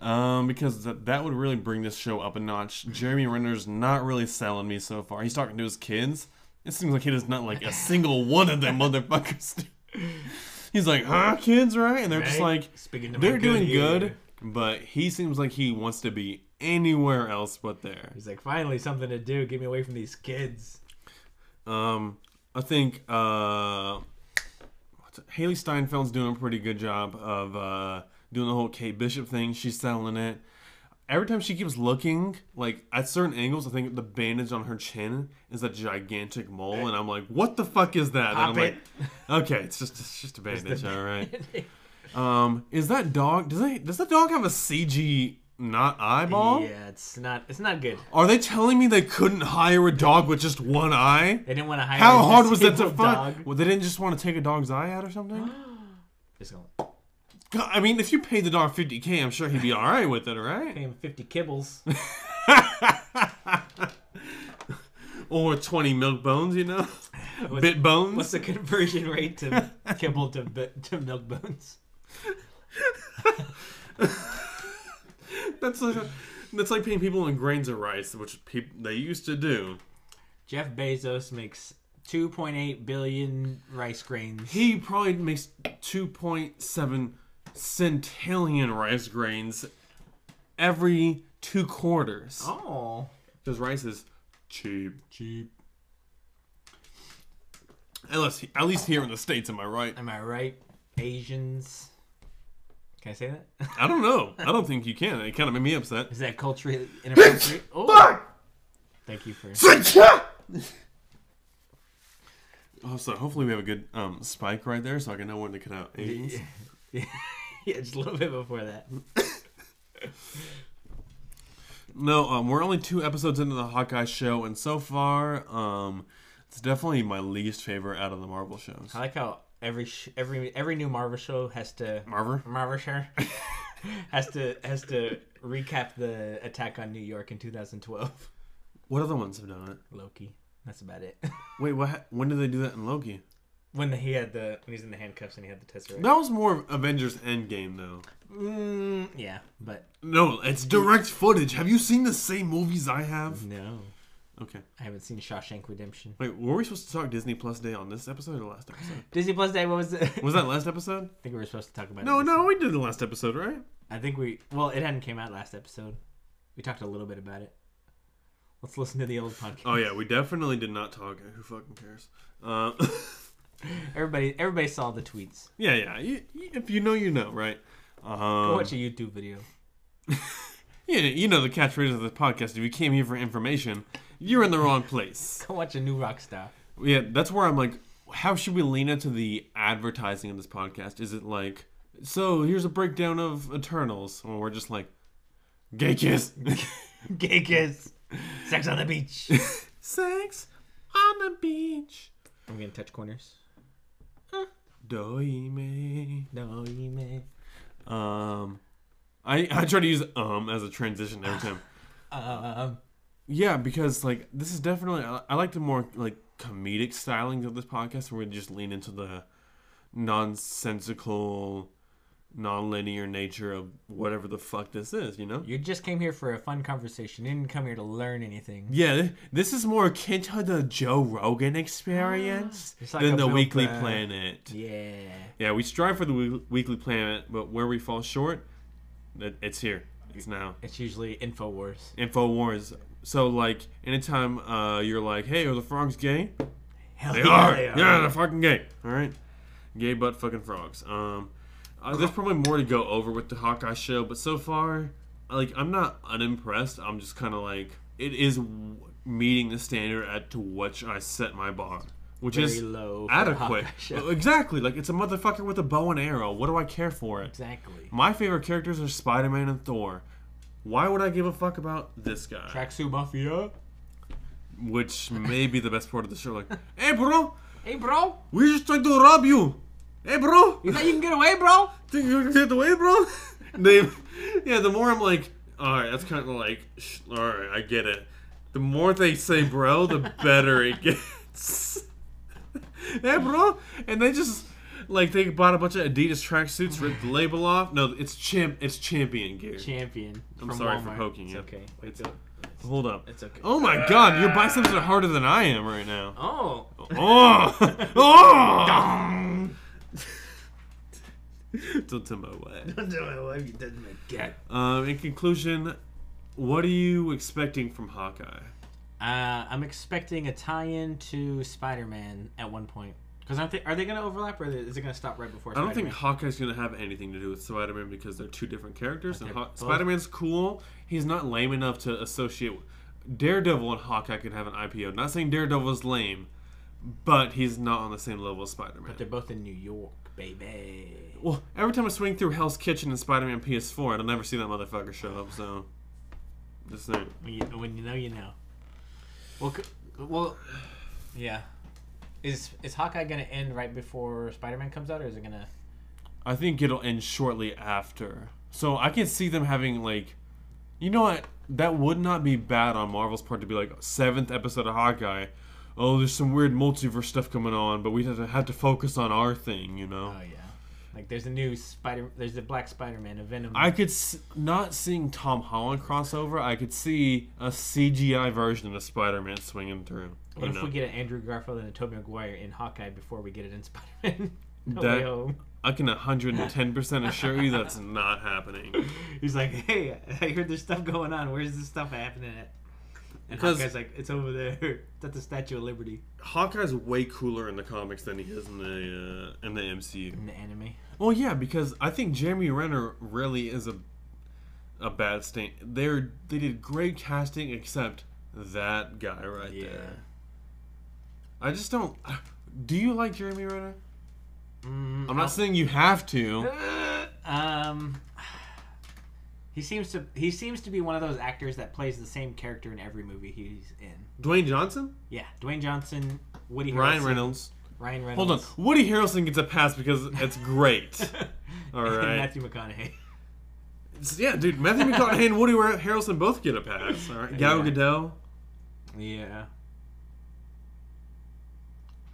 Speaker 2: Um, because that, that would really bring this show up a notch. Jeremy Renner's not really selling me so far. He's talking to his kids. It seems like he does not like a single one of them motherfuckers. <laughs> He's like, huh, kids, right? And they're <laughs> just
Speaker 3: Right?
Speaker 2: like,
Speaker 3: Speaking to my
Speaker 2: they're doing
Speaker 3: ear.
Speaker 2: good, but he seems like he wants to be anywhere else but there.
Speaker 3: He's like, finally something to do. Get me away from these kids.
Speaker 2: Um, I think uh, what's it- Haley Steinfeld's doing a pretty good job of uh, doing the whole Kate Bishop thing. She's selling it. Every time she keeps looking, like at certain angles, I think the bandage on her chin is a gigantic mole, and I'm like, "What the fuck is that?"
Speaker 3: Pop
Speaker 2: and I'm like, <laughs> "Okay, it's just it's just a bandage, all right." Um, is that dog? Does that does that dog have a CG not eyeball?
Speaker 3: Yeah, it's not. It's not good.
Speaker 2: Are they telling me they couldn't hire a dog with just one eye?
Speaker 3: They didn't want to hire.
Speaker 2: How
Speaker 3: a
Speaker 2: hard was that to
Speaker 3: disabled
Speaker 2: find?
Speaker 3: dog.
Speaker 2: Well, they didn't just want to take a dog's eye out or something.
Speaker 3: Just gonna
Speaker 2: <gasps> God, I mean, if you paid the dog fifty k, I'm sure he'd be all right with it,
Speaker 3: pay
Speaker 2: right?
Speaker 3: him fifty
Speaker 2: <laughs>
Speaker 3: kibbles.
Speaker 2: Or twenty milk bones, you <laughs> know,
Speaker 3: What's-
Speaker 2: bit bones.
Speaker 3: What's the conversion rate to <laughs> kibble to bi- to milk bones?
Speaker 2: that's like that's like paying people in grains of rice, which people they used to do.
Speaker 3: Jeff Bezos makes 2.8 billion rice grains.
Speaker 2: He probably makes two point seven centillion rice grains every two quarters
Speaker 3: Oh,
Speaker 2: because rice is cheap.
Speaker 3: cheap.
Speaker 2: At least, at least here in the states, am I right?
Speaker 3: Am I right? Asians. Can I say that?
Speaker 2: <laughs> I don't know. I don't think you can. It kind of made me upset.
Speaker 3: Is that culturally inappropriate? Oh. Thank you for.
Speaker 2: <laughs> Oh, so hopefully we have a good um, spike right there, so I can know when to cut out Asians.
Speaker 3: Yeah, just a little bit before that.
Speaker 2: No, um, we're only two episodes into the Hawkeye show, and so far, um, it's definitely my least favorite out of the Marvel shows.
Speaker 3: I like how every sh- every every new Marvel show has to
Speaker 2: Marvel.
Speaker 3: Marvel show <laughs> has to has to recap the attack on New York in 2012.
Speaker 2: What other ones have done it?
Speaker 3: Loki. That's about it.
Speaker 2: Wait, what? ha- When did they do that in Loki?
Speaker 3: <laughs> when he had the when he's in the handcuffs and he had the tesseract.
Speaker 2: That was more of Avengers Endgame, though.
Speaker 3: Mm, yeah, but
Speaker 2: No, it's direct footage. Have you seen the same movies I have?
Speaker 3: no.
Speaker 2: Okay.
Speaker 3: I haven't seen Shawshank Redemption.
Speaker 2: Wait, were we supposed to talk Disney Plus Day on this episode or last episode?
Speaker 3: Disney Plus Day. What was it? <laughs> I think
Speaker 2: Was that last episode?
Speaker 3: we were supposed to talk about.
Speaker 2: No,
Speaker 3: it.
Speaker 2: no, we did the last episode, right?
Speaker 3: I think we. Well, it hadn't came out last episode. We talked a little bit about it. Let's listen to the old podcast.
Speaker 2: Oh yeah, we definitely did not talk. Who fucking cares? Uh, <laughs>
Speaker 3: Everybody, everybody saw the tweets.
Speaker 2: yeah, yeah. You, you- if you know, you know, right?
Speaker 3: Go
Speaker 2: Um,
Speaker 3: watch a YouTube video.
Speaker 2: yeah, you know the catchphrase of this podcast. If you came here for information, you're in the wrong place.
Speaker 3: Go watch a new rock star.
Speaker 2: Yeah, that's where I'm like, how should we lean into the advertising of this podcast? Is it like, so here's a breakdown of Eternals, or we're just like, gay kiss,
Speaker 3: <laughs>
Speaker 2: <laughs>
Speaker 3: Gay kiss. Sex on the <laughs> beach.
Speaker 2: sex on the beach,
Speaker 3: I'm gonna touch corners.
Speaker 2: doime.
Speaker 3: No, you may.
Speaker 2: Um, I I try to use um as a transition every time.
Speaker 3: Um,
Speaker 2: <sighs> Yeah, because like this is definitely I, I like the more like comedic stylings of this podcast where we just lean into the nonsensical, non-linear nature of whatever the fuck this is, you know?
Speaker 3: you just came here for a fun conversation. You didn't come here to learn anything.
Speaker 2: Yeah, th- this is more akin to the Joe Rogan experience
Speaker 3: Ah, It's like
Speaker 2: than
Speaker 3: a
Speaker 2: the
Speaker 3: real
Speaker 2: Weekly
Speaker 3: plan.
Speaker 2: Planet.
Speaker 3: Yeah.
Speaker 2: Yeah, we strive for the we- Weekly Planet, but where we fall short, it- it's here. It's now.
Speaker 3: It's usually Infowars.
Speaker 2: InfoWars. So, like, anytime uh, you're like, hey, are the frogs
Speaker 3: <laughs>
Speaker 2: gay?
Speaker 3: Hell
Speaker 2: They are. Yeah, they're fucking gay. All right, gay butt fucking frogs. Um, uh, there's probably more to go over with the Hawkeye show, but so far, like I'm not unimpressed. I'm just kind of like it is w- meeting the standard at to which I set my bar, which
Speaker 3: Very
Speaker 2: is
Speaker 3: low for a
Speaker 2: adequate.
Speaker 3: Hawkeye <laughs> show.
Speaker 2: Exactly. Like it's a motherfucker with a bow and arrow. What do I care for it?
Speaker 3: Exactly.
Speaker 2: My favorite characters are Spider-Man and Thor. Why would I give a fuck about this guy?
Speaker 3: Tracksuit Mafia.
Speaker 2: Which may be the best part of the show. Like, hey, bro,
Speaker 3: Hey,
Speaker 2: <laughs>
Speaker 3: bro.
Speaker 2: we just trying to rob you. Hey, bro.
Speaker 3: You thought you can get away, bro?
Speaker 2: Think you're gonna get away, bro? <laughs> they, yeah. The more I'm like, all right, that's kind of like, sh- all right, I get it. The more they say, bro, the better it gets. <laughs> hey, bro, and they just like they bought a bunch of Adidas tracksuits, ripped the label off. No, it's champ, it's champion gear.
Speaker 3: Champion.
Speaker 2: I'm
Speaker 3: from
Speaker 2: sorry for
Speaker 3: Walmart.
Speaker 2: poking
Speaker 3: it's
Speaker 2: you.
Speaker 3: Okay. Wait,
Speaker 2: It's-
Speaker 3: don't-
Speaker 2: Hold up.
Speaker 3: It's okay.
Speaker 2: Oh my God, your biceps are harder than I am right now.
Speaker 3: Oh. <laughs>
Speaker 2: Oh, oh. Don't tell my wife. Um, in conclusion, what are you expecting from Hawkeye?
Speaker 3: Uh, I'm expecting a tie-in to Spider-Man at one point. Because aren't they? Are they going to overlap, or is it going to stop right before?
Speaker 2: I don't think
Speaker 3: Spider-Man?
Speaker 2: Hawkeye's going to have anything to do with Spider Man because they're two different characters. And
Speaker 3: Okay,
Speaker 2: Haw-
Speaker 3: both-
Speaker 2: Spider Man's cool. He's not lame enough to associate. Daredevil and Hawkeye could have an IPO. Not saying Daredevil is lame, but he's not on the same level as Spider Man.
Speaker 3: they're both in New York, baby.
Speaker 2: Well, every time I swing through Hell's Kitchen and Spider Man PS4, I'll never see that motherfucker show up, so. Just saying.
Speaker 3: When you, when you know, you know. Well, c- well, yeah. Is is Hawkeye going to end right before Spider-Man comes out, or is it going to?
Speaker 2: I think it'll end shortly after. So I can see them having like, you know what? That would not be bad on Marvel's part to be like seventh episode of Hawkeye. Oh, there's some weird multiverse stuff coming on, but we have to have to focus on our thing, you know.
Speaker 3: Oh yeah. Like there's a new Spider. There's a Black Spider-Man, a Venom.
Speaker 2: I could s- not seeing Tom Holland crossover. I could see a CGI version of Spider-Man swinging through.
Speaker 3: what
Speaker 2: you
Speaker 3: if
Speaker 2: know?
Speaker 3: we get an Andrew Garfield and a Tobey Maguire in Hawkeye before we get it in Spider-Man? <laughs> No
Speaker 2: That-
Speaker 3: way home.
Speaker 2: I can 110% assure you that's not happening.
Speaker 3: He's like, hey, I heard there's stuff going on. Where's this stuff happening at? And
Speaker 2: Because-
Speaker 3: Hawkeye's like, it's over there. <laughs> It's at the Statue of Liberty.
Speaker 2: <laughs> Hawkeye's way cooler in the comics than he is in the uh, in the MCU.
Speaker 3: In the anime.
Speaker 2: Well, yeah, because I think Jeremy Renner really is a a bad stain. They're they did great casting, except that guy right
Speaker 3: Yeah.
Speaker 2: there. I just don't. <sighs> Do you like Jeremy Renner?
Speaker 3: Mm,
Speaker 2: I'm not saying you have to.
Speaker 3: um, he seems to he seems to be one of those actors that plays the same character in every movie he's in.
Speaker 2: Dwayne Johnson,
Speaker 3: Yeah, Dwayne Johnson, Woody
Speaker 2: Ryan
Speaker 3: Harrelson,
Speaker 2: Reynolds.
Speaker 3: Ryan Reynolds.
Speaker 2: Hold on, Woody Harrelson gets a pass because it's
Speaker 3: <laughs>
Speaker 2: great. All
Speaker 3: and
Speaker 2: right,
Speaker 3: Matthew McConaughey.
Speaker 2: yeah, dude, Matthew McConaughey and Woody Harrelson both get a pass. All right, Gal
Speaker 3: Yeah.
Speaker 2: Gadot.
Speaker 3: Yeah.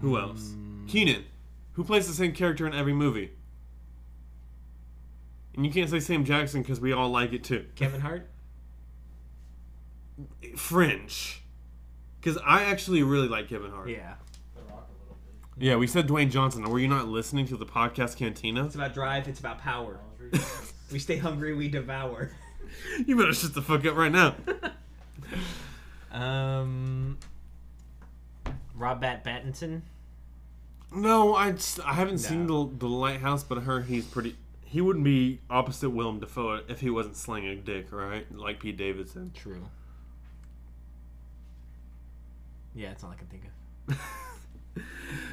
Speaker 2: Who else? Keenan, who plays the same character in every movie. And you can't say Sam Jackson because we all like it too.
Speaker 3: Kevin Hart.
Speaker 2: Fringe. Because I actually really like Kevin Hart.
Speaker 5: Yeah.
Speaker 2: Yeah, we said Dwayne Johnson. Were you not listening to the podcast Cantina?
Speaker 5: <laughs>
Speaker 3: It's about drive. It's about power. we stay hungry. We devour.
Speaker 2: You better shut the fuck up right now.
Speaker 5: Um. Rob Bat Battinson.
Speaker 2: No, I just, I haven't seen the the Lighthouse, but I heard he's pretty. He wouldn't be opposite Willem Dafoe if he wasn't slinging dick, right? Like Pete Davidson. <laughs>
Speaker 5: True. Yeah, that's all I can think of.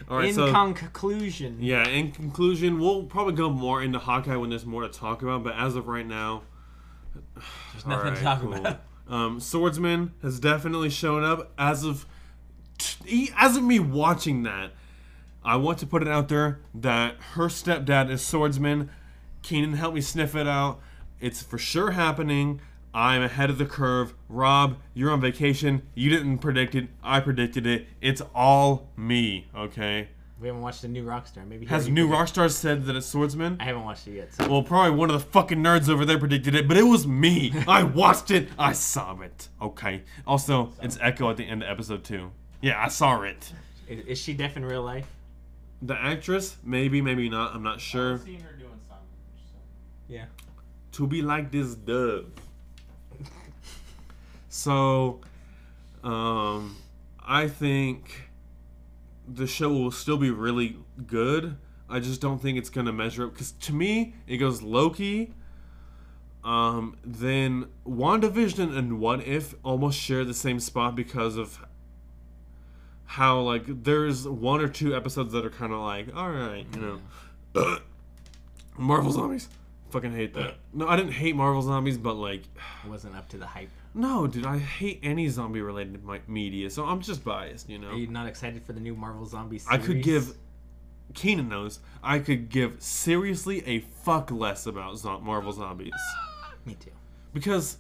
Speaker 2: All right,
Speaker 5: In
Speaker 2: so
Speaker 5: conclusion,
Speaker 2: yeah. In conclusion, we'll probably go more into Hawkeye when there's more to talk about. But as of right now, <sighs>
Speaker 5: there's
Speaker 2: all
Speaker 5: nothing to
Speaker 2: right,
Speaker 5: talk
Speaker 2: cool.
Speaker 5: about.
Speaker 2: Um, Swordsman has definitely shown up as of t- e-, as of me watching that. I want to put it out there that her stepdad is Swordsman. Keenan help me sniff it out. It's for sure happening. I'm ahead of the curve. Rob, you're on vacation. You didn't predict it. I predicted it. It's all me, okay?
Speaker 5: We haven't watched the new Rockstar. Maybe he
Speaker 2: Has
Speaker 5: already
Speaker 2: New
Speaker 5: predicted-
Speaker 2: Rockstar said that it's Swordsman?
Speaker 5: I haven't watched it yet. So.
Speaker 2: Well, probably one of the fucking nerds over there predicted it, but it was <laughs> me. I watched it. I saw it. Okay. Also, it's Echo at the end of episode two. Yeah, I saw it.
Speaker 5: Is, is she deaf in real life?
Speaker 2: The actress, maybe, maybe not. I'm not sure.
Speaker 9: seen her doing something. So.
Speaker 5: Yeah.
Speaker 2: To be like this dove. So, um, I think the show will still be really good. I just don't think it's gonna measure up because to me it goes Loki, um, then WandaVision and What If almost share the same spot because of how like there's one or two episodes that are kind of like all right, you know, Marvel zombies. Fucking hate that. No, I didn't hate Marvel zombies, but like, <sighs>
Speaker 5: I wasn't up to the hype.
Speaker 2: no, dude, I hate any zombie related mi- media, so I'm just biased, you know.
Speaker 5: Are you not excited for the new Marvel Zombie
Speaker 2: I
Speaker 5: series?
Speaker 2: could give Keenan knows. I could give seriously a fuck less about zo- Marvel zombies
Speaker 5: Me too.
Speaker 2: because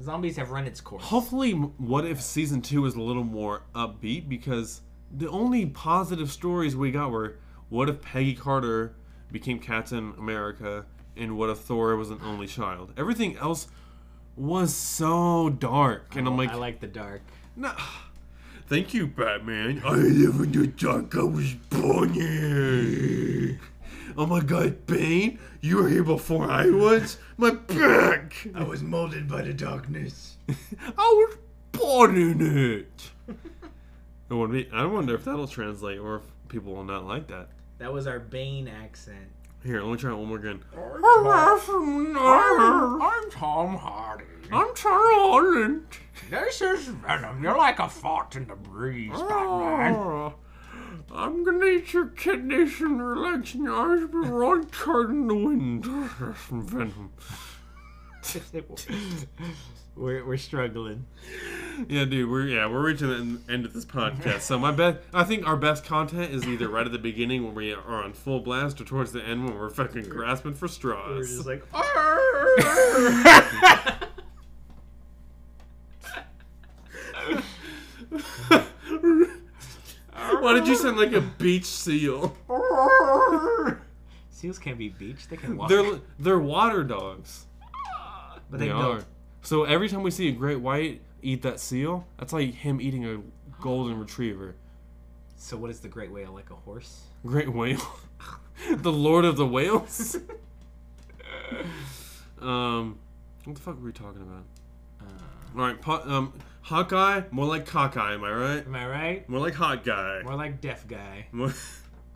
Speaker 5: Zombies have run its course.
Speaker 2: hopefully, what if season two is a little more upbeat? Because the only positive stories we got were what if Peggy Carter became Captain America, and what if Thor was an only child. Everything else was so dark, and I'm like,
Speaker 5: I like the dark.
Speaker 2: Nah. Thank you, Batman. I live in the dark. I was born here. Oh my God, Bane! You were here before I was. My back.
Speaker 1: I was molded by the darkness.
Speaker 2: <laughs> I was born in it. it would be, I wonder if that'll translate, or if people will not like that.
Speaker 3: That was our Bane
Speaker 2: <laughs>
Speaker 3: accent.
Speaker 2: Here, let me try it one more again.
Speaker 5: I'm Tom Hardy.
Speaker 2: I'm Charlie
Speaker 5: This is Venom. You're like a fart in the breeze,
Speaker 2: I'm gonna eat your kidneys and relax your eyes, but Ron card in the wind. Venom.
Speaker 5: <laughs> we're, we're <laughs> struggling.
Speaker 2: Yeah, dude, we're yeah we're reaching the en- end of this podcast. So my best, I think our best content is either right at the beginning when we are on full blast, or towards the end when we're fucking grasping for straws. We're just <laughs> like, why did you sound like a beach <laughs> seal?
Speaker 5: Seals can't be beached. They can walk.
Speaker 2: They're they're water dogs. But
Speaker 5: they don't.
Speaker 2: So every time we see a great white eat that seal, that's like him eating a golden retriever.
Speaker 5: So what is the great whale like a horse?
Speaker 2: Great whale. <laughs> the Lord of the Whales. <laughs> um, what the fuck were we talking about? All right, po- um, Hawkeye, more like cockeye. Am I right?
Speaker 5: Am I right?
Speaker 2: More like hot guy.
Speaker 5: More like deaf guy.
Speaker 2: More-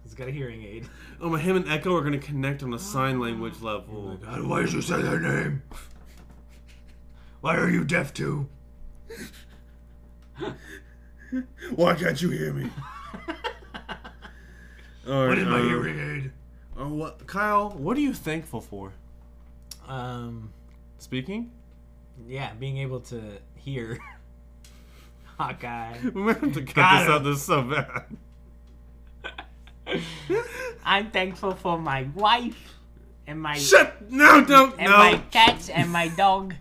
Speaker 5: He's got a hearing aid.
Speaker 2: oh, my him and Echo are gonna connect on a sign language level.
Speaker 1: God, why did you say their name? Why are you deaf too? Why can't you hear
Speaker 2: <laughs>
Speaker 1: me?
Speaker 2: All right,
Speaker 1: What is my
Speaker 2: um,
Speaker 1: hearing aid?
Speaker 2: Oh, what, Kyle? What are you thankful for?
Speaker 5: Um,
Speaker 2: Speaking. <laughs>
Speaker 5: yeah, being able to hear. <laughs> Hawkeye.
Speaker 2: We might have to cut
Speaker 5: Got
Speaker 2: this
Speaker 5: him.
Speaker 2: out. This is so bad. <laughs>
Speaker 3: I'm thankful for my wife and my
Speaker 2: Shut! No! Don't!
Speaker 3: and
Speaker 2: no!
Speaker 3: my cats and my dog.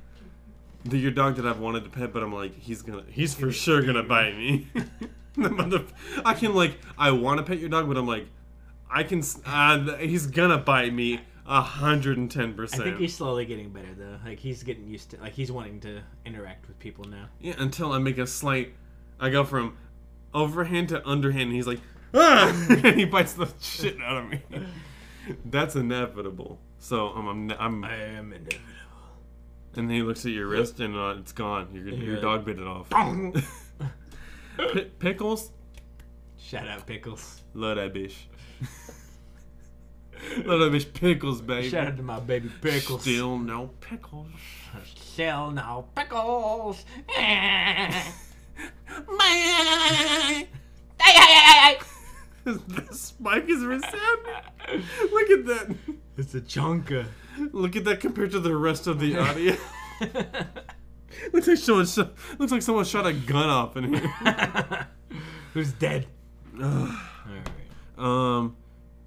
Speaker 2: The- your dog that I've wanted to pet, but I'm like, he's gonna, he's for sure gonna bite me. <laughs> The motherf- I can like, I want to pet your dog, but I'm like, I can, s- uh, th- he's gonna bite me a hundred and ten
Speaker 5: I think he's
Speaker 2: percent.
Speaker 5: slowly getting better though. Like he's getting used to. Like he's wanting to interact with people now.
Speaker 2: Yeah, until I make a slight. I go from overhand to underhand, and he's like, <laughs> ah! and he bites the shit out of me. <laughs> That's inevitable. So um, I'm, I'm,
Speaker 5: I am in
Speaker 2: and then he looks at your wrist, and uh, it's gone. Your, your
Speaker 5: Yeah.
Speaker 2: dog bit it off. Pi pickles,
Speaker 5: <laughs> Shout out Pickles.
Speaker 2: love that bitch. <laughs> love that bitch pickles, baby.
Speaker 5: Shout out to my baby Pickles.
Speaker 2: Still no
Speaker 5: <laughs>
Speaker 2: pickles.
Speaker 5: Still no
Speaker 2: <laughs>
Speaker 5: Pickles. <laughs>
Speaker 2: Spike is resounding. Look at that.
Speaker 5: It's a chunka.
Speaker 2: Look at that compared to the rest of
Speaker 5: <laughs>
Speaker 2: the audience. looks like someone shot, looks like someone shot a gun off in here.
Speaker 5: <laughs> Who's dead?
Speaker 2: um,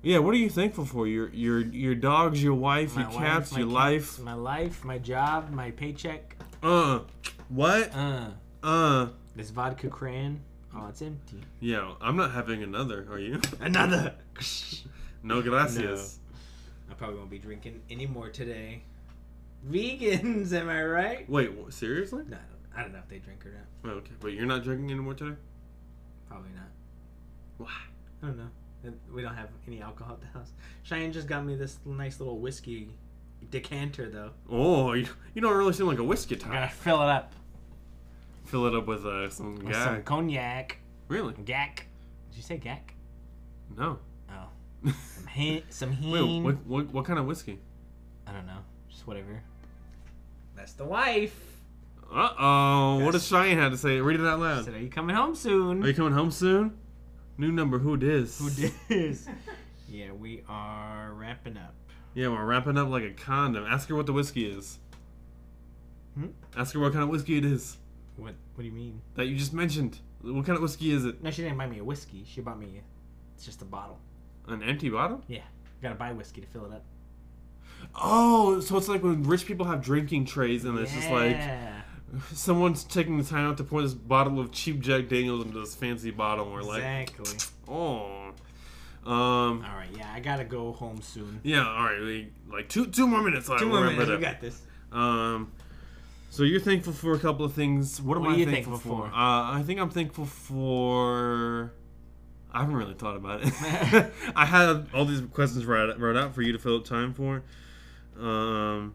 Speaker 2: yeah. What are you thankful for? Your your your dogs, your wife, your
Speaker 5: My wife,
Speaker 2: cats,
Speaker 5: my
Speaker 2: your
Speaker 5: cats,
Speaker 2: life.
Speaker 5: My life, my job, my paycheck.
Speaker 2: Uh, what?
Speaker 5: Uh,
Speaker 2: Uh,
Speaker 5: this vodka crayon. Oh, it's empty.
Speaker 2: yeah. I'm not having another. Are you?
Speaker 5: Uh, Another.
Speaker 2: No gracias.
Speaker 3: I probably won't be drinking any more today. Vegans, <laughs> am I right?
Speaker 2: Wait, wh- seriously?
Speaker 3: No, I don't, I don't know if they drink or not.
Speaker 2: Okay, but you're not drinking anymore today.
Speaker 3: Probably not.
Speaker 2: Why?
Speaker 3: I don't know. And We don't have any alcohol at the house. Cheyenne just got me this nice little whiskey decanter, though.
Speaker 2: Oh, you, you don't really seem like a whiskey type.
Speaker 5: Gotta fill it up
Speaker 2: Fill it up with uh, some
Speaker 5: with some
Speaker 2: gag.
Speaker 5: cognac.
Speaker 2: Really?
Speaker 5: Gack. Did you say gack?
Speaker 2: No.
Speaker 5: Oh. Some hen. Some
Speaker 2: <laughs> Wait,
Speaker 5: hen.
Speaker 2: what, what what kind of whiskey?
Speaker 5: I don't know. Just whatever.
Speaker 3: That's the wife.
Speaker 2: Uh oh. What does Cheyenne have to say? Read it
Speaker 5: Said,
Speaker 2: out loud.
Speaker 5: are you coming home soon?
Speaker 2: Oh. Are you coming home soon? New number. Who dis? Who <laughs>
Speaker 5: Yes. yeah, we are wrapping up.
Speaker 2: Yeah, we're wrapping up like a condom. Ask her what the whiskey is.
Speaker 5: Hmm?
Speaker 2: Ask her what kind of whiskey it is
Speaker 5: What What do you mean?
Speaker 2: that you just mentioned. What kind of whiskey is it?
Speaker 5: No, she didn't buy me a whiskey. She bought me. It's just a bottle.
Speaker 2: An empty bottle?
Speaker 5: Yeah, gotta buy whiskey to fill it up.
Speaker 2: Oh, so it's like when rich people have drinking trays and it's just like
Speaker 5: Yeah.
Speaker 2: someone's taking the time out to pour this bottle of cheap Jack Daniels into this fancy bottle. And we're like,
Speaker 5: exactly.
Speaker 2: oh. Um.
Speaker 5: All right. Yeah, I gotta go home soon.
Speaker 2: Yeah. All right. We, like two two more minutes. Two
Speaker 3: Come on, man, you got this.
Speaker 2: Um, so you're thankful for a couple of things. What am
Speaker 5: What are
Speaker 2: I
Speaker 5: you
Speaker 2: thankful,
Speaker 5: thankful
Speaker 2: for?
Speaker 5: for?
Speaker 2: Uh, I think I'm thankful for. I haven't really thought about
Speaker 5: <laughs>
Speaker 2: it. <laughs> I had all these questions right right out for you to fill up time for. Um,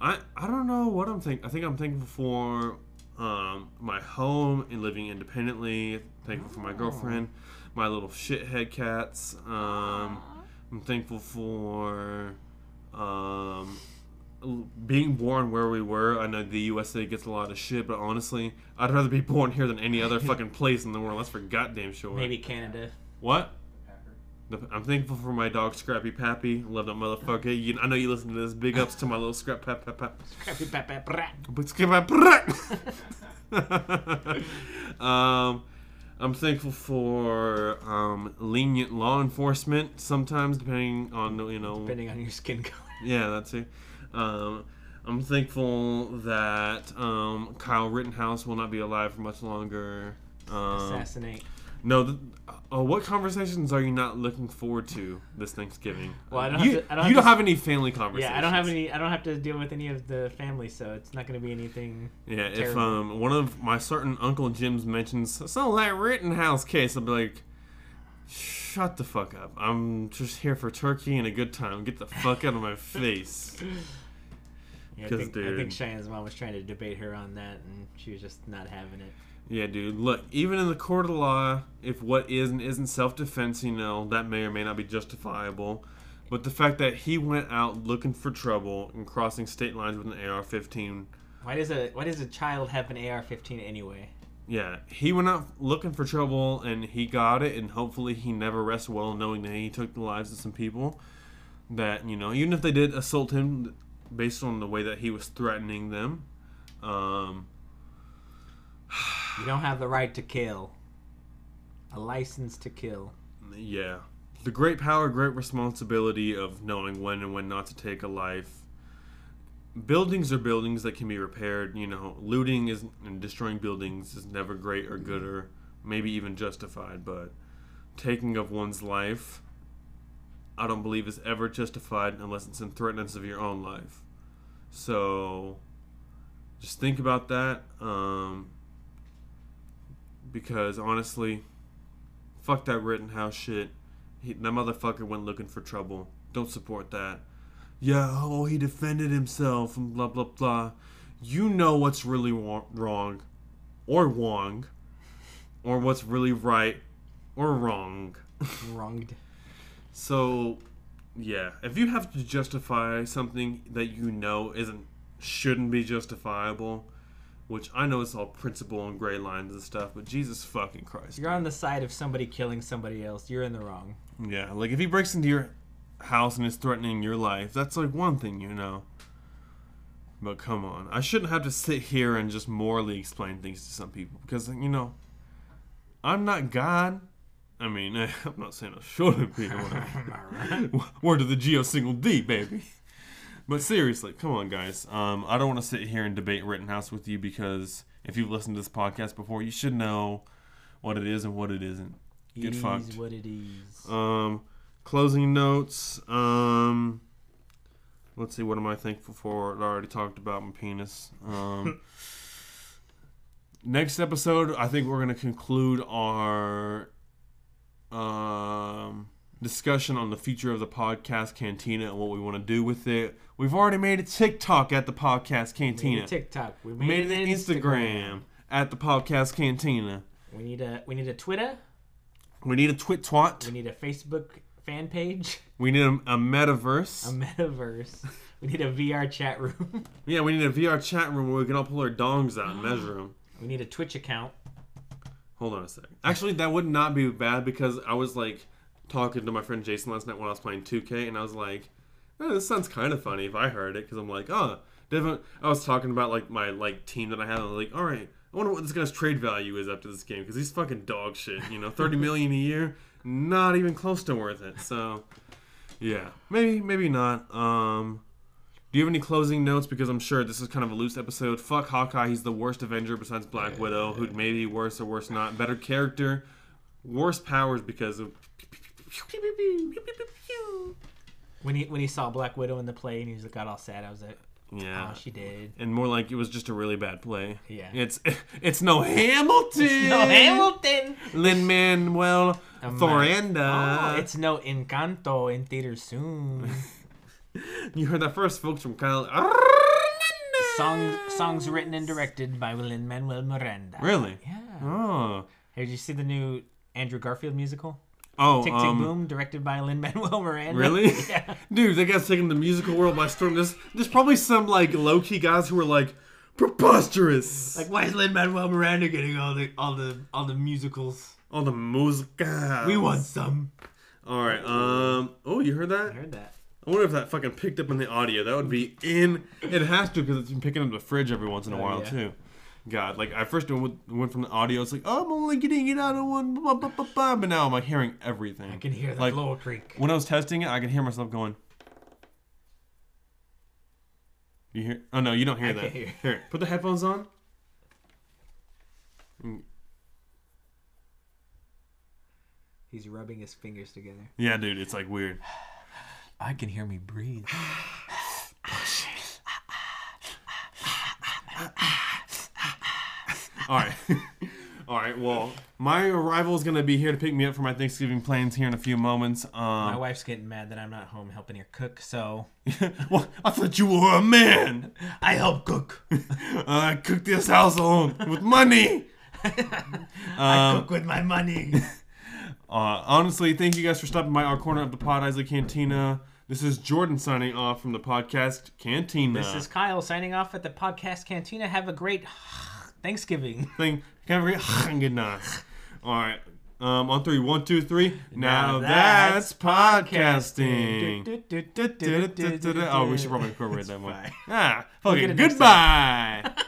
Speaker 2: I I don't know what I'm think. I think I'm thankful for um my home and living independently. Thankful for my
Speaker 5: Oh.
Speaker 2: girlfriend, my little shithead cats. Um, I'm thankful for um l- being born where we were, I know the USA gets a lot of shit, but honestly, I'd rather be born here than any other fucking place in the world. That's for goddamn sure.
Speaker 5: Maybe Canada.
Speaker 2: What? The, I'm thankful for my dog Scrappy Pappy. Love that motherfucker. You, I know you listen to this. Big ups to my little Scrap Pap Pap Pap.
Speaker 5: Crappy pap, pap, rap.
Speaker 2: But Scrap
Speaker 3: <laughs>
Speaker 2: Pap. <laughs> um, I'm thankful for um, lenient law enforcement sometimes, depending on you
Speaker 5: <laughs>
Speaker 2: know
Speaker 5: Depending on your skin color.
Speaker 2: yeah, that too. Um, I'm thankful that um, Kyle Rittenhouse will not be alive for much longer. Um,
Speaker 5: Assassinate.
Speaker 2: no, th- uh, what conversations are you not looking forward to this Thanksgiving?
Speaker 5: Well, I don't
Speaker 2: you,
Speaker 5: have to- I don't
Speaker 2: you
Speaker 5: have
Speaker 2: don't
Speaker 5: to-
Speaker 2: have any family conversations.
Speaker 5: Yeah, I don't have any. I don't have to deal with any of the family, so it's not gonna be anything.
Speaker 2: Yeah, if
Speaker 5: Terrible.
Speaker 2: um one of my certain Uncle Jim's mentions so that Rittenhouse case, I'll be like, shut the fuck up. I'm just here for turkey and a good time. Get the fuck out of my face.
Speaker 5: Yeah, I,
Speaker 2: 'Cause,
Speaker 5: think, I
Speaker 2: dude.
Speaker 5: think Cheyenne's mom was trying to debate her on that, and she was just not having it.
Speaker 2: Yeah, dude. Look, even in the court of law, if what is and isn't self-defense, you know, that may or may not be justifiable. But the fact that he went out looking for trouble and crossing state lines with an AR-15,
Speaker 5: Why does a Why does a child have an AR-15 anyway?
Speaker 2: yeah, he went out looking for trouble and he got it, and hopefully he never rests well knowing that he took the lives of some people. That you know, even if they did assault him, based on the way that he was threatening them, um,
Speaker 5: You don't have the right to kill. A license to kill.
Speaker 2: Yeah. The great power, great responsibility of knowing when and when not to take a life. Buildings are buildings that can be repaired. You know, looting is and destroying buildings is never great or good or maybe even justified, but taking of one's life, I don't believe is ever justified unless it's in threatenance of your own life. So, just think about that. Um, because honestly, fuck that Rittenhouse shit. He, that motherfucker went looking for trouble. Don't support that. Yeah, oh, he defended himself and blah blah blah. You know what's really wa- wrong, or wrong, or what's really right, or wrong.
Speaker 3: Wronged.
Speaker 2: So, yeah, if you have to justify something that you know isn't shouldn't be justifiable, which I know it's all principle and gray lines and stuff, but Jesus fucking Christ.
Speaker 3: You're on the side of somebody killing somebody else. You're in the
Speaker 2: <laughs>
Speaker 3: wrong.
Speaker 2: Yeah, like if he breaks into your house and is threatening your life, that's like one thing, you know. But come on, I shouldn't have to sit here and just morally explain things to some people because you know, I'm not God. I mean, <laughs> eh, I'm not saying I shouldn't be. Word of the Geo single D, baby. But seriously, come on, guys. Um, I don't want to sit here and debate Rittenhouse with you because if you've listened to this podcast before, you should know what it is and what it isn't. Get
Speaker 3: it is
Speaker 2: fucked.
Speaker 3: what it is.
Speaker 2: Um, closing notes. Um, let's see. What am I thankful for? I already talked about my penis.
Speaker 3: <laughs>
Speaker 2: Um, next episode, I think we're gonna conclude our um, discussion on the future of the podcast Cantina and what we want to do with it. We've already made a TikTok at the podcast Cantina.
Speaker 3: Made a TikTok. We made,
Speaker 2: We made
Speaker 3: an
Speaker 2: an
Speaker 3: Instagram.
Speaker 2: Instagram at the podcast Cantina.
Speaker 3: We need a we need a Twitter.
Speaker 2: We need a twit twat.
Speaker 3: We need a Facebook fan page. <laughs>
Speaker 2: We need a, a
Speaker 3: A
Speaker 2: metaverse.
Speaker 3: metaverse. we need a VR chat room. <laughs>
Speaker 2: Yeah, we need a VR chat room where we can all pull our dongs out and measure them.
Speaker 3: we need a Twitch account.
Speaker 2: Hold on a second. Actually, that would not be bad because I was like talking to my friend Jason last night when I was playing 2K, and I was like, eh, "This sounds kind of funny." If I heard it, because I'm like, "Oh, different." I was talking about like my like team that I had. and I was like, "All right, I wonder what this guy's trade value is after this game because he's fucking dog shit. You know, 30 million a year, not even close to worth it." So, yeah, maybe, maybe not. Um. Do you have any closing notes? Because I'm sure this is kind of a loose episode. Fuck Hawkeye. He's the worst Avenger besides Black Widow, who may be worse or worse not. Better character, worse powers because of.
Speaker 3: When he when he saw Black Widow in the play and he was got all sad, I was like,
Speaker 2: Yeah.
Speaker 3: oh, she did.
Speaker 2: And more like it was just a really bad play.
Speaker 3: Yeah.
Speaker 2: It's <laughs> it's no Hamilton.
Speaker 3: No Hamilton.
Speaker 2: Lin Manuel Thoranda.
Speaker 3: oh, it's no Encanto in theaters soon.
Speaker 2: you heard that first, folks, from Kyle.
Speaker 3: songs songs written and directed by Lin Manuel Miranda.
Speaker 2: Really?
Speaker 3: Yeah.
Speaker 2: Oh.
Speaker 3: Hey, did you see the new Andrew Garfield musical?
Speaker 2: Oh.
Speaker 3: Tick Tick
Speaker 2: um,
Speaker 3: Boom, directed by Lin Manuel Miranda.
Speaker 2: Really?
Speaker 3: <laughs> Yeah.
Speaker 2: Dude, that guy's taking the musical world by storm. There's, there's probably some like low key guys who are like preposterous.
Speaker 3: Like, why is Lin Manuel Miranda getting all the all the all the musicals?
Speaker 2: all the music.
Speaker 3: We want some.
Speaker 2: All right. Um. Oh, you heard
Speaker 3: I
Speaker 2: that?
Speaker 3: heard that.
Speaker 2: I wonder if that fucking picked up in the audio. That would be in. It has to because it's been picking up the fridge every once in a while
Speaker 3: Oh, yeah.
Speaker 2: too. God, like I first went, went from the audio. It's like oh, I'm only getting it out of one, blah, blah, blah, blah, but now I'm like hearing everything.
Speaker 3: I can hear the
Speaker 2: like
Speaker 3: Lower Creek.
Speaker 2: when I was testing it, I could hear myself going. You hear? Oh no, you don't hear
Speaker 3: I
Speaker 2: that.
Speaker 3: can't hear.
Speaker 2: Here, put the headphones on.
Speaker 3: He's rubbing his fingers together.
Speaker 2: Yeah, dude, it's like weird.
Speaker 10: I can hear me breathe.
Speaker 2: All right, <laughs> all right. Well, my arrival is gonna be here to pick me up for my Thanksgiving plans here in a few moments.
Speaker 3: <sighs> My
Speaker 2: Um,
Speaker 3: wife's getting mad that I'm not home helping her cook, so
Speaker 2: <laughs> well, I thought you were
Speaker 3: <laughs>
Speaker 2: a man.
Speaker 3: I
Speaker 10: <laughs>
Speaker 3: help cook.
Speaker 2: I cooked this house alone
Speaker 3: <laughs>
Speaker 2: with money.
Speaker 10: Um,
Speaker 2: Um,
Speaker 3: I cook with my money.
Speaker 2: Uh, honestly, thank you guys for stopping by our corner of the Pod Isaac Cantina. This is Jordan signing off from the podcast
Speaker 3: <laughs>
Speaker 2: Cantina.
Speaker 3: this is Kyle signing off at the podcast cantina. Have a great <sighs> Thanksgiving.
Speaker 2: thing. Can we <laughs> good night. All right. Um, on three, one, two, three. Now,
Speaker 3: Now that's
Speaker 2: that's, podcasting. <laughs>
Speaker 3: podcasting.
Speaker 2: Oh, we should probably incorporate that one.
Speaker 3: fine.
Speaker 2: Ah, okay.
Speaker 3: it next
Speaker 2: Goodbye.